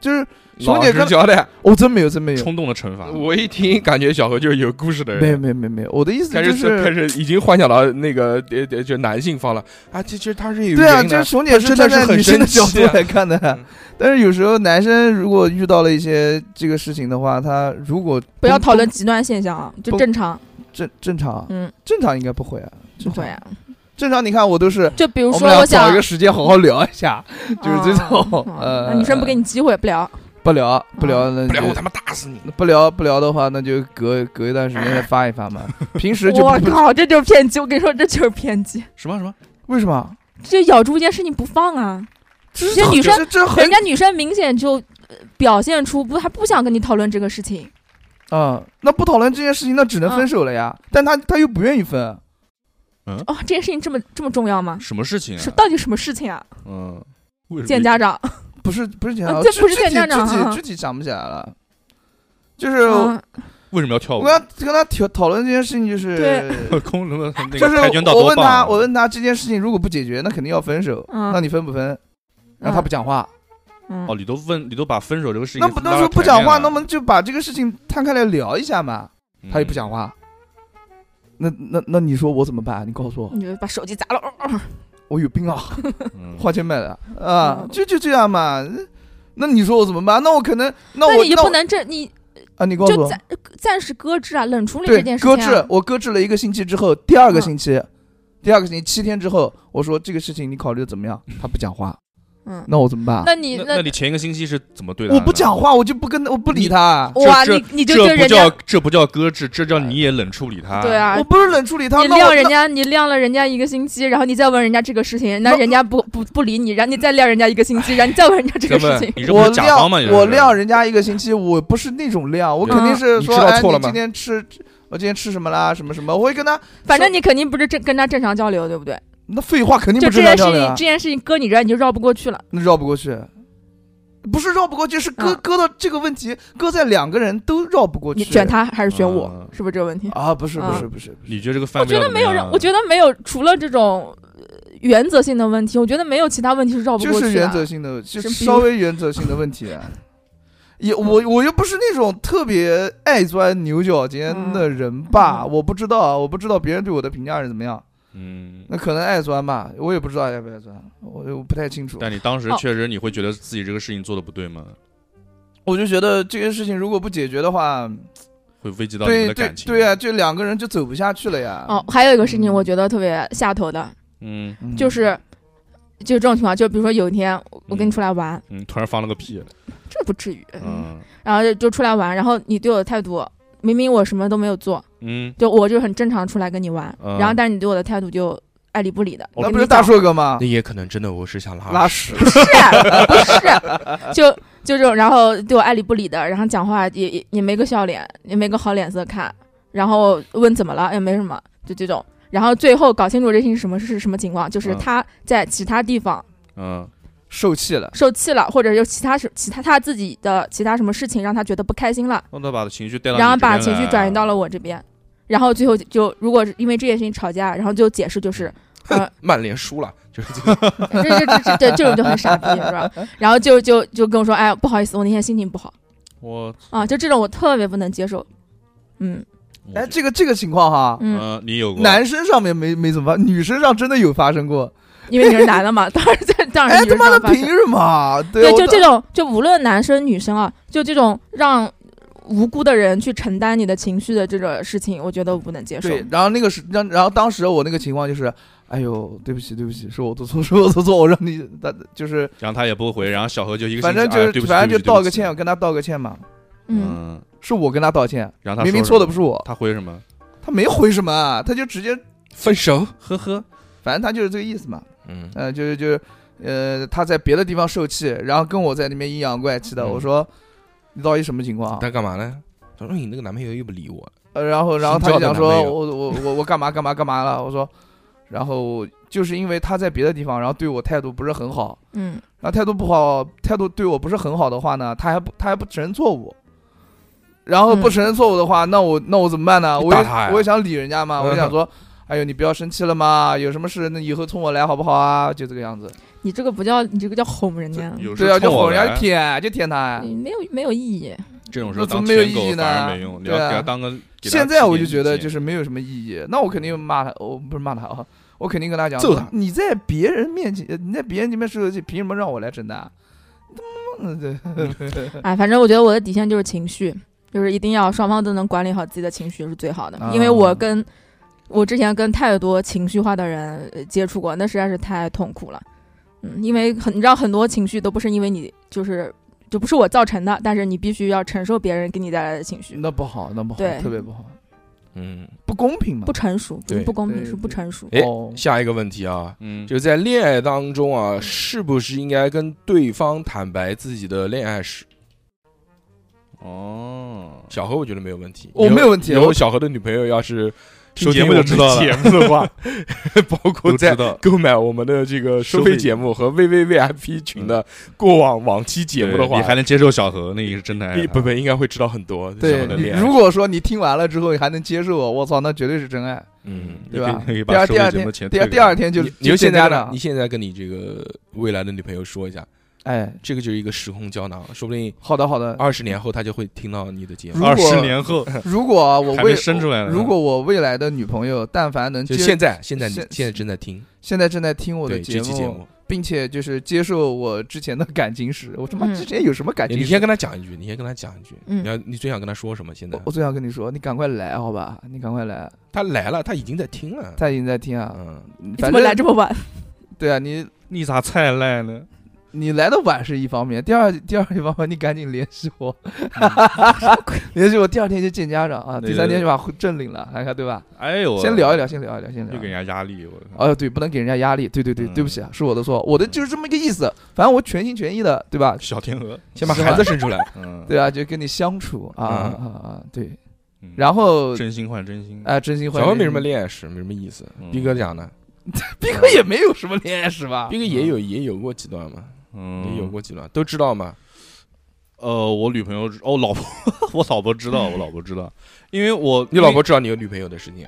Speaker 3: 就是熊
Speaker 5: 老
Speaker 3: 姐
Speaker 5: 实
Speaker 3: 刚，
Speaker 5: 交代。
Speaker 3: 我真没有，真没有，
Speaker 6: 哎冲动的惩罚，
Speaker 5: 我一听，感觉小何就是有故事的
Speaker 3: 没有
Speaker 5: 人。
Speaker 3: 没有没有没有，我的意思
Speaker 5: 开
Speaker 3: 就
Speaker 5: 始开
Speaker 3: 是，
Speaker 5: 始已经幻想到那个呃呃，就男性方了啊，其实他是有
Speaker 3: 对啊，
Speaker 5: 原因
Speaker 3: 就
Speaker 5: 的
Speaker 3: 是熊姐是
Speaker 5: 真的
Speaker 3: 站
Speaker 5: 是
Speaker 3: 在
Speaker 5: 很
Speaker 3: 女性的角
Speaker 5: 生气
Speaker 3: 度
Speaker 5: 啊
Speaker 3: 来看的
Speaker 5: 嗯，
Speaker 3: 但是有时候男生如果遇到了一些这个事情的话，他如果
Speaker 4: 不要
Speaker 3: 崩
Speaker 4: 讨论极端现象啊，就
Speaker 3: 崩
Speaker 4: 正常，
Speaker 3: 正正常，
Speaker 4: 嗯，
Speaker 3: 正常应该不会啊，
Speaker 4: 不
Speaker 3: 正
Speaker 4: 会
Speaker 3: 常
Speaker 4: 啊。
Speaker 3: 正常，你看我都是，
Speaker 4: 就比
Speaker 3: 我
Speaker 4: 如说
Speaker 3: 们，俩
Speaker 4: 我
Speaker 3: 找
Speaker 4: 想
Speaker 3: 一个时间好好聊一下，就是这
Speaker 4: 啊
Speaker 3: 种
Speaker 4: 啊
Speaker 3: 呃
Speaker 4: 那女生不给你机会，不聊。
Speaker 3: 不聊不聊
Speaker 6: 嗯
Speaker 3: 那
Speaker 5: 不然我
Speaker 3: 就
Speaker 5: 他妈打死你！
Speaker 3: 不聊不聊的话，那就隔隔一段时间再发一发 嘛，平时就
Speaker 4: 我
Speaker 3: 不
Speaker 4: 靠，这就是偏激！我跟你说，这就是偏激。
Speaker 6: 什么什么，
Speaker 3: 为什么？
Speaker 4: 这咬住一件事情不放啊，
Speaker 3: 这
Speaker 4: 这
Speaker 3: 很
Speaker 4: 女生
Speaker 3: 这这很
Speaker 4: 人家女生明显就呃表现出不，她不想跟你讨论这个事情。
Speaker 3: 啊、那不讨论这件事情，那只能
Speaker 4: 嗯
Speaker 3: 分手了呀。但他他又不愿意分，
Speaker 4: 哦，这件事情这么这么重要吗？
Speaker 6: 什么事情啊？
Speaker 4: 是到底什么事情啊？
Speaker 6: 嗯，为什么
Speaker 4: 见家长，
Speaker 3: 不是不是这样，
Speaker 4: 啊这
Speaker 3: 具
Speaker 4: 不是见
Speaker 3: 具体
Speaker 4: 家长啊
Speaker 3: 具体具体想不起来了。就是、
Speaker 4: 嗯，
Speaker 6: 为什么要跳
Speaker 3: 我
Speaker 6: 舞
Speaker 3: 跟？他跟他讨讨论这件事情，就是
Speaker 4: 对
Speaker 6: 空 什么 那
Speaker 3: 就是
Speaker 6: 个跆拳道
Speaker 3: 我
Speaker 6: 多
Speaker 3: 问
Speaker 6: 棒
Speaker 3: 他，
Speaker 6: 啊？
Speaker 3: 我问他这件事情如果不解决，那肯定要分手。
Speaker 4: 嗯
Speaker 3: 那你分不分？然后他不讲话，
Speaker 4: 嗯
Speaker 6: 哦，你都问，你都把分手这个事情
Speaker 3: 那不
Speaker 6: 拉
Speaker 3: 那
Speaker 6: 到
Speaker 3: 说不
Speaker 6: 台面
Speaker 3: 讲话，
Speaker 6: 了嗯
Speaker 3: 那么就把这个事情摊开来聊一下嘛。他也不讲，话。那那那你说我怎么办？啊你告诉我，
Speaker 4: 你就把手机砸了，哦哦
Speaker 3: 我有病啊！
Speaker 6: 嗯嗯
Speaker 3: 花钱 买的啊
Speaker 4: 嗯，
Speaker 3: 就就这样嘛。那你说我怎么办？那我可能，那我
Speaker 4: 那你就
Speaker 3: 那
Speaker 4: 不
Speaker 3: 我
Speaker 4: 能这，你
Speaker 3: 啊，你告诉
Speaker 4: 就
Speaker 3: 我
Speaker 4: 暂，暂时搁置啊，冷处理这
Speaker 3: 对
Speaker 4: 件，事情
Speaker 3: 搁
Speaker 4: 啊。
Speaker 3: 置，我搁置了一个星期之后，第二个
Speaker 4: 嗯
Speaker 3: 星期，第二个星期七天之后，我说这个事情你考虑的怎么样？他不讲话，
Speaker 4: 嗯，
Speaker 3: 那我怎么办？啊
Speaker 4: 那你
Speaker 6: 那
Speaker 4: 那
Speaker 6: 那你前一个星期是怎么对待？
Speaker 3: 我不讲，话，我就不跟他，我啊不理他。
Speaker 4: 哇，
Speaker 6: 这
Speaker 4: 你你就
Speaker 6: 这
Speaker 4: 跟
Speaker 6: 不
Speaker 4: 人
Speaker 6: 叫
Speaker 4: 家
Speaker 6: 这不叫搁置，这叫你也冷处理他。
Speaker 4: 对，啊
Speaker 3: 我，不是冷处理他，
Speaker 4: 你
Speaker 3: 那我
Speaker 4: 晾人家，你晾了人家一个星期，然后你再问人家这个事情，那人家不不不理你，然后你再晾人家一个星期，然后你再问人家这
Speaker 6: 哥
Speaker 4: 个
Speaker 6: 们
Speaker 4: 事
Speaker 6: 儿
Speaker 4: 情，，
Speaker 6: 你这不
Speaker 3: 我
Speaker 6: 是甲
Speaker 3: 晾
Speaker 6: 方吗？你这
Speaker 3: 我
Speaker 6: 是啊
Speaker 3: 晾人家一个星期，我不是那种晾，我肯定是
Speaker 5: 你
Speaker 3: 说，
Speaker 5: 知道
Speaker 3: 哎，
Speaker 5: 错了
Speaker 3: 你
Speaker 5: 吗
Speaker 3: 今天吃，我今天吃什么啦，什么什么，我会跟他。
Speaker 4: 反正你肯定不是正跟他正常交流，对不对？
Speaker 3: 那废话肯定
Speaker 4: 就
Speaker 3: 不
Speaker 4: 这
Speaker 3: 正
Speaker 4: 件
Speaker 3: 常
Speaker 4: 事
Speaker 3: 交流
Speaker 4: 情，
Speaker 3: 啊
Speaker 4: 这，件事情搁你这儿你就绕不过去了。
Speaker 3: 那绕不过去。不是绕不过去，是搁
Speaker 4: 嗯
Speaker 3: 搁到这个问题，搁在两个人都绕不过去。
Speaker 4: 你选他还是选我
Speaker 6: 啊，
Speaker 4: 是不是这个问题？
Speaker 3: 啊？不是不
Speaker 4: 嗯
Speaker 3: 是不是，不是
Speaker 6: 你觉得这个范
Speaker 4: 我
Speaker 6: 围
Speaker 4: 觉
Speaker 6: 要
Speaker 4: 得
Speaker 6: 怎么
Speaker 4: 没
Speaker 6: 样啊？
Speaker 4: 有让，我觉得没有，除了这种呃原则性的问题，我觉得没有其他问题是绕不
Speaker 3: 就
Speaker 4: 过
Speaker 3: 是
Speaker 4: 去啊
Speaker 3: 原则
Speaker 4: 的。
Speaker 3: 性的，就是是
Speaker 4: 比如
Speaker 3: 稍微原则性的问题啊。也我我又不是那种特别爱钻牛角尖的人吧，
Speaker 4: 嗯
Speaker 3: 我不知道啊，我不知道别人对我的评价是怎么样，
Speaker 6: 嗯，
Speaker 3: 那可能爱钻吧，我也不知道爱不爱钻，我我不太清楚。
Speaker 6: 但你当时
Speaker 4: 哦
Speaker 6: 确实你会觉得自己这个事情做的不对吗？
Speaker 3: 我就觉得这件事情如果不解决的话，
Speaker 6: 会危及到你们
Speaker 3: 对
Speaker 6: 的
Speaker 3: 对
Speaker 6: 感情。
Speaker 3: 对啊，，就两个人就走不下去了呀。
Speaker 4: 哦，还有一个事情
Speaker 3: 嗯
Speaker 4: 我觉得特别下头的，
Speaker 6: 嗯
Speaker 3: 嗯，
Speaker 4: 就是就这种情况，就比如说有一天我我跟
Speaker 6: 嗯
Speaker 4: 你出来玩，
Speaker 6: 嗯，突然放了个屁，
Speaker 4: 这不至于，
Speaker 6: 嗯
Speaker 4: 然后就就出来玩，然后你对我的态度，明明我什么都没有做，
Speaker 6: 嗯，
Speaker 4: 就我就很正常出来跟你玩，
Speaker 6: 嗯
Speaker 4: 然后但是你对我的态度就爱理不理的，
Speaker 3: 那
Speaker 4: 跟
Speaker 3: 不
Speaker 4: 你
Speaker 3: 是大
Speaker 4: 讲
Speaker 3: 硕哥吗
Speaker 5: 那？也可能真的我是想拉
Speaker 3: 啊
Speaker 6: 啊
Speaker 3: 拉屎，
Speaker 4: 是不是？就 就这种，然后对我爱理不理的，然后讲话也也也没个笑脸，也没个好脸色看，然后问怎么了也没什么，就这种，然后最后搞清楚这是什么是什么情况，就是
Speaker 6: 嗯
Speaker 4: 他在其他地方
Speaker 6: 嗯
Speaker 3: 受气了。
Speaker 4: 受气了，或者有其他什其他他自己的其他什么事情让他觉得不开心了。
Speaker 6: 让他把情绪带到，
Speaker 4: 然后把情绪转
Speaker 6: 啊
Speaker 4: 移到，了我这边，然后最后就如果是因为这件事情吵架，然后就解 释就是，呃，
Speaker 5: 曼联输了，就是这个
Speaker 4: 这这这这这这种就很傻逼，是吧？然后就就就跟我说，哎，不好意思，我那天心情不好
Speaker 6: 我
Speaker 4: 啊，就这种我特别不能接受。嗯
Speaker 3: 哎，这个这个情况哈，
Speaker 4: 嗯，
Speaker 6: 嗯，你有过
Speaker 3: 男生上面没没怎么发，女生上真的有发生过。
Speaker 4: 因为你是男的嘛，当 然在当然
Speaker 3: 哎，
Speaker 4: 你是
Speaker 3: 他妈的
Speaker 4: 这样发
Speaker 3: 凭
Speaker 4: 生。
Speaker 3: 什么啊？对
Speaker 4: 对，就
Speaker 3: 我
Speaker 4: 这种，就无论男生女生啊，就这种让无辜的人去承担你的情绪的这个事情，我觉得我不能接受。嗯
Speaker 3: 对，然后那个是，让然后当时我那个情况就是，哎呦，对不起，对不起，是我做错，是我做错，我让你，他就是
Speaker 6: 然后他也不回，然后小何就一个星
Speaker 3: 反
Speaker 6: 期，
Speaker 3: 正就
Speaker 6: 哎对
Speaker 3: 是
Speaker 6: 不起
Speaker 3: 反正
Speaker 6: 对
Speaker 3: 就
Speaker 6: 不起
Speaker 3: 道个
Speaker 6: 对
Speaker 3: 歉，
Speaker 6: 不
Speaker 3: 我
Speaker 6: 起
Speaker 3: 跟他道个歉嘛，
Speaker 4: 嗯，
Speaker 6: 嗯，
Speaker 3: 是我跟他道歉，
Speaker 6: 然后他
Speaker 3: 明明
Speaker 6: 说
Speaker 3: 错的
Speaker 6: 什
Speaker 3: 不
Speaker 6: 么
Speaker 3: 是我，
Speaker 6: 他回什么？
Speaker 3: 他没回什么啊，他就直接，
Speaker 5: 分手，
Speaker 6: 呵呵，
Speaker 3: 反正他就是这个意思嘛，
Speaker 5: 嗯，
Speaker 3: 呃，就是就是，呃，他在别的地方受气，然后跟我在那边阴阳怪气的，
Speaker 5: 嗯
Speaker 3: 我说你到底什么情况啊？
Speaker 5: 他干嘛呢？他说你那个男朋友又不理我，
Speaker 3: 呃，然后然后他
Speaker 5: 新
Speaker 3: 就
Speaker 5: 交的
Speaker 3: 讲
Speaker 5: 男
Speaker 3: 说，
Speaker 5: 朋友
Speaker 3: 我我我我干嘛干嘛干嘛了？我说，然后就是因为他在别的地方，然后对我态度不是很好，
Speaker 4: 嗯
Speaker 3: 然后态度不好，态度对我不是很好的话呢，他还不他还不承认错误，然后不
Speaker 4: 嗯
Speaker 3: 承认错误的话，那我那我怎么办呢？
Speaker 5: 你
Speaker 3: 我
Speaker 5: 打
Speaker 3: 也
Speaker 5: 他呀
Speaker 3: 我也想理人 家嘛，我就想
Speaker 5: 嗯
Speaker 3: 说。哎呦，你不要生气了嘛！有什么事，那以后冲我来好不好啊？就这个样子。
Speaker 4: 你这个不叫你这个叫哄人
Speaker 6: 这
Speaker 4: 家，
Speaker 6: 有时
Speaker 3: 对啊，
Speaker 6: 候
Speaker 3: 就
Speaker 6: 冲我
Speaker 3: 哄人家
Speaker 6: 来
Speaker 3: 就舔，就舔他。
Speaker 4: 你没有没有意义。
Speaker 6: 这种时
Speaker 3: 那
Speaker 6: 候
Speaker 3: 怎么
Speaker 6: 当
Speaker 3: 没有
Speaker 6: 舔
Speaker 3: 意义
Speaker 6: 狗
Speaker 3: 呢
Speaker 6: 反而没用，你要
Speaker 3: 对啊
Speaker 6: 给他当个。给他
Speaker 3: 现在我就
Speaker 6: 提点
Speaker 3: 觉得
Speaker 6: 意见
Speaker 3: 就是没有什么意义，那我肯定骂他，我不是骂他啊，我肯定跟他讲，
Speaker 5: 揍他
Speaker 3: 你在别人面前，你在别人那边受气，凭什么让我来承担？他妈的，
Speaker 4: 哎，反正我觉得我的底线就是情绪，就是一定要双方都能管理好自己的情绪是最好的。因为
Speaker 3: 啊
Speaker 4: 我跟我之前跟太多情绪化的人呃接触过，那实在是太痛苦了。嗯，因为很你知道很多情绪都不是因为你就是就不是我造成的，但是你必须要承受别人给你带来的情绪，
Speaker 3: 那不好，那不好，
Speaker 4: 对
Speaker 3: 特别不好，
Speaker 5: 嗯。
Speaker 3: 不公平嘛
Speaker 4: 不。成熟，不是
Speaker 5: 对
Speaker 4: 不公平
Speaker 3: 对
Speaker 4: 是不
Speaker 3: 对
Speaker 4: 成熟。
Speaker 5: 哎
Speaker 3: 哦，
Speaker 5: 下一个问题啊，
Speaker 6: 嗯，
Speaker 5: 就在恋爱当中啊，是不是应该跟对方坦白自己的恋爱史？
Speaker 6: 哦，
Speaker 5: 小何我觉得没有问题，
Speaker 3: 我
Speaker 5: 以后
Speaker 3: 没有问题
Speaker 5: 以后
Speaker 3: 哦我
Speaker 5: 小何的女朋友要是
Speaker 6: 听
Speaker 5: 收
Speaker 6: 节
Speaker 5: 听
Speaker 6: 目
Speaker 5: 我
Speaker 6: 就
Speaker 5: 们
Speaker 6: 知道了
Speaker 5: 节目的 话，包括
Speaker 6: 都
Speaker 5: 在
Speaker 6: 知 道。
Speaker 5: 购买我们的这个收费节目和 VVVIP 群的过往往期节目的
Speaker 6: 对
Speaker 5: 话，
Speaker 6: 你还能哎接受小何，那也是真的爱
Speaker 5: 你
Speaker 6: 他
Speaker 5: 不不应该会知道很多小
Speaker 3: 对
Speaker 5: 何的
Speaker 3: 你
Speaker 5: 恋爱史。
Speaker 3: 如果说你听完了之后你还能接受我，我操，那绝对是真爱，
Speaker 5: 嗯，
Speaker 3: 对吧？
Speaker 6: 可以可以
Speaker 3: 第二
Speaker 6: 把收
Speaker 3: 第二
Speaker 6: 费节目的
Speaker 3: 天，
Speaker 6: 钱
Speaker 3: 第
Speaker 6: 退
Speaker 3: 二
Speaker 6: 给
Speaker 3: 第二天就
Speaker 5: 你你就现
Speaker 3: 见
Speaker 5: 在
Speaker 3: 家
Speaker 5: 跟
Speaker 3: 长
Speaker 5: 你，现在跟你这个未来的女朋友说一下，
Speaker 3: 哎，
Speaker 5: 这个就是一个时空胶囊，说不定
Speaker 3: 好的好的。
Speaker 5: 二十年后她就会听到你的节目。
Speaker 3: 如
Speaker 6: 二十
Speaker 3: 果
Speaker 6: 年后
Speaker 3: 如果我
Speaker 6: 还
Speaker 3: 未
Speaker 6: 没生出来呢。
Speaker 3: 如果我未来的女朋友但凡能
Speaker 5: 就
Speaker 3: 接
Speaker 5: 现在，现在你
Speaker 3: 现
Speaker 5: 现在正在听
Speaker 3: 现在正在听我的
Speaker 5: 对
Speaker 3: 节
Speaker 5: 这期节目，
Speaker 3: 并且就是接受我之前的感情史。我他妈
Speaker 4: 嗯
Speaker 3: 之前有什么感情
Speaker 5: 你
Speaker 3: 史？
Speaker 5: 先跟他讲一句，你先跟他讲一句，
Speaker 4: 嗯
Speaker 5: 你要你最想跟他说什么？现在
Speaker 3: 我我最想跟你说，你赶快来好吧，你赶快来，
Speaker 5: 他来了，他已经在听了，
Speaker 3: 他已经在听啊，
Speaker 5: 嗯，
Speaker 4: 你
Speaker 3: 反
Speaker 4: 怎么来
Speaker 3: 正
Speaker 4: 这么晚？
Speaker 3: 对啊，你
Speaker 6: 你咋菜赖呢？
Speaker 3: 你来的晚是一方面，第二第二一方面，你赶紧联系我， 联系我，第二天就见家长啊，
Speaker 6: 嗯对
Speaker 3: 第三天就把户证领了，看看对吧？
Speaker 6: 哎呦，
Speaker 3: 先聊一聊，先聊一聊，先聊
Speaker 6: 又
Speaker 3: 一
Speaker 6: 给
Speaker 3: 聊。
Speaker 6: 人家压力，我靠
Speaker 3: 哦，对，不能给人家压力，对对对，
Speaker 6: 嗯
Speaker 3: 对不起啊，是我的错，我的就是这么一个意思，反正我全心全意的， 对吧？
Speaker 6: 小天鹅，
Speaker 5: 先把孩子生出来，
Speaker 6: 嗯，
Speaker 3: 对啊，就跟你相处啊啊啊啊，对，
Speaker 6: 嗯
Speaker 3: 然后
Speaker 6: 真心换真心，
Speaker 3: 哎，真心
Speaker 5: 小
Speaker 3: 换
Speaker 5: 时候
Speaker 3: 真
Speaker 5: 没
Speaker 3: 心，
Speaker 5: 什么恋爱史，没什么意思。
Speaker 6: 嗯
Speaker 5: 逼哥讲呢，
Speaker 3: 逼哥也没有什么恋爱史吧？
Speaker 5: 逼哥也有也有过几段嘛，
Speaker 6: 嗯，
Speaker 5: 也有过几段，都知道嘛。
Speaker 6: 呃，我女朋友知哦，老婆， 我老婆知道，我老婆知道，因为我
Speaker 5: 你老婆知道你有女朋友的事情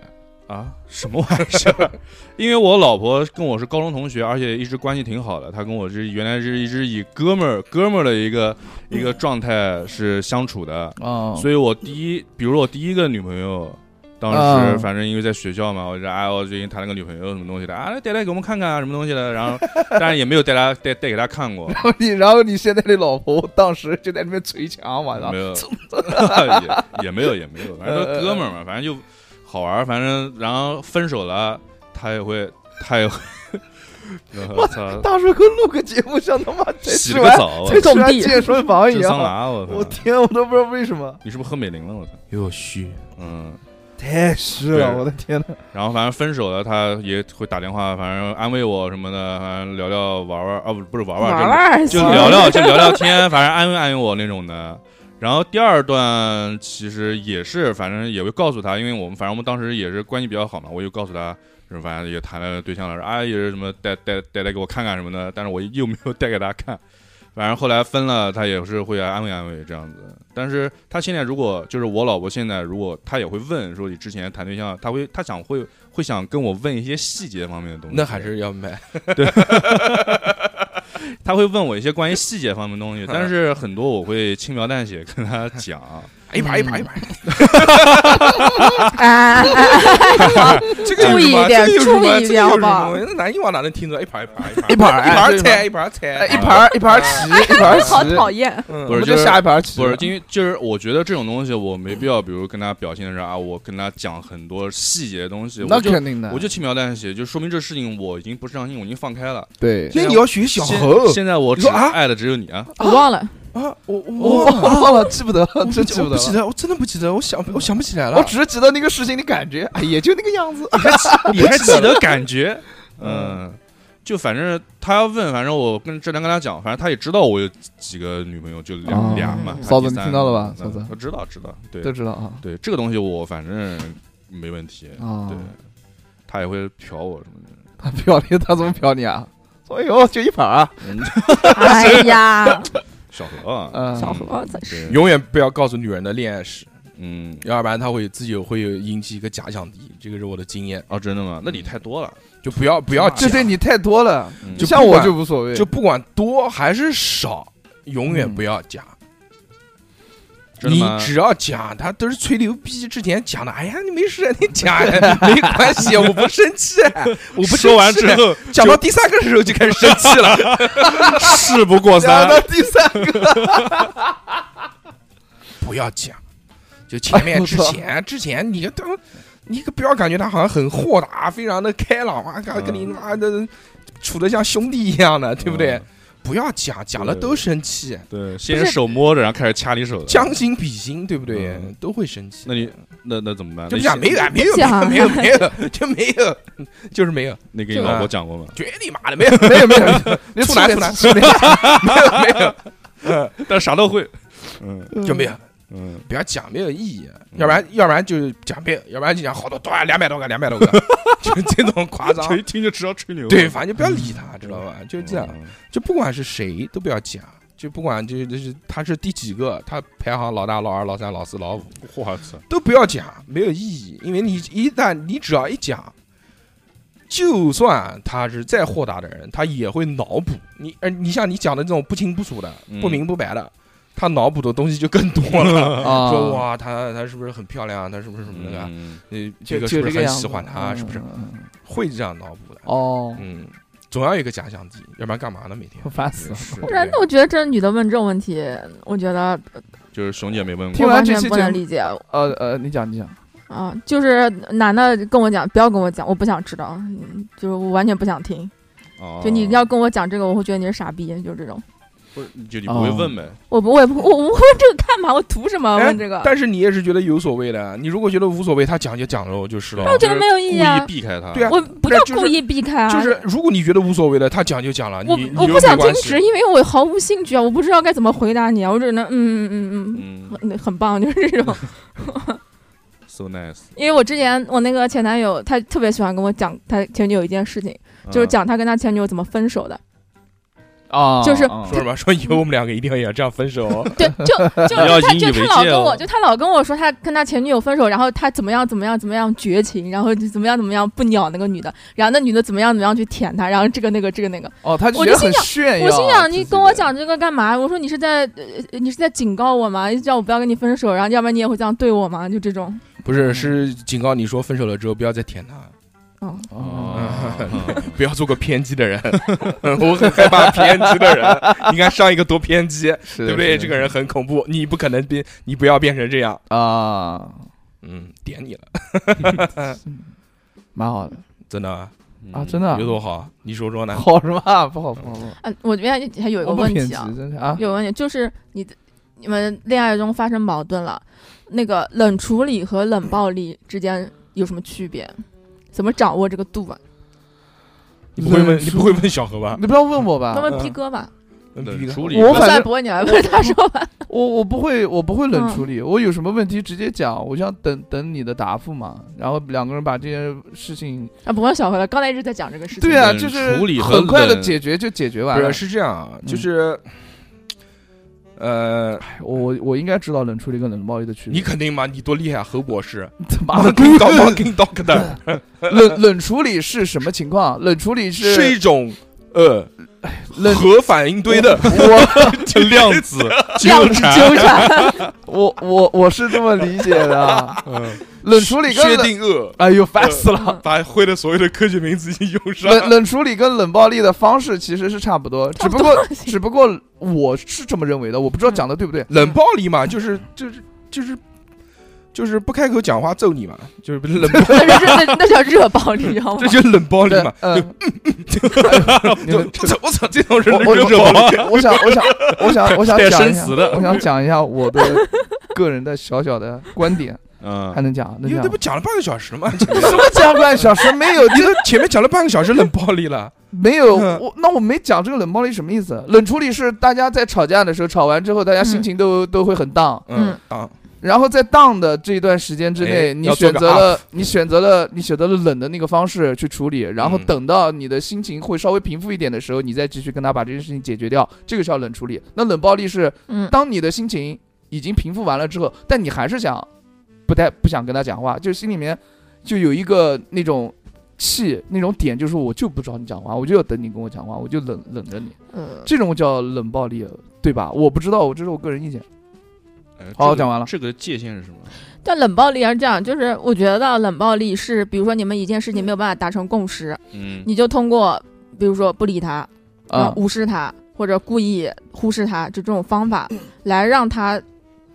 Speaker 5: 啊？
Speaker 6: 啊，什么玩意儿？ 因为我老婆跟我是高中同学，而且一直关系挺好的。她跟我是原来是一直以哥们儿哥们儿的一个一个状态是相处的，
Speaker 3: 啊，
Speaker 6: 所以我第一，比如说我第一个女朋友。当时
Speaker 3: 嗯
Speaker 6: 反正因为在学校嘛，我就说哎，我最近谈了个女朋友什么东西的啊，带来给我们看看啊，什么东西的，然后当然也没有带她带带给她看过，
Speaker 3: 然后你，然后你现在的老婆当时就在那边捶墙，我操
Speaker 6: 没！ 有， 也也没有也没有，反正都
Speaker 3: 呃呃
Speaker 6: 哥们儿嘛，反正就好玩儿，反正然后分手了，他也会他也会，我操，
Speaker 3: 大叔哥录个节目像他妈才
Speaker 6: 洗
Speaker 3: 吃
Speaker 6: 了个
Speaker 3: 完
Speaker 6: 澡，我
Speaker 3: 才
Speaker 6: 操
Speaker 3: 吃完
Speaker 4: 种地
Speaker 3: 健身房一
Speaker 6: 哦蒸桑
Speaker 3: 样。
Speaker 6: 拿，啊我
Speaker 3: 啊我
Speaker 6: 操，
Speaker 3: 天，我都不知道为什么，
Speaker 6: 你是不是喝美林了？我操，
Speaker 5: 有虚，
Speaker 6: 嗯，
Speaker 3: 太湿了，
Speaker 6: 对
Speaker 3: 我的天呐。
Speaker 6: 然后反正分手了，他也会打电话，反正安慰我什么的，反正聊聊玩玩啊，不不是玩玩，
Speaker 4: 玩
Speaker 6: 就
Speaker 4: 玩
Speaker 6: 就聊聊，就聊聊天，反正安慰安慰我那种的。然后第二段其实也是，反正也会告诉他，因为我们反正我们当时也是关系比较好嘛，我就告诉他，就是反正也谈了对象了，啊也是什么带带带来给我看看什么的，但是我又没有带 给他看。反正后来分了，他也是会来安慰安慰这样子。但是他现在如果就是我老婆现在如果她也会问说你之前谈对象，她会她想会会想跟我问一些细节方面的东西，
Speaker 5: 那还是要买。
Speaker 6: 他会问我一些关于细节方面的东西，但是很多我会轻描淡写跟他讲。
Speaker 5: 一把一把一把，
Speaker 4: 啊啊啊
Speaker 5: 这个有
Speaker 4: 注意
Speaker 5: 什么
Speaker 4: 一点
Speaker 5: 这个有什么
Speaker 4: 注意一点
Speaker 5: 这个有什么
Speaker 4: 好不好
Speaker 5: 那南京话哪能听出来？一盘一盘一盘
Speaker 3: 一盘
Speaker 5: 一盘
Speaker 3: 儿哎对
Speaker 5: 儿菜一盘儿菜啊
Speaker 3: 哎，一盘儿一盘儿棋，一盘儿
Speaker 4: 啊
Speaker 3: 棋，
Speaker 4: 好讨厌，
Speaker 5: 嗯
Speaker 6: 不是
Speaker 3: 我们
Speaker 6: 就
Speaker 3: 就是下一盘儿棋。
Speaker 6: 不是，因为就是我觉得这种东西我没必要，比如跟他表现的是啊，我跟他讲很多细节的东西，
Speaker 3: 那
Speaker 6: 我就
Speaker 3: 肯定的，
Speaker 6: 我就轻描淡写，就说明这事情我已经不上心，我已经放开了。
Speaker 3: 对。哦
Speaker 5: 那你要学小
Speaker 6: 现
Speaker 5: 猴
Speaker 6: 现在我
Speaker 5: 你
Speaker 6: 只
Speaker 5: 说啊
Speaker 6: 爱的只有你啊！
Speaker 4: 我 忘了，
Speaker 5: 啊！我
Speaker 3: 我
Speaker 5: 我
Speaker 3: 忘了，哦记不得了，真记
Speaker 5: 我不
Speaker 3: 得
Speaker 5: 起
Speaker 3: 了。
Speaker 5: 来，我真的不记得，我想我想不起来了。
Speaker 3: 我只是记得那个事情的感觉，哎，也就那个样子。
Speaker 6: 你还记得感觉？嗯，就反正他要问，反正我跟之前跟他讲，反正他也知道我有几个女朋友，就
Speaker 3: 哦
Speaker 6: 俩俩嘛。
Speaker 3: 嫂子
Speaker 6: 第三
Speaker 3: 你听到了吧
Speaker 6: 嗯
Speaker 3: 嫂子
Speaker 6: 我知道，知道，对
Speaker 3: 都知道啊
Speaker 6: 对，这个东西我反正没问题。
Speaker 3: 啊
Speaker 5: 嗯
Speaker 6: 对，，他也会瞟我什么的。
Speaker 3: 他瞟你，他怎么瞟你啊？哎呦，就一盘儿啊，
Speaker 4: 哎呀，
Speaker 6: 嗯小何
Speaker 5: 呃
Speaker 6: 啊，
Speaker 3: 嗯，
Speaker 4: 小何真是
Speaker 6: 对，
Speaker 5: 永远不要告诉女人的恋爱史，
Speaker 6: 嗯，
Speaker 5: 要不然她会自己会有引起一个假想敌。这个是我的经验，
Speaker 6: 哦，真的吗？那你太多了，
Speaker 5: 就不要不要
Speaker 3: 这
Speaker 5: 讲，
Speaker 3: 对你太多了，
Speaker 6: 嗯
Speaker 5: 就
Speaker 3: 像
Speaker 5: 不
Speaker 3: 我
Speaker 5: 管
Speaker 3: 就无所谓，
Speaker 5: 就不管多还是少，永远不要讲。
Speaker 6: 嗯真的
Speaker 5: 你
Speaker 6: 吗
Speaker 5: 只要讲，他都是吹牛逼。之前讲的，哎呀，你没事，你讲没关系，啊我不生气， 我不
Speaker 6: 说完
Speaker 5: 生
Speaker 6: 之
Speaker 5: 气
Speaker 6: 后，
Speaker 5: 讲到第三个时候就开始生气了。
Speaker 6: 事不过
Speaker 3: 讲
Speaker 6: 三，
Speaker 3: 到第三个，
Speaker 5: 不要讲，就前
Speaker 3: 哎
Speaker 5: 面
Speaker 3: 我
Speaker 5: 之
Speaker 3: 操
Speaker 5: 前之前你就当，你可不要感觉他好像很豁达，非常的开朗啊，跟跟你
Speaker 6: 嗯
Speaker 5: 妈的处的像兄弟一样的，对不对
Speaker 6: 嗯？？
Speaker 5: 不要讲，讲了
Speaker 6: 对
Speaker 5: 都生气，
Speaker 6: 对，先手摸着，然后开始掐你手的。
Speaker 5: 将心比心，对不对
Speaker 6: 嗯？
Speaker 5: 都会生气。
Speaker 6: 那你那那怎么办？
Speaker 5: 就不
Speaker 6: 那
Speaker 5: 讲
Speaker 6: 你
Speaker 5: 没有啊，没有，
Speaker 4: 讲
Speaker 5: 没有，没有，没有就没有，就是没有，
Speaker 6: 那给你老婆讲过吗？
Speaker 5: 绝你妈的没有，
Speaker 3: 没有没有， 你
Speaker 5: 处男
Speaker 3: 出
Speaker 5: 处男
Speaker 3: 出来，。
Speaker 5: 没有，没有，
Speaker 6: 但是啥 都会。嗯
Speaker 5: 就没有。
Speaker 6: 嗯，
Speaker 5: 不要讲没有意义，要不然要不然就讲没有，要不然就讲好多多少两百多个两百多个， 就这种夸张
Speaker 6: 这。一 听就知道嗯吹牛。嗯
Speaker 5: 对，反正就不要理他，知道吧？就
Speaker 6: 正
Speaker 5: 这样，就不管是谁都不要讲，就不管就是就是他是第几个，他排行老大、老二、老三、老四、老五
Speaker 6: 我操，
Speaker 5: 都不要讲，没有意义，因为你一旦你只要一讲。就算他是再豁达的人，他也会脑补你，而你像你讲的这种不清不楚的、不
Speaker 6: 嗯
Speaker 5: 明不白的，他脑补的东西就更多了说
Speaker 3: 啊，
Speaker 5: 哇，她她是不是很漂亮？她是不是什么的？
Speaker 6: 嗯
Speaker 5: 呃，这
Speaker 3: 就
Speaker 5: 个
Speaker 3: 就是
Speaker 5: 不是
Speaker 3: 个
Speaker 5: 很
Speaker 3: 样
Speaker 5: 喜
Speaker 3: 子
Speaker 5: 欢她？是不是
Speaker 3: 嗯嗯嗯
Speaker 5: 会这样脑补的？
Speaker 3: 哦，
Speaker 5: 嗯，总要有一个假想敌，要不然干嘛呢？每天
Speaker 3: 我烦死了。
Speaker 5: 是
Speaker 4: 不然，我觉得这女的问这种问题，我觉得
Speaker 6: 就是熊姐没问
Speaker 3: 听
Speaker 4: 我
Speaker 6: 过，
Speaker 3: 完
Speaker 4: 完
Speaker 3: 这
Speaker 4: 全
Speaker 3: 期
Speaker 4: 不
Speaker 3: 节
Speaker 4: 能
Speaker 3: 目
Speaker 4: 理解
Speaker 3: 呃呃，你讲你讲，
Speaker 4: 啊！就是男的跟我讲，不要跟我讲，我不想知道，嗯就是我完全不想听。
Speaker 6: 哦
Speaker 4: 就你要跟我讲这个，我会觉得你是傻逼，就这种。
Speaker 6: 不是就你
Speaker 5: 哦
Speaker 6: 不会问呗？
Speaker 4: 我不，我也不，我我问这个干嘛？我图什么？
Speaker 5: 哎
Speaker 4: 问这个？
Speaker 5: 但是你也是觉得有所谓的，你如果觉得无所谓，他讲就讲了就是了
Speaker 4: 那。我觉得没有意
Speaker 6: 故
Speaker 4: 义啊
Speaker 6: 意！避开他。
Speaker 5: 哦对啊
Speaker 4: 我不叫
Speaker 5: 那就是
Speaker 4: 故意避开啊，
Speaker 5: 就是如果你觉得无所谓的，他讲就讲了，你
Speaker 4: 我
Speaker 5: 你
Speaker 4: 我
Speaker 5: 又
Speaker 4: 不想
Speaker 5: 没
Speaker 4: 听
Speaker 5: 关系
Speaker 4: 直，因为我毫无兴趣啊，我不知道该怎么回答你啊，我只能嗯嗯嗯
Speaker 6: 嗯
Speaker 4: 嗯，很很棒，就是这种。
Speaker 6: ，so nice，
Speaker 4: 因为我之前我那个前男友，他特别喜欢跟我讲他前女友一件事情，就是
Speaker 6: 嗯
Speaker 4: 讲他跟他前女友怎么分手的。
Speaker 3: 啊
Speaker 4: 就是
Speaker 5: 说什么说以后我们两个一定要也这样分手，哦
Speaker 4: 对， 就就
Speaker 6: 你要
Speaker 4: 他
Speaker 6: 引以
Speaker 4: 就
Speaker 6: 为
Speaker 4: 他老
Speaker 6: 戒
Speaker 4: 跟我
Speaker 6: 哦
Speaker 4: 就他老跟我说他跟他前女友分手，然后他怎么样怎么样怎么样绝情，然后就怎么样怎么样不鸟那个女的，然后那女的怎么样怎么样去舔他，然后这个那个这个那个。
Speaker 3: 哦，他就
Speaker 4: 我
Speaker 3: 觉得
Speaker 4: 就心
Speaker 3: 很
Speaker 6: 哎
Speaker 3: 炫耀。
Speaker 4: 我心想你
Speaker 3: 自己
Speaker 4: 跟我
Speaker 3: 的，
Speaker 4: 讲这个干嘛？我说你是在呃你是在警告我吗？叫我不要跟你分手，然后要不然你也会这样对我吗？就这种。
Speaker 5: 不是是警告你说分手了之后不要再舔他，
Speaker 4: 嗯，
Speaker 6: 哦
Speaker 5: 不要做个偏激的人， 我很害怕偏激的人。你看上一个多偏激，
Speaker 3: 是的
Speaker 5: 对不对？
Speaker 3: 是的
Speaker 5: 这个人很恐怖，你不可能变，你不要变成这样。
Speaker 3: 啊，
Speaker 5: 嗯，点你了，
Speaker 3: 蛮好的
Speaker 5: 真的啊
Speaker 6: 嗯
Speaker 3: 啊，真的啊
Speaker 5: 有多好？你说说呢？
Speaker 3: 好什么啊？不好不好不好，
Speaker 4: 嗯，我这边还有一
Speaker 6: 哦
Speaker 4: 个
Speaker 3: 我不
Speaker 4: 问
Speaker 3: 偏
Speaker 4: 题
Speaker 3: 激
Speaker 4: 啊，
Speaker 3: 真是啊，
Speaker 4: 有问题就是你的你们恋爱中发生矛盾了，那个冷处理和冷暴力之间有什么区别？怎么掌握这个度啊？
Speaker 5: 你不会问，
Speaker 3: 冷
Speaker 5: 你不会问小何吧？
Speaker 3: 你不要问我吧
Speaker 4: 那，问 P 哥吧，
Speaker 5: 问
Speaker 6: 冷
Speaker 5: 逼哥
Speaker 6: 嗯处理
Speaker 3: 我嗯
Speaker 4: 不
Speaker 3: 反
Speaker 4: 算
Speaker 3: 正
Speaker 4: 不问你了，问他说吧。
Speaker 3: 我我不会我不会冷
Speaker 4: 嗯
Speaker 3: 处理，我有什么问题直接讲，我想等等你的答复嘛，然后两个人把这件事情，
Speaker 4: 啊，不问小何了，刚才一直在讲这个事情。
Speaker 3: 对啊，
Speaker 6: 冷
Speaker 3: 就是
Speaker 6: 处理和
Speaker 3: 很快的
Speaker 6: 冷
Speaker 3: 解决就解决
Speaker 5: 不
Speaker 3: 完了
Speaker 5: 是。是这样啊，
Speaker 3: 嗯
Speaker 5: 就是，呃，
Speaker 3: 我我我应该知道冷处理跟冷暴力的区别。
Speaker 5: 你肯定吗？你多厉害，啊何博士，
Speaker 3: 他 妈的
Speaker 5: 跟刀吗？跟刀可的，
Speaker 3: 冷冷处理是什么情况？冷处理
Speaker 5: 是一
Speaker 3: 是
Speaker 5: 种呃
Speaker 3: 冷
Speaker 5: 核反应堆的
Speaker 3: 哎我
Speaker 6: 就量子
Speaker 4: 量子纠缠，
Speaker 3: 我我我是这么理解的。冷处理跟
Speaker 5: 薛
Speaker 3: 冷
Speaker 5: 嗯定嗯谔，
Speaker 3: 哎呦烦
Speaker 4: 嗯
Speaker 3: 死了。
Speaker 5: 把会的所有的科学名词已经用上了。
Speaker 3: 冷冷处理跟冷暴力的方式其实是差不多，只
Speaker 4: 差不
Speaker 3: 不
Speaker 4: 多嗯
Speaker 3: 过只不过我是这么认为的，我不知道讲的对不对。
Speaker 5: 冷暴力嘛，就是就是就是就是不开口讲话揍你嘛，就是不是冷暴，
Speaker 4: 那是那那叫热暴力，知道吗
Speaker 5: 这？就是冷暴力
Speaker 3: 对
Speaker 5: 嘛，。
Speaker 3: 嗯，你
Speaker 5: 就
Speaker 3: 们
Speaker 5: 我操我操，这种人
Speaker 3: 我我
Speaker 5: 热
Speaker 3: 我
Speaker 5: 暴力，
Speaker 3: 我我想我想我 想我想
Speaker 6: 带
Speaker 3: 讲一
Speaker 6: 生
Speaker 3: 下
Speaker 6: 词，的
Speaker 3: 我想讲一下我的个人的小小的 观点，
Speaker 5: 啊
Speaker 6: 嗯
Speaker 3: 还能讲能
Speaker 5: 因为
Speaker 3: 讲
Speaker 5: 这不讲了半个小时嘛，前面
Speaker 3: 什么讲观小时没 有
Speaker 5: 你都前面讲了半个小时冷暴力了，
Speaker 3: 没有，
Speaker 5: 嗯
Speaker 3: 我那我没讲这个冷暴力什么意思？冷处理是大家在吵架的时候，吵完之后大家心情都、都会很荡，
Speaker 5: 嗯
Speaker 4: 嗯
Speaker 5: 啊，
Speaker 3: 然后在荡的这一段时间之内，
Speaker 5: 哎
Speaker 3: 你
Speaker 5: 要做
Speaker 3: 选
Speaker 5: 个
Speaker 3: 择了你选择了你选择了冷的那个方式去处理，然后
Speaker 5: 嗯
Speaker 3: 等到你的心情会稍微平复一点的时候，你再继续跟他把这件事情解决掉，这个叫冷处理。那冷暴力是
Speaker 4: 嗯，
Speaker 3: 当你的心情已经平复完了之后，但你还是想不太不想跟他讲话，就心里面就有一个那种气那种点，就是我就不找你讲话，我就要等你跟我讲话，我就冷冷着你，
Speaker 4: 呃，
Speaker 3: 这种叫冷暴力，对吧？我不知道，我这是我个人意见。
Speaker 6: 哎
Speaker 3: 好
Speaker 6: 这个
Speaker 3: 讲完了
Speaker 6: 这个界限是什么？
Speaker 4: 但冷暴力还是这样，就是我觉得冷暴力是，比如说你们一件事情没有办法达成共识，
Speaker 6: 嗯，
Speaker 4: 你就通过比如说不理他，啊
Speaker 3: 啊，
Speaker 4: 无视他或者故意忽视他，就这种方法来让他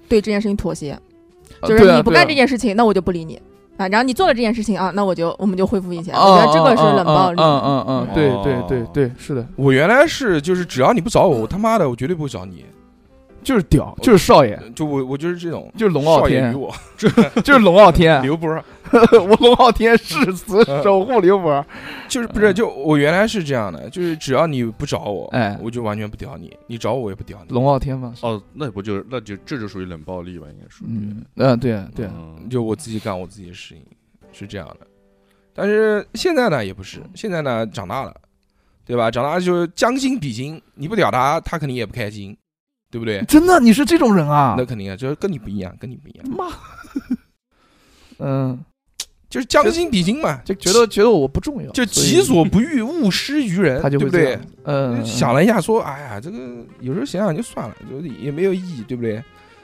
Speaker 4: 对这件事情妥协，就
Speaker 3: 对
Speaker 4: 是
Speaker 3: 啊
Speaker 4: 你不干这
Speaker 3: 对啊
Speaker 4: 件事情，那我就不理你啊，然后你做了这件事情啊，那我就我们就恢复以前，
Speaker 3: 啊
Speaker 4: 我觉得这个是冷暴力。
Speaker 3: 嗯嗯嗯，嗯嗯对
Speaker 6: 哦
Speaker 3: 对对对，是的，
Speaker 5: 我原来是就是只要你不找我，我他妈的我绝对不会找你，
Speaker 3: 就是屌，就是少爷，
Speaker 5: 就我我就是这种。
Speaker 3: 就是龙傲
Speaker 5: 少爷
Speaker 3: 天
Speaker 5: 与，我
Speaker 3: 就是龙傲天，
Speaker 5: 刘波儿，
Speaker 3: 我龙傲天誓死守护刘伯。
Speaker 5: 就是不是
Speaker 3: 嗯
Speaker 5: 就我原来是这样的，就是只要你不找我，
Speaker 3: 哎
Speaker 5: 我就完全不屌你，你找我我也不屌你，
Speaker 3: 龙傲天嘛，
Speaker 6: 哦，那不就是那就这就属于冷暴力吧？应该属于。
Speaker 3: 嗯嗯，对啊对啊，
Speaker 6: 嗯
Speaker 5: 就我自己干我自己的事情，是这样的。但是现在呢，也不是，
Speaker 3: 嗯
Speaker 5: 现在呢长大了，对吧？长大就是将心比心，你不屌他，他肯定也不开心，对不对？
Speaker 3: 真的你是这种人啊
Speaker 5: 那？肯定啊，就是跟你不一样，跟你不一样，
Speaker 3: 妈， 嗯，
Speaker 5: 就是将心比心嘛，
Speaker 3: 就觉得觉得我不重要，
Speaker 5: 就
Speaker 3: 所以
Speaker 5: 己所不欲，勿施于人，
Speaker 3: 他就
Speaker 5: 对
Speaker 3: 会
Speaker 5: 不
Speaker 3: 这
Speaker 5: 对
Speaker 3: 样？，嗯，
Speaker 5: 想了一下，说，哎呀，这个有时候想想就算了，就也没有意义，对不对？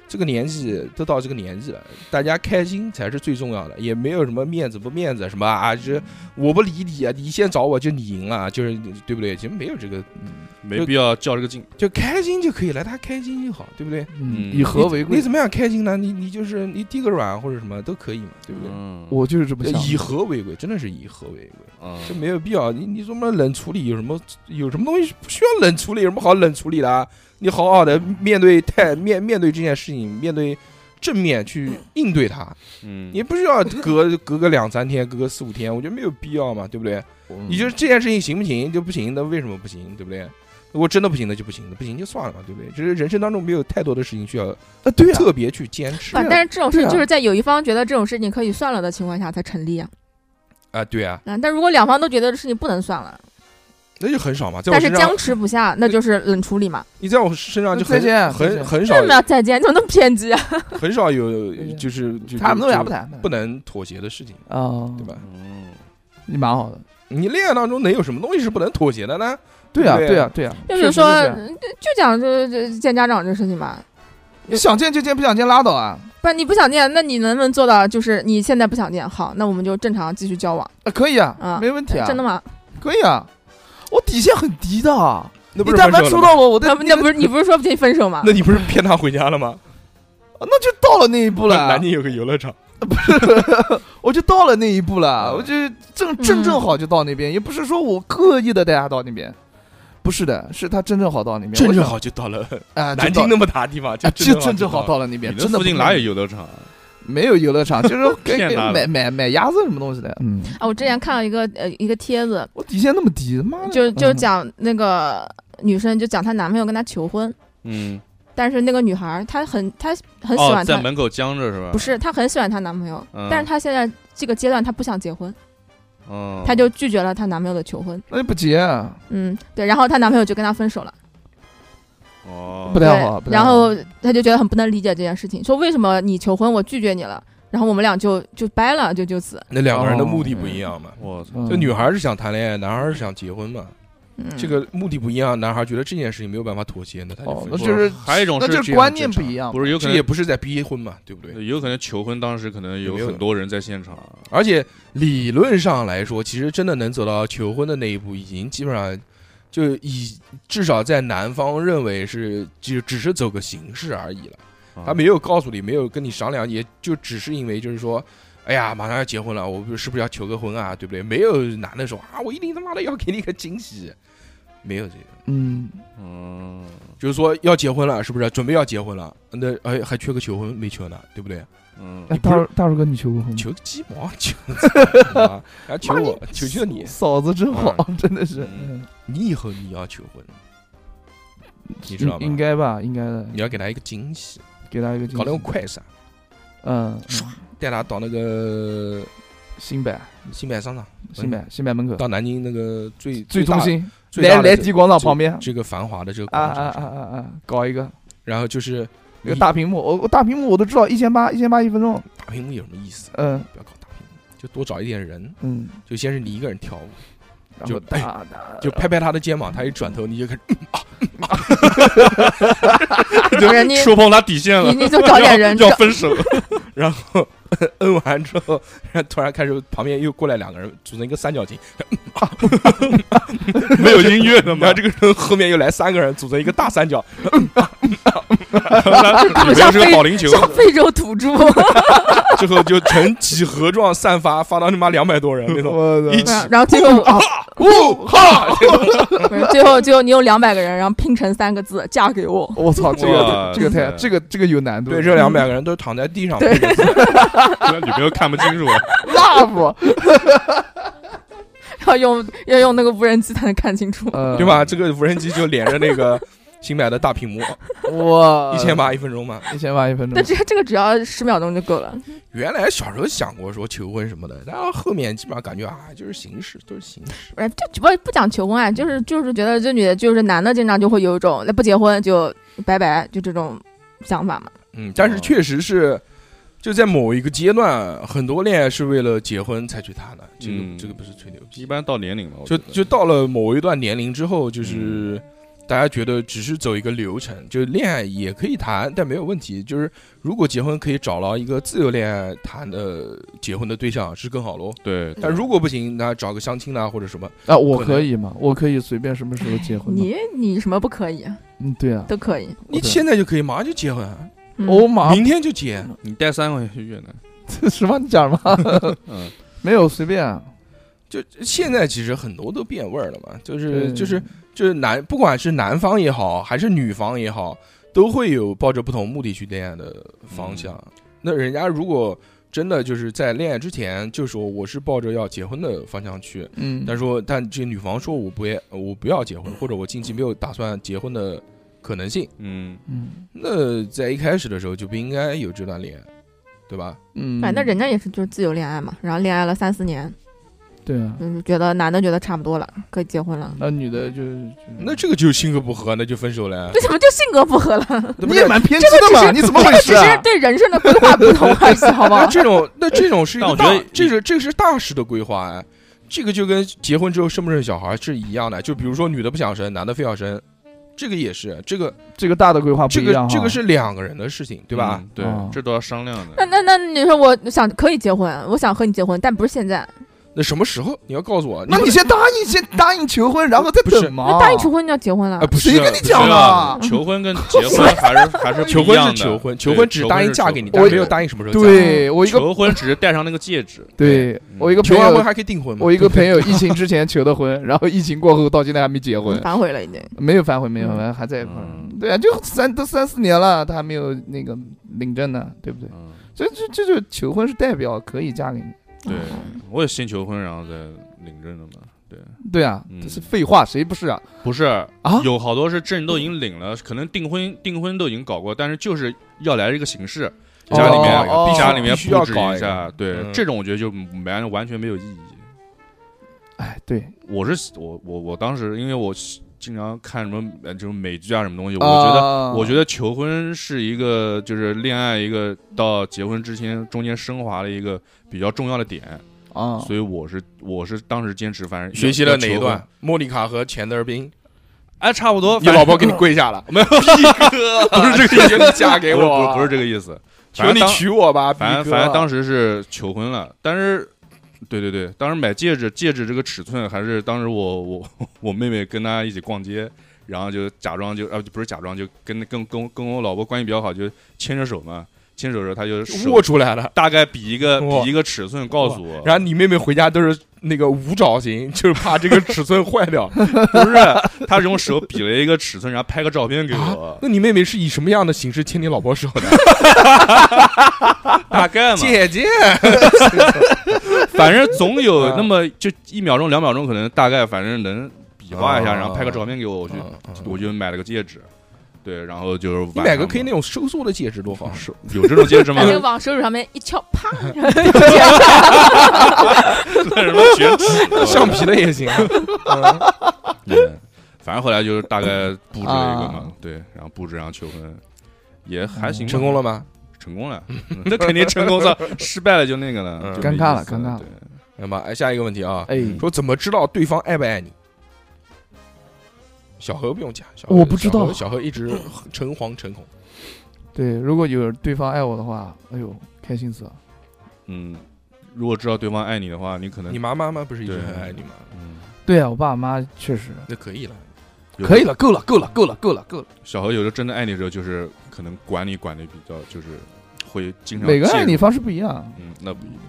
Speaker 5: 这个年纪都到这个年纪了，大家开心才是最重要的，也没有什么面子不面子什么啊，就是我不理你啊，你先找我就你赢了，就是对不对？其实没有这个，
Speaker 6: 没必要较这个劲。
Speaker 5: 就开心就可以了，他开心就好，对不对？
Speaker 3: 嗯，
Speaker 6: 嗯
Speaker 3: 以和为
Speaker 5: 你
Speaker 3: 贵，
Speaker 5: 怎么样开心呢？你你就是你递个软或者什么都可以嘛，对不对？
Speaker 6: 嗯，
Speaker 3: 我就是这么想的。
Speaker 5: 以和为贵，真的是以和为贵，
Speaker 6: 嗯
Speaker 5: 这没有必要。你你怎么冷处理？有什么有什么东西不需要冷处理？有什么好冷处理的啊？你好好的面对太面面对这件事情，面对正面去应对它。
Speaker 6: 嗯
Speaker 5: 你不需要隔隔个两三天，隔个四五天，我觉得没有必要嘛，对不对？你就是这件事情行不行就不行，那为什么不行？对不对？如果真的不行，那就不行，那不行就算了嘛，对不对？就是人生当中没有太多的事情需要
Speaker 3: 啊，对啊，
Speaker 5: 特别去坚持
Speaker 4: 不，
Speaker 5: 啊、
Speaker 4: 但是这种事
Speaker 3: 对啊
Speaker 4: 就是在有一方觉得这种事情可以算了的情况下才成立啊。
Speaker 5: 对啊，
Speaker 4: 啊，但如果两方都觉得这事情不能算了，
Speaker 5: 那就很少嘛，在我
Speaker 4: 但是
Speaker 5: 身上
Speaker 4: 僵，持不下，那就是冷处理嘛。
Speaker 5: 你在我身上就
Speaker 3: 再
Speaker 5: 很
Speaker 3: 见再
Speaker 5: 很
Speaker 3: 见
Speaker 5: 很
Speaker 4: 为
Speaker 5: 少
Speaker 4: 什么要再见？怎么那么偏激啊？
Speaker 5: 很少有
Speaker 3: 对
Speaker 5: 就是就
Speaker 3: 谈不
Speaker 5: 就
Speaker 3: 谈不谈，
Speaker 5: 不能妥协的事情，
Speaker 3: 啊，
Speaker 5: 对吧？
Speaker 6: 嗯
Speaker 3: 你蛮好的。
Speaker 5: 你恋爱当中能有什么东西是不能妥协的呢？
Speaker 3: 对啊，
Speaker 5: 对
Speaker 3: 对啊，对啊，
Speaker 4: 就
Speaker 3: 确
Speaker 4: 是
Speaker 3: 实
Speaker 4: 说，
Speaker 3: 这样
Speaker 4: 嗯就就讲就就见家长这事情吧。
Speaker 3: 你想见就见，不想见拉倒啊。
Speaker 4: 不然你不想见，那你能不能做到？就是你现在不想见，好，那我们就正常继续交往。
Speaker 3: 啊，可以啊
Speaker 4: 啊，
Speaker 3: 没问题啊，
Speaker 4: 真的吗？
Speaker 3: 可以啊。我底线很低的啊，
Speaker 5: 那不
Speaker 3: 你
Speaker 5: 是
Speaker 3: 但
Speaker 5: 分
Speaker 3: 凡
Speaker 5: 手了
Speaker 3: 说
Speaker 5: 吗？
Speaker 3: 到我，我
Speaker 4: 那
Speaker 3: 的
Speaker 4: 不那不是你不是说不行分手吗
Speaker 5: 那？你不是骗他回家了 吗？
Speaker 3: 那就到了那一步了
Speaker 5: 南，宁有个游乐场，
Speaker 3: 我就到了那一步了，
Speaker 5: 嗯
Speaker 3: 我就正正正好就到那边，也不是说我刻意的带他到那边，不是的，是他真正好到那边，
Speaker 5: 正
Speaker 3: 我
Speaker 5: 正
Speaker 3: 想
Speaker 5: 好就到了
Speaker 3: 啊，
Speaker 5: 南
Speaker 3: 就
Speaker 5: 京
Speaker 3: 到
Speaker 5: 那么大地方，就
Speaker 3: 啊就
Speaker 5: 正
Speaker 3: 正正
Speaker 5: 到
Speaker 3: 好
Speaker 5: 了。
Speaker 3: 到了那
Speaker 6: 你
Speaker 3: 边，
Speaker 6: 那
Speaker 3: 真的
Speaker 6: 附近
Speaker 3: 不
Speaker 6: 哪
Speaker 3: 能
Speaker 6: 有游乐场啊？
Speaker 3: 没有游乐场，就是 给
Speaker 6: 骗
Speaker 3: 给
Speaker 6: 他的
Speaker 3: 买买买鸭子什么东西的，嗯，
Speaker 4: 啊，我之前看到一个呃一个帖子，
Speaker 3: 我底线那么低，他妈的，
Speaker 4: 就就
Speaker 3: 嗯
Speaker 4: 讲那个女生就讲她男朋友跟她求婚，
Speaker 6: 嗯，
Speaker 4: 但是那个女孩儿她很她很喜
Speaker 6: 哦，
Speaker 4: 欢
Speaker 6: 在
Speaker 4: 她，
Speaker 6: 门口僵着是吧？
Speaker 4: 不，是她很喜欢她男朋友，
Speaker 6: 嗯
Speaker 4: 但是她现在这个阶段她不想结婚，
Speaker 6: 嗯，
Speaker 4: 她就拒绝了她男朋友的求婚。
Speaker 3: 那就不结啊，
Speaker 4: 嗯，对，然后她男朋友就跟她分手了，
Speaker 6: 哦
Speaker 3: 不，
Speaker 4: 对
Speaker 3: 太好不，太
Speaker 4: 然
Speaker 3: 好
Speaker 5: 嗯
Speaker 4: 后她就觉得很不能理解这件事情，说为什么你求婚我拒绝你了，然后我们俩就就掰了，就就此。
Speaker 5: 那两个人的目的不一样嘛。
Speaker 6: 我操，
Speaker 3: 嗯
Speaker 5: 就女孩是想谈恋爱，男孩是想结婚嘛。
Speaker 4: 嗯、
Speaker 5: 这个目的不一样，男孩觉得这件事情没有办法妥协，那他就
Speaker 3: 哦，
Speaker 5: 分
Speaker 3: 那
Speaker 5: 手
Speaker 3: 就是
Speaker 6: 还有一种
Speaker 3: 那
Speaker 6: 是
Speaker 3: 就
Speaker 5: 这
Speaker 3: 是
Speaker 5: 样
Speaker 3: 观
Speaker 5: 正
Speaker 3: 念不
Speaker 5: 常
Speaker 3: 一样嘛，
Speaker 6: 不是有可
Speaker 5: 这也
Speaker 6: 能
Speaker 5: 不是在逼婚嘛，对不对？
Speaker 6: 有可能求婚当时可能有
Speaker 5: 没有
Speaker 6: 很多人在现场，
Speaker 5: 而且理论上来说，其实真的能走到求婚的那一步，已经基本上就以至少在男方认为是就只是走个形式而已了。
Speaker 6: 啊
Speaker 5: 他没有告诉你，没有跟你商量，也就只是因为就是说，哎呀，马上要结婚了，我是不是要求个婚啊？对不对？没有男的说啊，我一定他妈的要给你个惊喜，没有这个，
Speaker 3: 嗯，
Speaker 6: 嗯，
Speaker 5: 就是说要结婚了，是不是？准备要结婚了，那哎还缺个求婚没求呢，对不对？
Speaker 6: 嗯
Speaker 3: 哎
Speaker 5: 你不
Speaker 3: 大
Speaker 5: 是
Speaker 3: 叔大叔哥，你求过婚吗？
Speaker 5: 求个鸡毛，求 啊，还求我，求求你，
Speaker 3: 嫂子真好， 真的是，
Speaker 6: 嗯
Speaker 5: 你以后你要求婚，你知
Speaker 3: 应
Speaker 5: 道吗？
Speaker 3: 应该吧，应该的，
Speaker 5: 你要给他一个惊喜，
Speaker 3: 给他一个惊
Speaker 5: 搞那种
Speaker 3: 喜，
Speaker 5: 快闪，
Speaker 3: 嗯，嗯
Speaker 5: 带他到那个
Speaker 3: 新百
Speaker 5: 新百商场，
Speaker 3: 新百新百门口
Speaker 5: 嗯到南京那个最
Speaker 3: 最中
Speaker 5: 大
Speaker 3: 心，
Speaker 5: 最大
Speaker 3: 来
Speaker 5: 的
Speaker 3: 来
Speaker 5: 这
Speaker 3: 迪广场旁边，
Speaker 5: 这个繁华的这个
Speaker 3: 啊
Speaker 5: 广
Speaker 3: 啊
Speaker 5: 场
Speaker 3: 啊
Speaker 5: 上，嗯
Speaker 3: 啊啊，搞一个
Speaker 5: 然后就是
Speaker 3: 一个大屏幕，我我大屏幕我都知道一千八一千八一分钟，
Speaker 5: 大屏幕有什么意思？
Speaker 3: 嗯
Speaker 5: 不要搞大屏幕，就多找一点人，
Speaker 3: 嗯，
Speaker 5: 就先是你一个人跳舞，
Speaker 3: 然
Speaker 5: 就哎
Speaker 3: 后打打
Speaker 5: 就拍拍他的肩膀，他一转头你就开始
Speaker 4: 不啊是你
Speaker 6: 触碰他底线了
Speaker 4: 你，你就搞点人
Speaker 6: 要要分手，
Speaker 5: 然后 摁完之后，然后突然开始旁边又过来两个人，组成一个三角形。
Speaker 6: 没有音乐的
Speaker 5: 然后
Speaker 6: 嘛，
Speaker 5: 这个时候后面又来三个人，组成一个大三角。
Speaker 6: 里面是个保龄球，
Speaker 4: 像非洲土著，
Speaker 5: 最后就成几何状散发，发到他妈两百多人那种。
Speaker 3: 我
Speaker 5: 一起
Speaker 4: 嗯然后最后哦
Speaker 5: 呜哈！
Speaker 4: 不是最后最后你用两百个人，然后拼成三个字“嫁给我
Speaker 3: 我操，这个
Speaker 6: 哇
Speaker 3: 这个太
Speaker 6: 塞
Speaker 3: 这个这个有难度，
Speaker 5: 对，这两百个人都躺在地上。
Speaker 4: 对
Speaker 6: 女朋友看不清楚，啊
Speaker 3: love，”，
Speaker 4: 要用要用那个无人机才能看清楚。
Speaker 3: 呃
Speaker 5: 对？吧？这个无人机就连着那个新买的大屏幕，
Speaker 3: 哇，
Speaker 5: 一千八一分钟嘛。
Speaker 3: 一千八一分
Speaker 4: 那
Speaker 3: 钟，
Speaker 4: 这这个只要十秒钟就够了。
Speaker 5: 原来小时候想过说求婚什么的，然后后面基本上感觉啊，就是形式，都是形式。
Speaker 4: 哎，就不不讲求婚啊，就是就是觉得这女的，就是男的经常就会有一种那不结婚就拜拜，就这种想法嘛。
Speaker 5: 嗯，但是
Speaker 6: 哦
Speaker 5: 确实是，就在某一个阶段，很多恋爱是为了结婚才去谈的，这个、
Speaker 6: 嗯
Speaker 5: 这个不是吹牛逼
Speaker 6: 一。般到年龄了，我
Speaker 5: 就
Speaker 6: 觉得嗯
Speaker 5: 就到了某一段年龄之后，就是、大家觉得只是走一个流程，就是恋爱也可以谈，但没有问题。就是如果结婚可以找到一个自由恋爱谈的结婚的对象是更好喽。
Speaker 6: 对，
Speaker 5: 但如果不行，那找个相亲的啊或者什么，
Speaker 3: 啊，我
Speaker 5: 可能
Speaker 3: 可以吗？我可以随便什么时候结婚吗？
Speaker 4: 你你什么不可以？
Speaker 3: 嗯，对啊，Oh
Speaker 4: 都可以。
Speaker 5: 你
Speaker 6: 哦
Speaker 3: 对
Speaker 5: 现在就可以，马上就结婚，啊
Speaker 4: 嗯
Speaker 3: 我
Speaker 6: 啊
Speaker 3: 马
Speaker 5: 明天就结。
Speaker 6: 你带三回去越南，
Speaker 3: 什么你讲什么？
Speaker 6: 嗯，
Speaker 3: 没有随便啊，
Speaker 5: 就现在其实很多都变味儿了嘛，呃就是
Speaker 3: 对
Speaker 5: 就是就是男，不管是男方也好，还是女方也好，都会有抱着不同目的去恋爱的方向。那人家如果真的就是在恋爱之前就说我是抱着要结婚的方向去，
Speaker 3: 嗯，
Speaker 5: 但说但这女方说我不也我不要结婚，或者我近期没有打算结婚的可能性，
Speaker 6: 嗯，
Speaker 3: 嗯
Speaker 5: 那在一开始的时候就不应该有这段恋爱，对吧？
Speaker 3: 嗯，
Speaker 4: 反正人家也是就是自由恋爱嘛，然后恋爱了三四年，
Speaker 3: 对啊，
Speaker 4: 就是觉得男的觉得差不多了，可以结婚了。
Speaker 3: 那女的就嗯
Speaker 5: 那这个就是性格不合，那就分手了呀
Speaker 4: 为。什么就性格不 合了？
Speaker 5: 对不
Speaker 3: 你
Speaker 5: 对
Speaker 3: 也蛮偏激的嘛？你怎么
Speaker 4: 这
Speaker 3: 回
Speaker 4: 个只
Speaker 3: 事啊
Speaker 4: 是？对人生的规划不同啊而已，好不好
Speaker 5: 那？这种，那这种是一个
Speaker 6: 但我
Speaker 5: 大，
Speaker 6: 觉得
Speaker 5: 这是这是大事的规划哎，这个就跟结婚之后生不生小孩是一样的。就比如说女的不想生，男的非要生，这个也是，这个
Speaker 3: 这个大的规划不
Speaker 5: 这
Speaker 3: 一
Speaker 5: 个
Speaker 3: 样哈
Speaker 5: 这个是两个人的事情，对吧
Speaker 6: 嗯？？对
Speaker 3: 啊，
Speaker 6: 这都要商量
Speaker 4: 那
Speaker 6: 的。
Speaker 4: 那那你说我想可以结婚，我想和你结婚，但不是现在。
Speaker 5: 那什么时候你要告诉我？
Speaker 3: 那
Speaker 5: 不
Speaker 3: 你
Speaker 5: 能
Speaker 3: 先答应，先答应求婚，然后再
Speaker 5: 不是
Speaker 3: 等嘛。
Speaker 4: 那答应求婚就要结婚了
Speaker 5: 哎，，不是
Speaker 3: 谁跟你
Speaker 6: 不是
Speaker 3: 讲
Speaker 6: 啊
Speaker 3: 的？
Speaker 6: 求婚跟结 婚还是还是
Speaker 5: 求
Speaker 6: 不
Speaker 5: 婚
Speaker 6: 一样
Speaker 5: 是
Speaker 6: 的
Speaker 5: 求婚，
Speaker 6: 对
Speaker 5: 求婚只是答应
Speaker 6: 是
Speaker 5: 嫁
Speaker 6: 求
Speaker 5: 给你，
Speaker 6: 婚
Speaker 5: 但没有答应什么时候
Speaker 6: 啊
Speaker 5: 嫁。
Speaker 3: 对我一个
Speaker 6: 求婚只是戴上那个戒指，
Speaker 3: 对
Speaker 6: 嗯
Speaker 3: 我一个
Speaker 5: 求
Speaker 3: 朋
Speaker 5: 完婚
Speaker 3: 友，
Speaker 5: 还可以订婚吗？
Speaker 3: 我一个朋友疫情之前求的婚，然后疫情过后到现在还没结婚，
Speaker 4: 反悔了已经。
Speaker 3: 没有反悔，没有反悔，还在一块儿。
Speaker 6: 嗯
Speaker 3: 对啊，就三都三四年了，他还没有那个领证呢，对不对？
Speaker 6: 嗯，
Speaker 3: 这这这就求婚是代表可以嫁给你，
Speaker 6: 对，我也先求婚，然后再领证的嘛。对，
Speaker 3: 对啊，
Speaker 6: 嗯
Speaker 3: 这是废话，谁不是啊？
Speaker 6: 不是
Speaker 3: 啊
Speaker 6: 有好多是证都已经领了，可能订婚订婚都已经搞过，但是就是要来这个形式，
Speaker 5: 哦
Speaker 6: 家里面、
Speaker 3: 哦必须
Speaker 6: 家里面
Speaker 5: 必须要
Speaker 6: 布置
Speaker 5: 搞一
Speaker 6: 一下，
Speaker 5: 个
Speaker 6: 对、
Speaker 5: 嗯
Speaker 6: 这种我觉得就完完全没有意义。
Speaker 3: 哎，对，
Speaker 6: 我是喜我我我当时因为我喜经常看什么呃这种美剧啊什么东西，我觉得、
Speaker 5: 哦
Speaker 3: 啊
Speaker 6: 我觉得求婚是一个就是恋爱一个到结婚之前中间升华的一个比较重要的点，
Speaker 3: 啊，
Speaker 6: 所以我是我是当时坚持，反正
Speaker 5: 哦学习了哪一？
Speaker 6: 要求
Speaker 5: 段
Speaker 6: 婚？
Speaker 5: 莫妮卡和钱德尔宾，
Speaker 6: 哎，差不多，
Speaker 5: 你老婆给你跪下 了，
Speaker 6: 没有，
Speaker 5: 不是这个意思，你嫁给
Speaker 6: 不是不是
Speaker 5: 我，
Speaker 6: 不是这个意思，
Speaker 5: 求
Speaker 6: 反正
Speaker 5: 你
Speaker 6: 当
Speaker 5: 娶我吧，
Speaker 6: 反正
Speaker 5: 逼哥啊
Speaker 6: 反正当时是求婚了，但是，对对对，当时买戒指，戒指这个尺寸还是当时我我 我妹妹跟她一起逛街，然后就假装就啊不是假装就跟跟跟跟我老婆关系比较好，就牵着手嘛，牵手的时候她就手
Speaker 5: 握出来了。
Speaker 6: 大概比一个
Speaker 5: 哇
Speaker 6: 比一个尺寸告诉我，
Speaker 5: 然后你妹妹回家都是那个五爪 型，就是怕这个尺寸坏掉。
Speaker 6: 不是，她是用手比了一个尺寸，然后拍个照片给我，
Speaker 5: 那你妹妹是以什么样的形式牵你老婆手的？
Speaker 6: 大概嘛，
Speaker 5: 姐姐，
Speaker 6: 反正总有那么就一秒钟两秒钟，可能大概反正能比划一下，
Speaker 5: 啊
Speaker 6: 然后拍个照片给我，我去我就买了个戒指，对，然后就是
Speaker 5: 你
Speaker 6: 晚
Speaker 5: 买
Speaker 6: 上
Speaker 5: 个
Speaker 6: 嘛
Speaker 5: 可以那种收缩的戒指多好，哦是
Speaker 6: 有这种戒指吗
Speaker 4: 他？ 就往手指上面一敲，啪！
Speaker 6: 那什么绝技
Speaker 5: 橡 皮的也行。啊
Speaker 6: 对，反正后来就是大概布置了一个嘛
Speaker 3: 啊，
Speaker 6: 对，然后布置然后求婚，也还行吧，
Speaker 5: 成功了吗？
Speaker 6: 成功了， 那肯定成功了，失败了就那个了，
Speaker 5: 嗯
Speaker 6: 就
Speaker 3: 尴
Speaker 6: 没
Speaker 3: 尬
Speaker 6: 意
Speaker 3: 了
Speaker 6: 思
Speaker 3: 尴尬了
Speaker 6: 对
Speaker 5: 那么，哎，下一个问题啊，
Speaker 3: 哎，
Speaker 6: 嗯
Speaker 5: 说怎么知道对方爱不爱你？小何不用讲，小何
Speaker 3: 我不知道
Speaker 5: 小何小何一直诚惶诚恐。
Speaker 3: 对，如果有对方爱我的话，哎呦，开心死了。
Speaker 6: 嗯，如果知道对方爱你的话，你可能
Speaker 5: 你妈妈妈不是一直
Speaker 6: 对
Speaker 5: 很爱你吗？
Speaker 6: 嗯
Speaker 3: 对啊，我爸妈确实
Speaker 5: 那可以了，
Speaker 6: 有
Speaker 3: 可以了，够了，够了，够了，够了，够了。
Speaker 6: 小何有时候真的爱你的时候，就是可能管你管的比较，就是会经常
Speaker 3: 每个人
Speaker 6: 介入
Speaker 3: 爱你，方式不一样
Speaker 6: 嗯，那不一定，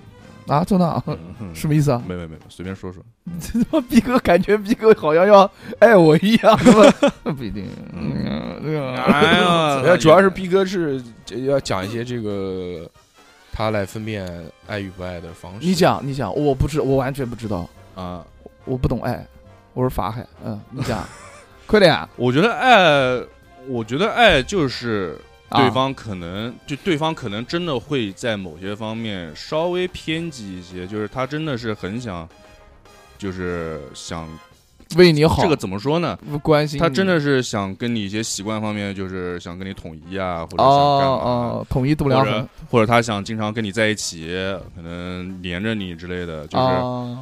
Speaker 3: 啊，真的啊，
Speaker 6: 嗯
Speaker 3: 什么意思啊？
Speaker 6: 没没没，随便说说，
Speaker 3: 这他妈逼哥感觉逼哥好像要爱我一样，是吧 不一定。嗯，那个
Speaker 6: 哎呀
Speaker 5: 呃主要是逼哥是这要讲一些这个他来分辨爱与不爱的方式。
Speaker 3: 你讲，你讲，我不知，我完全不知道，
Speaker 6: 啊，
Speaker 3: 我不懂爱，我是法海。嗯，你讲，快点啊！
Speaker 6: 我觉得爱，我觉得爱就是
Speaker 3: 啊
Speaker 6: 对方可能、就对方可能真的会在某些方面稍微偏激一些，就是他真的是很想，就是想
Speaker 3: 为你好，嗯
Speaker 6: 这个怎么说呢？
Speaker 3: 不关心
Speaker 6: 他
Speaker 3: 你
Speaker 6: 真的是想跟你一些习惯方面，就是想跟你统一啊，或者
Speaker 3: 哦
Speaker 6: 想干嘛、
Speaker 3: 哦，统一度量
Speaker 6: 或
Speaker 3: 衡
Speaker 6: 者或者他想经常跟你在一起，可能黏着你之类的，就是
Speaker 3: 啊，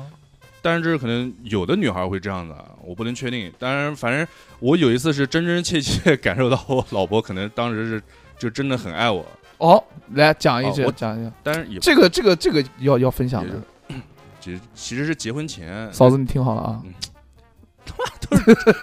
Speaker 6: 但是这是可能有的女孩会这样的，我不能确定。当然，反正我有一次是真真切切 感受到我老婆可能当时是就真的很爱我，
Speaker 3: 哦，来讲一下
Speaker 6: 哦，我
Speaker 3: 讲一下
Speaker 6: 但是也
Speaker 3: 这个这个这个要要分享
Speaker 6: 也
Speaker 3: 的
Speaker 6: 是，其实其实是结婚前
Speaker 3: 嫂子你听好了啊，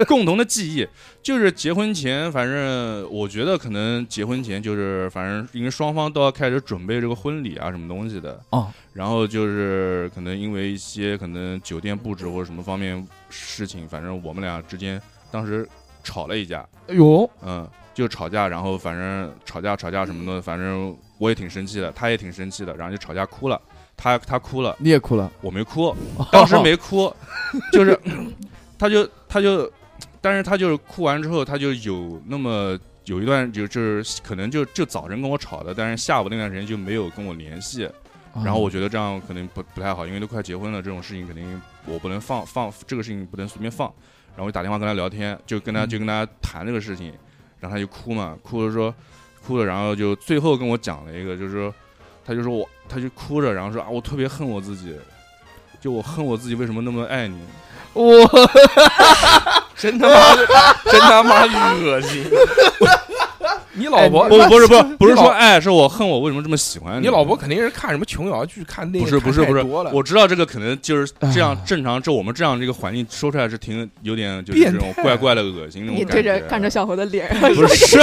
Speaker 6: 共同的记忆，就是结婚前，反正我觉得可能结婚前就是反正因为双方都要开始准备这个婚礼啊什么东西的
Speaker 3: 哦，
Speaker 6: 然后就是可能因为一些可能酒店布置或者什么方面事情，反正我们俩之间当时吵了一架，
Speaker 3: 哎呦，
Speaker 6: 嗯，就吵架，然后反正吵架吵架什么的，反正我也挺生气的，他也挺生气的，然后就吵架哭了，他他哭了，
Speaker 3: 你也哭了，
Speaker 6: 我没哭， 当时没哭，就是他就他就，但是他就是哭完之后，他就有那么有一段就就是可能就就早晨跟我吵的，但是下午那段时间就没有跟我联系。
Speaker 3: 啊，
Speaker 6: 然后我觉得这样可能不不太好，因为都快结婚了，这种事情肯定我不能放放这个事情不能随便放。然后我就打电话跟他聊天，就跟他
Speaker 3: 嗯
Speaker 6: 就跟他谈这个事情，然后他就哭嘛，哭着说哭了，然后就最后跟我讲了一个，就是说他就说我他就哭着，然后说啊我特别恨我自己，就我恨我自己为什么那么爱你，
Speaker 3: 我
Speaker 5: 真他妈，真他妈恶心！ 哎你老婆
Speaker 6: 不不是不是不是
Speaker 5: 啊你
Speaker 6: 说
Speaker 5: 老
Speaker 6: 爱，是我恨我为什么这么喜欢
Speaker 5: 你老婆肯定是看什么琼瑶剧，看那
Speaker 6: 不是不是不是，
Speaker 5: 多了，
Speaker 6: 我知道这个可能就是这样
Speaker 3: 哎
Speaker 6: 正常，就我们这样这个环境说出来是挺有点就是
Speaker 5: 变
Speaker 6: 这种
Speaker 5: 态啊
Speaker 6: 怪怪的恶心那种
Speaker 4: 你
Speaker 6: 感觉。啊
Speaker 4: 对着看着小何的脸，
Speaker 6: 不是，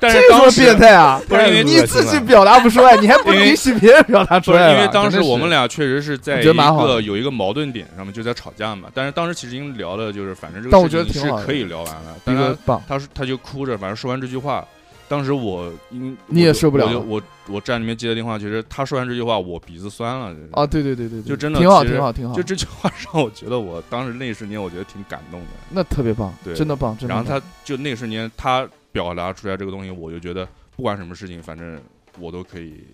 Speaker 6: 但是
Speaker 3: 这有什
Speaker 6: 当时
Speaker 3: 么变态啊？
Speaker 6: 不是因为
Speaker 3: 你
Speaker 6: 恶心
Speaker 3: 自己
Speaker 6: 了
Speaker 3: 表达不出来，你还不
Speaker 6: 因为
Speaker 3: 允许别人表达出
Speaker 6: 不是
Speaker 3: 来
Speaker 6: 因
Speaker 3: 了？
Speaker 6: 为当时
Speaker 3: 真的
Speaker 6: 我们
Speaker 3: 是
Speaker 6: 俩确实是在
Speaker 3: 我
Speaker 6: 一
Speaker 3: 觉得蛮好
Speaker 6: 个
Speaker 3: 的
Speaker 6: 有一个矛盾点上面就在吵架嘛，但是当时其实已经聊了，就是反正这
Speaker 3: 但
Speaker 6: 个
Speaker 3: 我觉得
Speaker 6: 事情
Speaker 3: 挺
Speaker 6: 是
Speaker 3: 好的
Speaker 6: 可以聊完了，
Speaker 3: 逼
Speaker 6: 但
Speaker 3: 格
Speaker 6: 他
Speaker 3: 棒，
Speaker 6: 他说他就哭着，反正说完这句话，当时我因
Speaker 3: 你也受不了
Speaker 6: 我就
Speaker 3: 了
Speaker 6: 我我站里面接的电话，其实他说完这句话，我鼻子酸了，就是
Speaker 3: 啊，对对对对对，
Speaker 6: 就真的
Speaker 3: 挺好，
Speaker 6: 其实
Speaker 3: 挺好，挺好，
Speaker 6: 就这句话让我觉得我当时那一瞬间，我觉得挺感动的。
Speaker 3: 那特别棒，
Speaker 6: 对
Speaker 3: 真的棒，真的
Speaker 6: 然
Speaker 3: 棒。
Speaker 6: 后他就那瞬间，他表达出来这个东西，我就觉得不管什么事情，反正我都可以，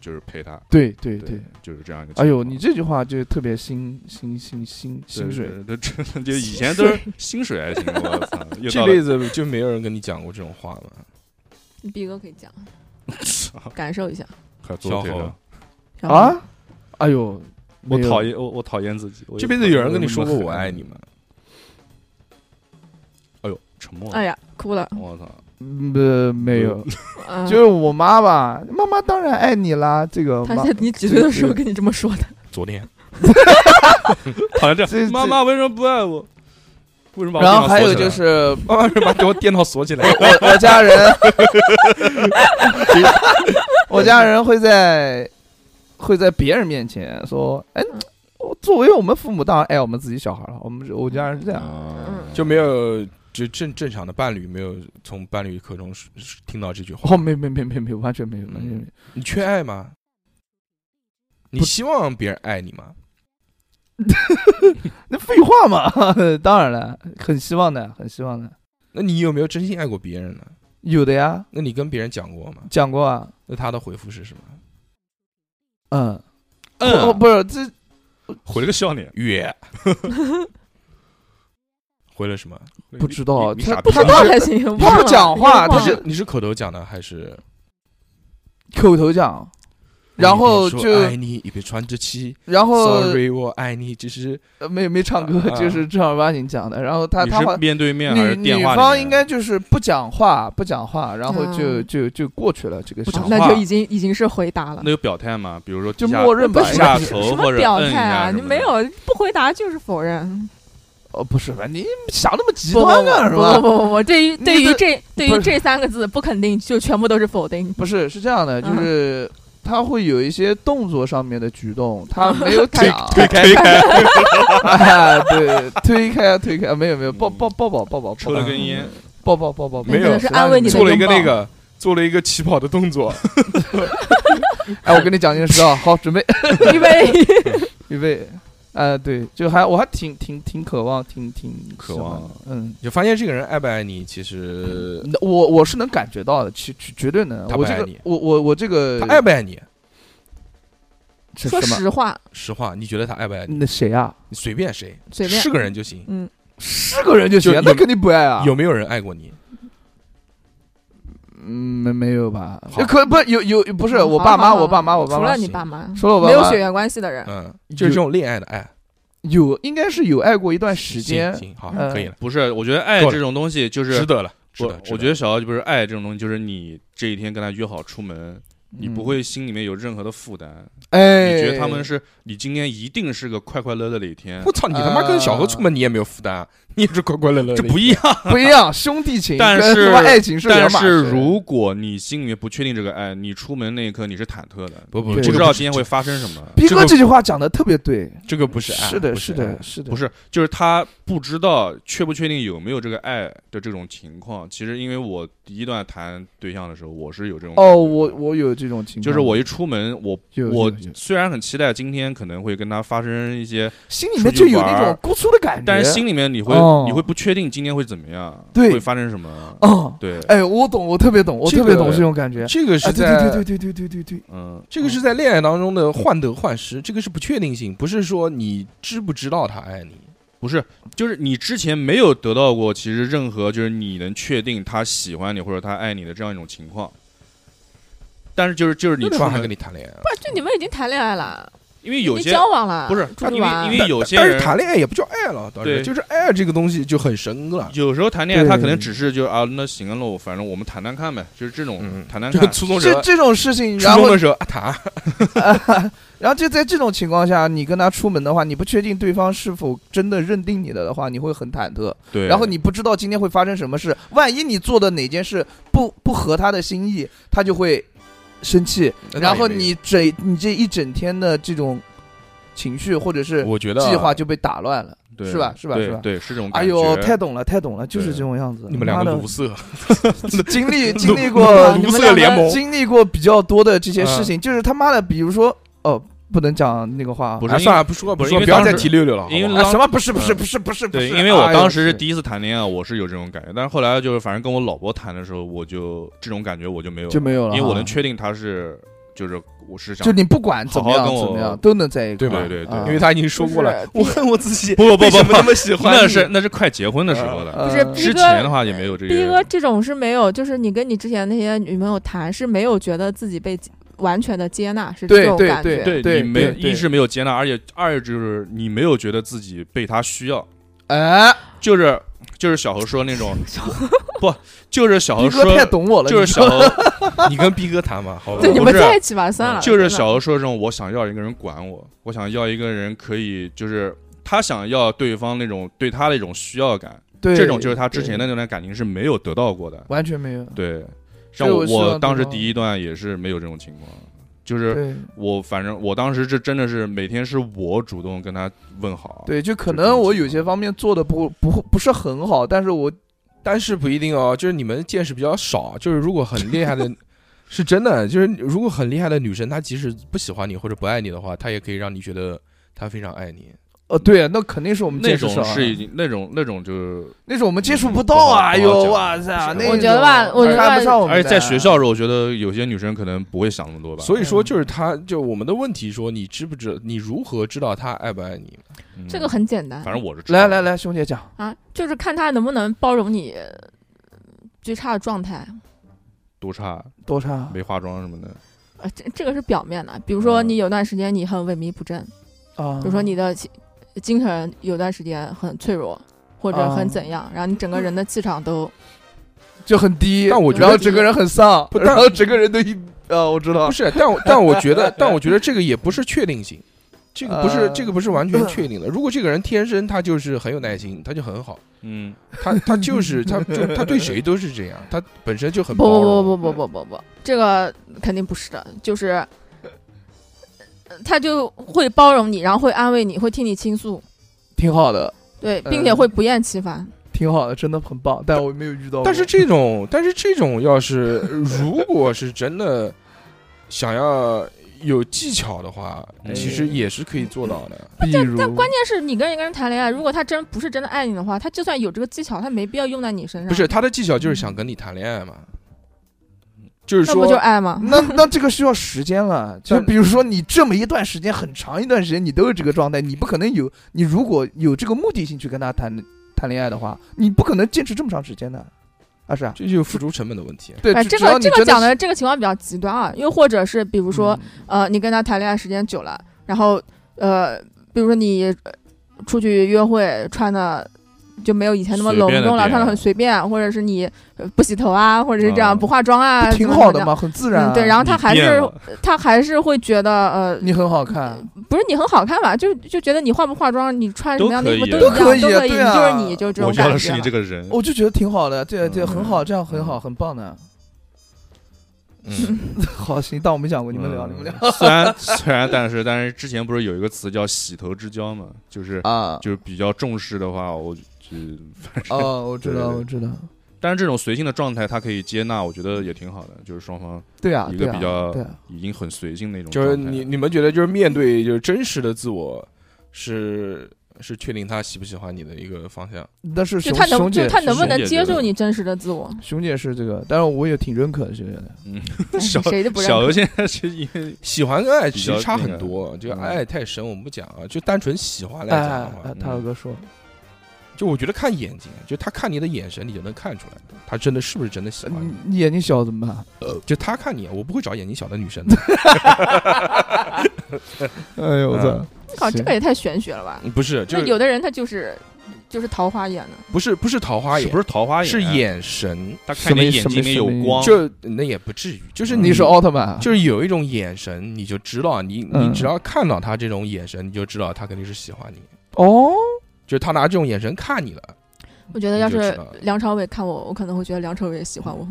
Speaker 6: 就是陪他。
Speaker 3: 对对
Speaker 6: 对
Speaker 3: 对，，
Speaker 6: 就是这样一个情况。
Speaker 3: 哎呦，你这句话就特别心心心心
Speaker 6: 对
Speaker 3: 心水，，
Speaker 6: 对对这真的就以前都是薪水还行，我操，又
Speaker 5: 这
Speaker 6: 到
Speaker 5: 辈
Speaker 6: 了
Speaker 5: 子就没有人跟你讲过这种话吗？
Speaker 4: 你逼哥可以讲， 感受一下。
Speaker 6: 快坐腿
Speaker 5: 小
Speaker 6: 了
Speaker 5: 猴。
Speaker 4: 小何，
Speaker 3: 啊，哎呦，
Speaker 6: 我
Speaker 3: 没有
Speaker 6: 讨厌我我讨厌自己。我
Speaker 5: 这辈子有人跟你说过我爱你吗？？
Speaker 6: 哎呦，沉默。
Speaker 4: 哎，呀，哭了。
Speaker 6: 我操！
Speaker 3: 嗯呃没有，
Speaker 4: 嗯，
Speaker 3: 就是我妈吧，妈妈当然爱你啦，这个
Speaker 4: 他
Speaker 3: 妈
Speaker 4: 在你几岁的时候跟你这么说的？
Speaker 5: 昨 天
Speaker 6: 讨厌这
Speaker 3: 这
Speaker 6: 样。妈妈为什么不爱我？为什么把我
Speaker 3: 然后
Speaker 6: 电脑
Speaker 3: 还
Speaker 6: 锁
Speaker 3: 有
Speaker 6: 起来
Speaker 3: 就
Speaker 6: 了
Speaker 3: 是
Speaker 5: 妈妈是哦把给我电脑锁起来，
Speaker 3: 我我家人，我家人会在会在别人面前说，哎，我作为我们父母当然爱我们自己小孩了，我们我家人是这样，
Speaker 6: 啊
Speaker 5: 就没有就正正常的伴侣没有从伴侣口中说听到这句
Speaker 6: 嗯
Speaker 5: 话。
Speaker 3: 哦，没没没没没，完全没有，完全没有。
Speaker 5: 你缺爱吗？你
Speaker 3: 不
Speaker 5: 希望别人爱你吗？
Speaker 3: 那废话嘛， 当然了，很希望的，很希望的，
Speaker 5: 那你有没有真心爱过别人呢？
Speaker 3: 有的呀，
Speaker 5: 那你跟别人讲过吗？
Speaker 3: 讲过啊，
Speaker 5: 那他的回复是什么？
Speaker 3: 嗯，
Speaker 6: 嗯
Speaker 3: 哦，不是这
Speaker 6: 回了个笑脸。
Speaker 5: 月 回了什么？
Speaker 3: 不知道
Speaker 6: 你你
Speaker 3: 他
Speaker 6: 傻
Speaker 3: 不
Speaker 6: 逼
Speaker 3: 他
Speaker 4: 知道 还行，
Speaker 3: 不
Speaker 4: 忘了
Speaker 3: 讲话
Speaker 5: 你
Speaker 4: 忘了
Speaker 3: 他
Speaker 5: 啊是你是口头讲的还是？
Speaker 3: 口头讲，然后
Speaker 5: 你
Speaker 6: 哎
Speaker 5: 别
Speaker 3: 就
Speaker 5: 说爱你一别传之期
Speaker 3: 然后
Speaker 5: ，sorry 我爱你，只是
Speaker 3: 呃没没唱歌，
Speaker 5: 啊
Speaker 3: 就是正儿八经讲的，然后他
Speaker 6: 你
Speaker 3: 他
Speaker 6: 是
Speaker 3: 好。
Speaker 6: 面对面还是
Speaker 3: 女
Speaker 6: 电
Speaker 3: 女
Speaker 6: 话里面？
Speaker 3: 方应该就是不讲话，不讲话，然后就
Speaker 4: 嗯
Speaker 3: 就就过去了这个事
Speaker 6: 不讲
Speaker 3: 情，
Speaker 6: 话
Speaker 4: 那就已经已经是回答了
Speaker 6: 那。有表态吗？比如说
Speaker 3: 就
Speaker 6: 低下
Speaker 3: 默认吧
Speaker 4: 不。是
Speaker 3: 应
Speaker 6: 下
Speaker 3: 该
Speaker 6: 头
Speaker 3: 是
Speaker 4: 什
Speaker 6: 或
Speaker 4: 么
Speaker 6: 者
Speaker 4: 表
Speaker 6: 摁一
Speaker 4: 态啊？
Speaker 6: 下什
Speaker 4: 你
Speaker 6: 么
Speaker 4: 没
Speaker 6: 的
Speaker 4: 有不回答就是 否认。
Speaker 3: 哦，不是吧？你想那么极
Speaker 4: 不
Speaker 3: 端干什
Speaker 4: 不不
Speaker 3: 么？
Speaker 4: 不不不，对于
Speaker 3: 你
Speaker 4: 对于
Speaker 3: 的
Speaker 4: 这对
Speaker 3: 不
Speaker 4: 于
Speaker 3: 是
Speaker 4: 这三个字不肯定，就全部都是否定。
Speaker 3: 不是，是这样的，就是他会有一些动作上面的举动，他没有
Speaker 5: 推
Speaker 3: 讲，
Speaker 5: 推开
Speaker 3: 啊，对，推开推开，没有没有，抱抱抱抱抱抱，
Speaker 6: 抽了根烟，
Speaker 3: 抱抱抱抱，
Speaker 5: 没有
Speaker 4: 可能是安慰你的
Speaker 5: 做了一个
Speaker 4: 拥抱
Speaker 5: 那个做了一个起跑的动作，
Speaker 3: 哎，我跟你讲件事啊，好，准备
Speaker 4: 因为
Speaker 3: 预备，呃，对，就还我还挺挺挺渴望，挺挺
Speaker 6: 渴
Speaker 3: 喜欢
Speaker 6: 望
Speaker 3: 的嗯。
Speaker 5: 就发现这个人爱不爱你，其实
Speaker 3: 那我我是能感觉到的，绝绝绝对能。
Speaker 5: 他不
Speaker 3: 我这
Speaker 5: 爱
Speaker 3: 个
Speaker 5: 你，
Speaker 3: 我我我这个
Speaker 5: 他爱不爱你？
Speaker 3: 是
Speaker 4: 说
Speaker 3: 什么？
Speaker 4: 实话，
Speaker 5: 实话，你觉得他爱不爱你？
Speaker 3: 那谁啊？
Speaker 5: 你随便谁，
Speaker 4: 随便
Speaker 5: 是个人就行。
Speaker 4: 嗯，
Speaker 3: 是个人就行
Speaker 5: 就，
Speaker 3: 那
Speaker 5: 有
Speaker 3: 肯定不爱啊。
Speaker 5: 有没有人爱过你？
Speaker 3: 嗯，没没有吧？
Speaker 5: 好
Speaker 3: 可不有有不是
Speaker 4: 嗯
Speaker 3: 我
Speaker 4: 好
Speaker 3: 爸妈，
Speaker 4: 好好
Speaker 3: 我爸妈，我爸
Speaker 4: 除
Speaker 3: 妈
Speaker 4: 了你爸妈，
Speaker 3: 除了我爸
Speaker 4: 没有
Speaker 3: 妈
Speaker 4: 血缘关系的人，
Speaker 5: 嗯，就是这种恋爱的爱。
Speaker 3: 有应该是有爱过一段时间
Speaker 5: 行，行好，
Speaker 3: 嗯
Speaker 5: 可以了，
Speaker 6: 不是，我觉得爱
Speaker 5: 够了
Speaker 6: 这种东西就是
Speaker 5: 值得了，值
Speaker 6: 我
Speaker 5: 得。值
Speaker 6: 我觉得小妖就是爱这种东西，就是你这一天跟他约好出门，你不
Speaker 3: 嗯
Speaker 6: 会心里面有任何的负担，
Speaker 3: 哎，
Speaker 6: 你觉得他们是你今天一定是个快快乐乐的一天
Speaker 5: 我。操，你他妈跟小何出门你也没有负担啊，你也是快快乐乐的，
Speaker 6: 这不一样，
Speaker 3: 不一样，兄弟情，
Speaker 6: 但
Speaker 3: 跟
Speaker 6: 是
Speaker 3: 他妈爱情是
Speaker 6: 但
Speaker 3: 两码事
Speaker 6: 是如果你心里面不确定这个爱，你出门那一刻你是忐忑的，
Speaker 5: 不不，
Speaker 3: 对
Speaker 6: 不
Speaker 5: 这
Speaker 6: 知
Speaker 5: 个
Speaker 6: 道
Speaker 5: 不
Speaker 6: 今天会发生什么。
Speaker 3: 逼
Speaker 5: 这
Speaker 3: 哥
Speaker 5: 个
Speaker 3: 这句话讲的特别对，
Speaker 5: 这个不是哎爱，
Speaker 3: 是的，
Speaker 5: 不
Speaker 3: 是
Speaker 5: 爱
Speaker 3: 的，，是的，
Speaker 6: 不
Speaker 3: 是
Speaker 6: 是，就是他不知道确不确定有没有这个爱的这种情况。其实因为我第一段谈对象的时候，我是有这
Speaker 3: 哦，
Speaker 6: 种感觉的
Speaker 3: 我我有这种情况，
Speaker 6: 就是我一出门，我
Speaker 3: 有
Speaker 6: 我
Speaker 3: 有有
Speaker 6: 虽然很期待今天可能会跟他发生一些，
Speaker 3: 心里面就有那
Speaker 6: 出去玩
Speaker 3: 种
Speaker 6: 儿
Speaker 3: 姑苏的感觉，
Speaker 6: 但是心里面你会
Speaker 3: 哦
Speaker 6: 你会不确定今天会怎么样，
Speaker 3: 对
Speaker 6: 会发生什么，
Speaker 3: 哦，
Speaker 6: 对，
Speaker 3: 哎，我懂，我特别懂，我
Speaker 5: 这个
Speaker 3: 特别懂这种感觉，
Speaker 5: 这个
Speaker 3: 哎
Speaker 5: 是
Speaker 3: 对
Speaker 5: 在
Speaker 3: 对对对对对对对对，
Speaker 6: 嗯，
Speaker 5: 这个是在恋爱当中的患得患失，这个是不确定性，不是说你知不知道他爱你，
Speaker 6: 不是，就是你之前没有得到过，其实任何就是你能确定他喜欢你或者他爱你的这样一种情况。但是就是就是你
Speaker 5: 那对
Speaker 6: 出
Speaker 5: 方还跟
Speaker 6: 门，
Speaker 5: 你谈恋爱啊，
Speaker 4: 不是就你们已经谈恋爱了，
Speaker 6: 因为
Speaker 4: 已
Speaker 6: 有
Speaker 4: 经
Speaker 6: 些
Speaker 4: 交往了，
Speaker 6: 不是
Speaker 4: 出去
Speaker 6: 因为
Speaker 4: 玩，
Speaker 6: 因为有些
Speaker 5: 但是
Speaker 6: 人
Speaker 5: 谈恋爱也不叫爱了，倒是
Speaker 6: 对
Speaker 5: 就是爱这个东西就很深了。
Speaker 6: 有时候谈恋爱，他可
Speaker 3: 对
Speaker 6: 能只是就啊，那行了，我反正我们谈谈看呗，就是这
Speaker 5: 嗯
Speaker 6: 种谈谈
Speaker 5: 就
Speaker 6: 看。
Speaker 5: 初中时
Speaker 3: 这
Speaker 5: 候，
Speaker 3: 这种事情，
Speaker 5: 初
Speaker 3: 然
Speaker 5: 中
Speaker 3: 后
Speaker 5: 的时候啊，谈
Speaker 3: 然后就 在这种情况下，你跟他出门的话，你不确定对方是否真的认定你的的话，你会很忐忑。
Speaker 6: 对，
Speaker 3: 然后你不知道今天会发生什么事，万一你做的哪件事不不合他的心意，他就会生气。然后你整你这一整天的这种情绪或者是
Speaker 5: 我觉得啊
Speaker 3: 计划就被打乱了。
Speaker 6: 对
Speaker 3: 是吧是吧
Speaker 6: 对
Speaker 3: 是吧
Speaker 6: 对，是这种感
Speaker 3: 哎
Speaker 6: 觉。
Speaker 3: 呦，太懂了，太懂了，就是
Speaker 6: 对
Speaker 3: 这种样子。
Speaker 5: 你们两
Speaker 3: 妈
Speaker 5: 个
Speaker 3: 的
Speaker 5: 卢瑟，
Speaker 3: 经历经历
Speaker 4: 哇
Speaker 3: 过
Speaker 4: 你
Speaker 5: 卢
Speaker 4: 们
Speaker 5: 瑟
Speaker 4: 两个
Speaker 5: 联盟，
Speaker 3: 经历过比较多的这些
Speaker 6: 嗯
Speaker 3: 事情，就是他妈的，比如说哦，不能讲那个话啊
Speaker 6: 不
Speaker 5: 啊，
Speaker 6: 是因为
Speaker 5: 算了，不说，不
Speaker 6: 不是
Speaker 5: 说，
Speaker 6: 因为
Speaker 5: 不要
Speaker 6: 当
Speaker 5: 再
Speaker 6: 时
Speaker 5: 提六六了，好不好
Speaker 6: 因为
Speaker 3: 啊，
Speaker 6: 当
Speaker 3: 什么不是不是
Speaker 6: 嗯
Speaker 3: 不是不 是不
Speaker 6: 对，
Speaker 3: 是，
Speaker 6: 因为我
Speaker 3: 哎呦
Speaker 6: 当时是
Speaker 3: 是
Speaker 6: 第一次谈恋爱，我是有这种感觉，但是后来就是反正跟我老婆谈的时候，我就这种感觉我就没有，
Speaker 3: 就没有了哈，啊
Speaker 6: 因为我能确定他是就是我是想
Speaker 3: 就你不管怎么样
Speaker 6: 好好跟我
Speaker 3: 怎么样都能在一块
Speaker 5: 对
Speaker 3: 儿，啊
Speaker 5: 吧？
Speaker 6: 对对
Speaker 3: 对
Speaker 5: 因为他已经说过了，
Speaker 4: 不
Speaker 5: 我
Speaker 4: 是
Speaker 5: 恨我自己，
Speaker 6: 不不不
Speaker 5: 为什
Speaker 6: 不
Speaker 5: 么那么喜欢你
Speaker 6: 那是那是快结婚的时候了，
Speaker 3: 呃
Speaker 4: 不是
Speaker 6: 之
Speaker 4: 逼哥
Speaker 6: 前的话也没有这
Speaker 4: 逼
Speaker 6: 个
Speaker 4: 哥。这种是没有，就是你跟你之前那些女朋友谈是没有觉得自己被完全的接纳，是这
Speaker 3: 对
Speaker 4: 种
Speaker 3: 对
Speaker 4: 感觉。
Speaker 3: 对
Speaker 6: 对你没
Speaker 3: 对对
Speaker 6: 一是没有接纳，而且二就是你没有觉得自己被他需要，
Speaker 3: 哎，
Speaker 6: 就是就是小何说那种不，就是小
Speaker 3: 逼
Speaker 6: 何
Speaker 3: 哥太
Speaker 6: 说
Speaker 3: 懂我了，
Speaker 6: 就
Speaker 3: 你
Speaker 6: 是小 何
Speaker 5: 你跟逼哥谈吧，好吧
Speaker 4: 对，？你
Speaker 6: 不
Speaker 4: 们
Speaker 6: 是
Speaker 4: 在一起吧，算了。
Speaker 6: 就
Speaker 4: 啊
Speaker 6: 是
Speaker 4: 真的
Speaker 6: 小何说这种，我想要一个人管我，我想要一个人可以，就是他想要对方那种对他的一种需要感，
Speaker 3: 对
Speaker 6: 这种就是他之前的
Speaker 3: 对
Speaker 6: 那段感情是没有得到过的。
Speaker 3: 完全没有，
Speaker 6: 对，
Speaker 3: 这
Speaker 6: 像我
Speaker 3: 我希望
Speaker 6: 我当
Speaker 3: 得
Speaker 6: 时
Speaker 3: 到
Speaker 6: 第一段也是没有这种情况，就是
Speaker 3: 对
Speaker 6: 我反正我当时这真的是每天是我主动跟他问好，
Speaker 3: 对，就可能我有些方面做的不不不是很好，但是我
Speaker 5: 但是不一定哦，就是你们见识比较少，就是如果很厉 害的。是真的，就是如果很厉害的女生，她即使不喜欢你或者不爱你的话，她也可以让你觉得她非常爱你。
Speaker 3: 呃，对，那肯定是我们
Speaker 6: 那
Speaker 3: 见识少
Speaker 6: 种
Speaker 3: 啊，
Speaker 6: 是已经那种那种就是，
Speaker 3: 那是我们接触不到
Speaker 6: 不好
Speaker 3: 啊，哎
Speaker 6: 不好
Speaker 3: 呦，
Speaker 6: 讲
Speaker 3: 哇塞，
Speaker 6: 不
Speaker 3: 那
Speaker 6: 是
Speaker 4: 我觉得吧
Speaker 3: 种
Speaker 4: 我觉得
Speaker 3: 看不上我们的，
Speaker 6: 而且在学校的时候，我觉得有些女生可能不会想那么多吧，
Speaker 5: 所以说，
Speaker 3: 嗯
Speaker 5: 就是她，就我们的问题说，你知不知，你如何知道她爱不爱你？
Speaker 6: 嗯
Speaker 4: 这个很简单
Speaker 6: 反正我是知道
Speaker 3: 来
Speaker 6: 的
Speaker 3: 来来，兄弟讲，
Speaker 4: 啊，就是看他能不能包容你呃最差的状态。
Speaker 6: 多差
Speaker 3: 多差，啊
Speaker 6: 没化妆什么的。
Speaker 4: 呃，这这个是表面的，比如说
Speaker 6: 嗯
Speaker 4: 你有段时间你很萎靡不振，
Speaker 3: 啊，
Speaker 4: 比如说你的精精神有段时间很脆弱，或者
Speaker 6: 嗯
Speaker 4: 很怎样，然后你整个人的气场都
Speaker 3: 就很低，
Speaker 5: 但我觉
Speaker 3: 然后
Speaker 5: 得
Speaker 4: 这
Speaker 3: 整个人很丧，
Speaker 5: 不
Speaker 3: 然后整个人都一啊，我知道
Speaker 5: 不，是，但 我但我觉得，但我觉得这个也不是确定性，这个不是
Speaker 3: 呃
Speaker 5: 这个不是完全确 定的。如果这个人天生他就是很有耐心，他就很好，
Speaker 6: 嗯，
Speaker 5: 他他就是他就他对谁都是这样，他本身就很
Speaker 4: 不
Speaker 5: 包容。
Speaker 4: 不不不不不不不，这个肯定不是的，就是呃他就会包容你，然后会安慰你，会听你倾诉，
Speaker 3: 挺好的，
Speaker 4: 对，
Speaker 3: 嗯
Speaker 4: 并且会不厌其烦。
Speaker 3: 挺好的，真的很棒，但我没有遇到过，
Speaker 5: 但是这种，但是这种要 是如果是真的想要有技巧的话，
Speaker 6: 哎
Speaker 5: 其实也是可以做到
Speaker 4: 嗯
Speaker 5: 的。
Speaker 3: 比如，但关键
Speaker 4: 但是你跟一个人谈恋爱，如果他真不是真的爱你的话，他就算有这个技巧，他没必要用在你身上，
Speaker 5: 不是他的技巧就是想跟你谈恋爱嘛，就是
Speaker 4: 那不就
Speaker 5: 说。
Speaker 4: 爱吗？
Speaker 3: 那那这个需要时间了，就
Speaker 5: 但
Speaker 3: 比如说你这么一段时间很长一段时间，你都是这个状态，你不可能有你如果有这个目的性去跟他谈谈恋爱的话，你不可能坚持这么长时间的。啊是啊，
Speaker 5: 这就有付出成本的问题。
Speaker 3: 对，
Speaker 4: 哎，
Speaker 3: 只
Speaker 4: 这
Speaker 3: 只要
Speaker 4: 个
Speaker 3: 你
Speaker 4: 这个
Speaker 3: 真
Speaker 4: 讲
Speaker 3: 的
Speaker 4: 的这个情况比较极端啊，又或者是比如
Speaker 3: 是
Speaker 4: 说，
Speaker 3: 嗯
Speaker 4: 呃，你跟他谈恋爱时间久了，然后呃，比如说你呃出去约会穿的就没有以前那么
Speaker 6: 随
Speaker 4: 隆
Speaker 6: 便的
Speaker 4: 重了，
Speaker 6: 点
Speaker 4: 穿的很随便，或者是你呃不洗头啊，或者是这样、
Speaker 6: 嗯
Speaker 4: 不化妆啊，
Speaker 3: 不挺
Speaker 4: 怎么
Speaker 3: 好
Speaker 4: 怎
Speaker 3: 的
Speaker 4: 么样？
Speaker 3: 嘛，很自然啊。
Speaker 4: 嗯，对，然后他
Speaker 6: 你
Speaker 4: 还
Speaker 6: 变
Speaker 4: 是
Speaker 6: 了
Speaker 4: 他还是会觉得呃，
Speaker 3: 你很好看，
Speaker 4: 不是你很好看吧？就就觉得你化不化妆，你穿什么样的衣服
Speaker 6: 都
Speaker 4: 一
Speaker 6: 可
Speaker 4: 样，都
Speaker 3: 以都
Speaker 4: 可
Speaker 3: 可以
Speaker 4: 你
Speaker 3: 对啊
Speaker 4: 就是你，就这
Speaker 6: 我
Speaker 4: 种
Speaker 6: 要
Speaker 4: 感
Speaker 6: 的是
Speaker 4: 觉
Speaker 6: 你。这个 人。
Speaker 3: 我就觉得挺好的，这这很好，
Speaker 4: 嗯
Speaker 3: 这样很好，很棒的。
Speaker 6: 嗯，
Speaker 3: 好，行，当我没讲过，你们聊，你们聊
Speaker 6: 聊。虽然虽然，但是但是之前不是有一个词叫“洗头之交”嘛，就是
Speaker 3: 啊。
Speaker 6: 就是比较重视的话，我就反正，
Speaker 3: 哦，我知道，我知道。
Speaker 6: 但是这种随性的状态，他可以接纳，我觉得也挺好的，就是双方
Speaker 3: 对啊，
Speaker 6: 一
Speaker 3: 对
Speaker 6: 个
Speaker 3: 啊
Speaker 6: 比较
Speaker 3: 对啊，
Speaker 6: 已经很随性那种
Speaker 5: 就
Speaker 6: 状态
Speaker 5: 是
Speaker 6: 了。
Speaker 5: 你你们觉得，就是面对就是真实的自我，是是确定他喜不喜欢你的一个方向。
Speaker 3: 但是
Speaker 4: 就
Speaker 3: 熊
Speaker 4: 他能
Speaker 3: 熊
Speaker 4: 就
Speaker 3: 姐，
Speaker 4: 他能不
Speaker 6: 熊
Speaker 4: 能
Speaker 6: 姐
Speaker 4: 接
Speaker 6: 觉
Speaker 4: 受
Speaker 6: 得
Speaker 4: 你真实的自我？
Speaker 3: 熊姐是这个，但是我也挺认可熊姐的。
Speaker 4: 哎
Speaker 6: 小
Speaker 4: 谁都不认
Speaker 6: 小
Speaker 4: 可
Speaker 6: 游。现在 是因为
Speaker 5: 喜欢跟爱其
Speaker 6: 比
Speaker 5: 实
Speaker 6: 较
Speaker 5: 差
Speaker 6: 那个
Speaker 5: 很多，这个
Speaker 6: 嗯
Speaker 5: 爱太深，我们不讲啊，就单纯喜欢来
Speaker 3: 哎
Speaker 5: 讲的
Speaker 3: 哎，
Speaker 5: 话
Speaker 3: 哎，，大
Speaker 5: 嗯
Speaker 3: 哥说，
Speaker 5: 就我觉得看眼睛，啊就他看你的眼神，你就能看出来他真的是不是真的喜欢你。
Speaker 3: 你你眼睛小怎么办？
Speaker 6: 嗯
Speaker 5: 就他看你，我不会找眼睛小的女生的。
Speaker 3: 哎呦我操！
Speaker 4: 靠，这
Speaker 3: 行
Speaker 4: 个也太玄学了吧？
Speaker 5: 不 是，就
Speaker 4: 那
Speaker 5: 是
Speaker 4: 有的人他就是就是桃花眼的，
Speaker 5: 不是不是桃花
Speaker 6: 是
Speaker 5: 眼，
Speaker 6: 不是桃花眼？啊哦
Speaker 5: 是，眼神，
Speaker 6: 他看你眼睛里面有光，
Speaker 5: 就那也不至于，
Speaker 6: 嗯
Speaker 5: 就是
Speaker 3: 你是
Speaker 5: 哦，
Speaker 3: 奥特曼啊，
Speaker 5: 就是有一种眼神，你就知道你你
Speaker 3: 嗯
Speaker 5: 只要看到他这种眼神，你就知道他肯定是喜欢你，
Speaker 3: 哦，
Speaker 5: 就是他拿这种眼神看你了。
Speaker 4: 我觉得要
Speaker 5: 你就是知道了
Speaker 4: 梁朝伟看我，我可能会觉得梁朝伟也喜欢我。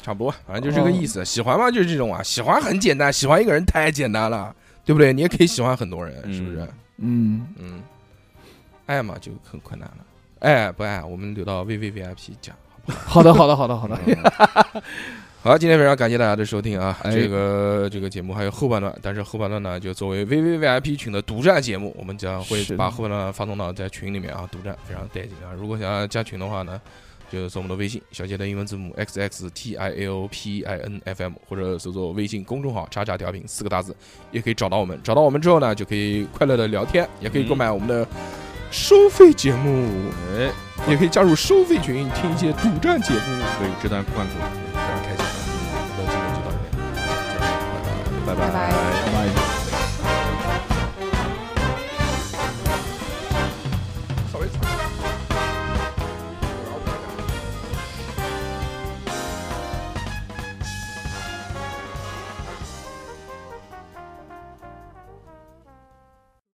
Speaker 5: 差不多，反正就是这个意
Speaker 6: 哦
Speaker 5: 思。喜欢嘛，就是这种啊，喜欢很简单，喜欢一个人太简单了，对不对？你也可以喜欢很多人，
Speaker 6: 嗯
Speaker 5: 是不是？
Speaker 3: 嗯，
Speaker 5: 嗯，爱嘛就很困难了。爱不爱，我们留到 V V V I P 讲。
Speaker 3: 好的，好的，好的，好的。
Speaker 5: 嗯 好，今天非常感谢大家的收听啊！
Speaker 3: 哎
Speaker 5: 这个这个节目还有后半段，但是后半段呢，就作为 V V V I P 群的独占节目，我们将会
Speaker 3: 是的
Speaker 5: 把后半段发送到在群里面啊，独占非常带劲啊！如果想要加群的话呢，就搜我们的微信小写的英文字母 x x t i a o p i n f m，或者搜索微信公众号“叉叉调频”四个大字，也可以找到我们。找到我们之后呢，就可以快乐的聊天，也可以购买我们的收费节目，
Speaker 6: 哎，
Speaker 5: 也可以加入收费群听一些独占节目。
Speaker 6: 可以这段贯口，
Speaker 5: 非常开心。那今天就到这边，
Speaker 6: 拜
Speaker 4: 拜拜
Speaker 3: 拜拜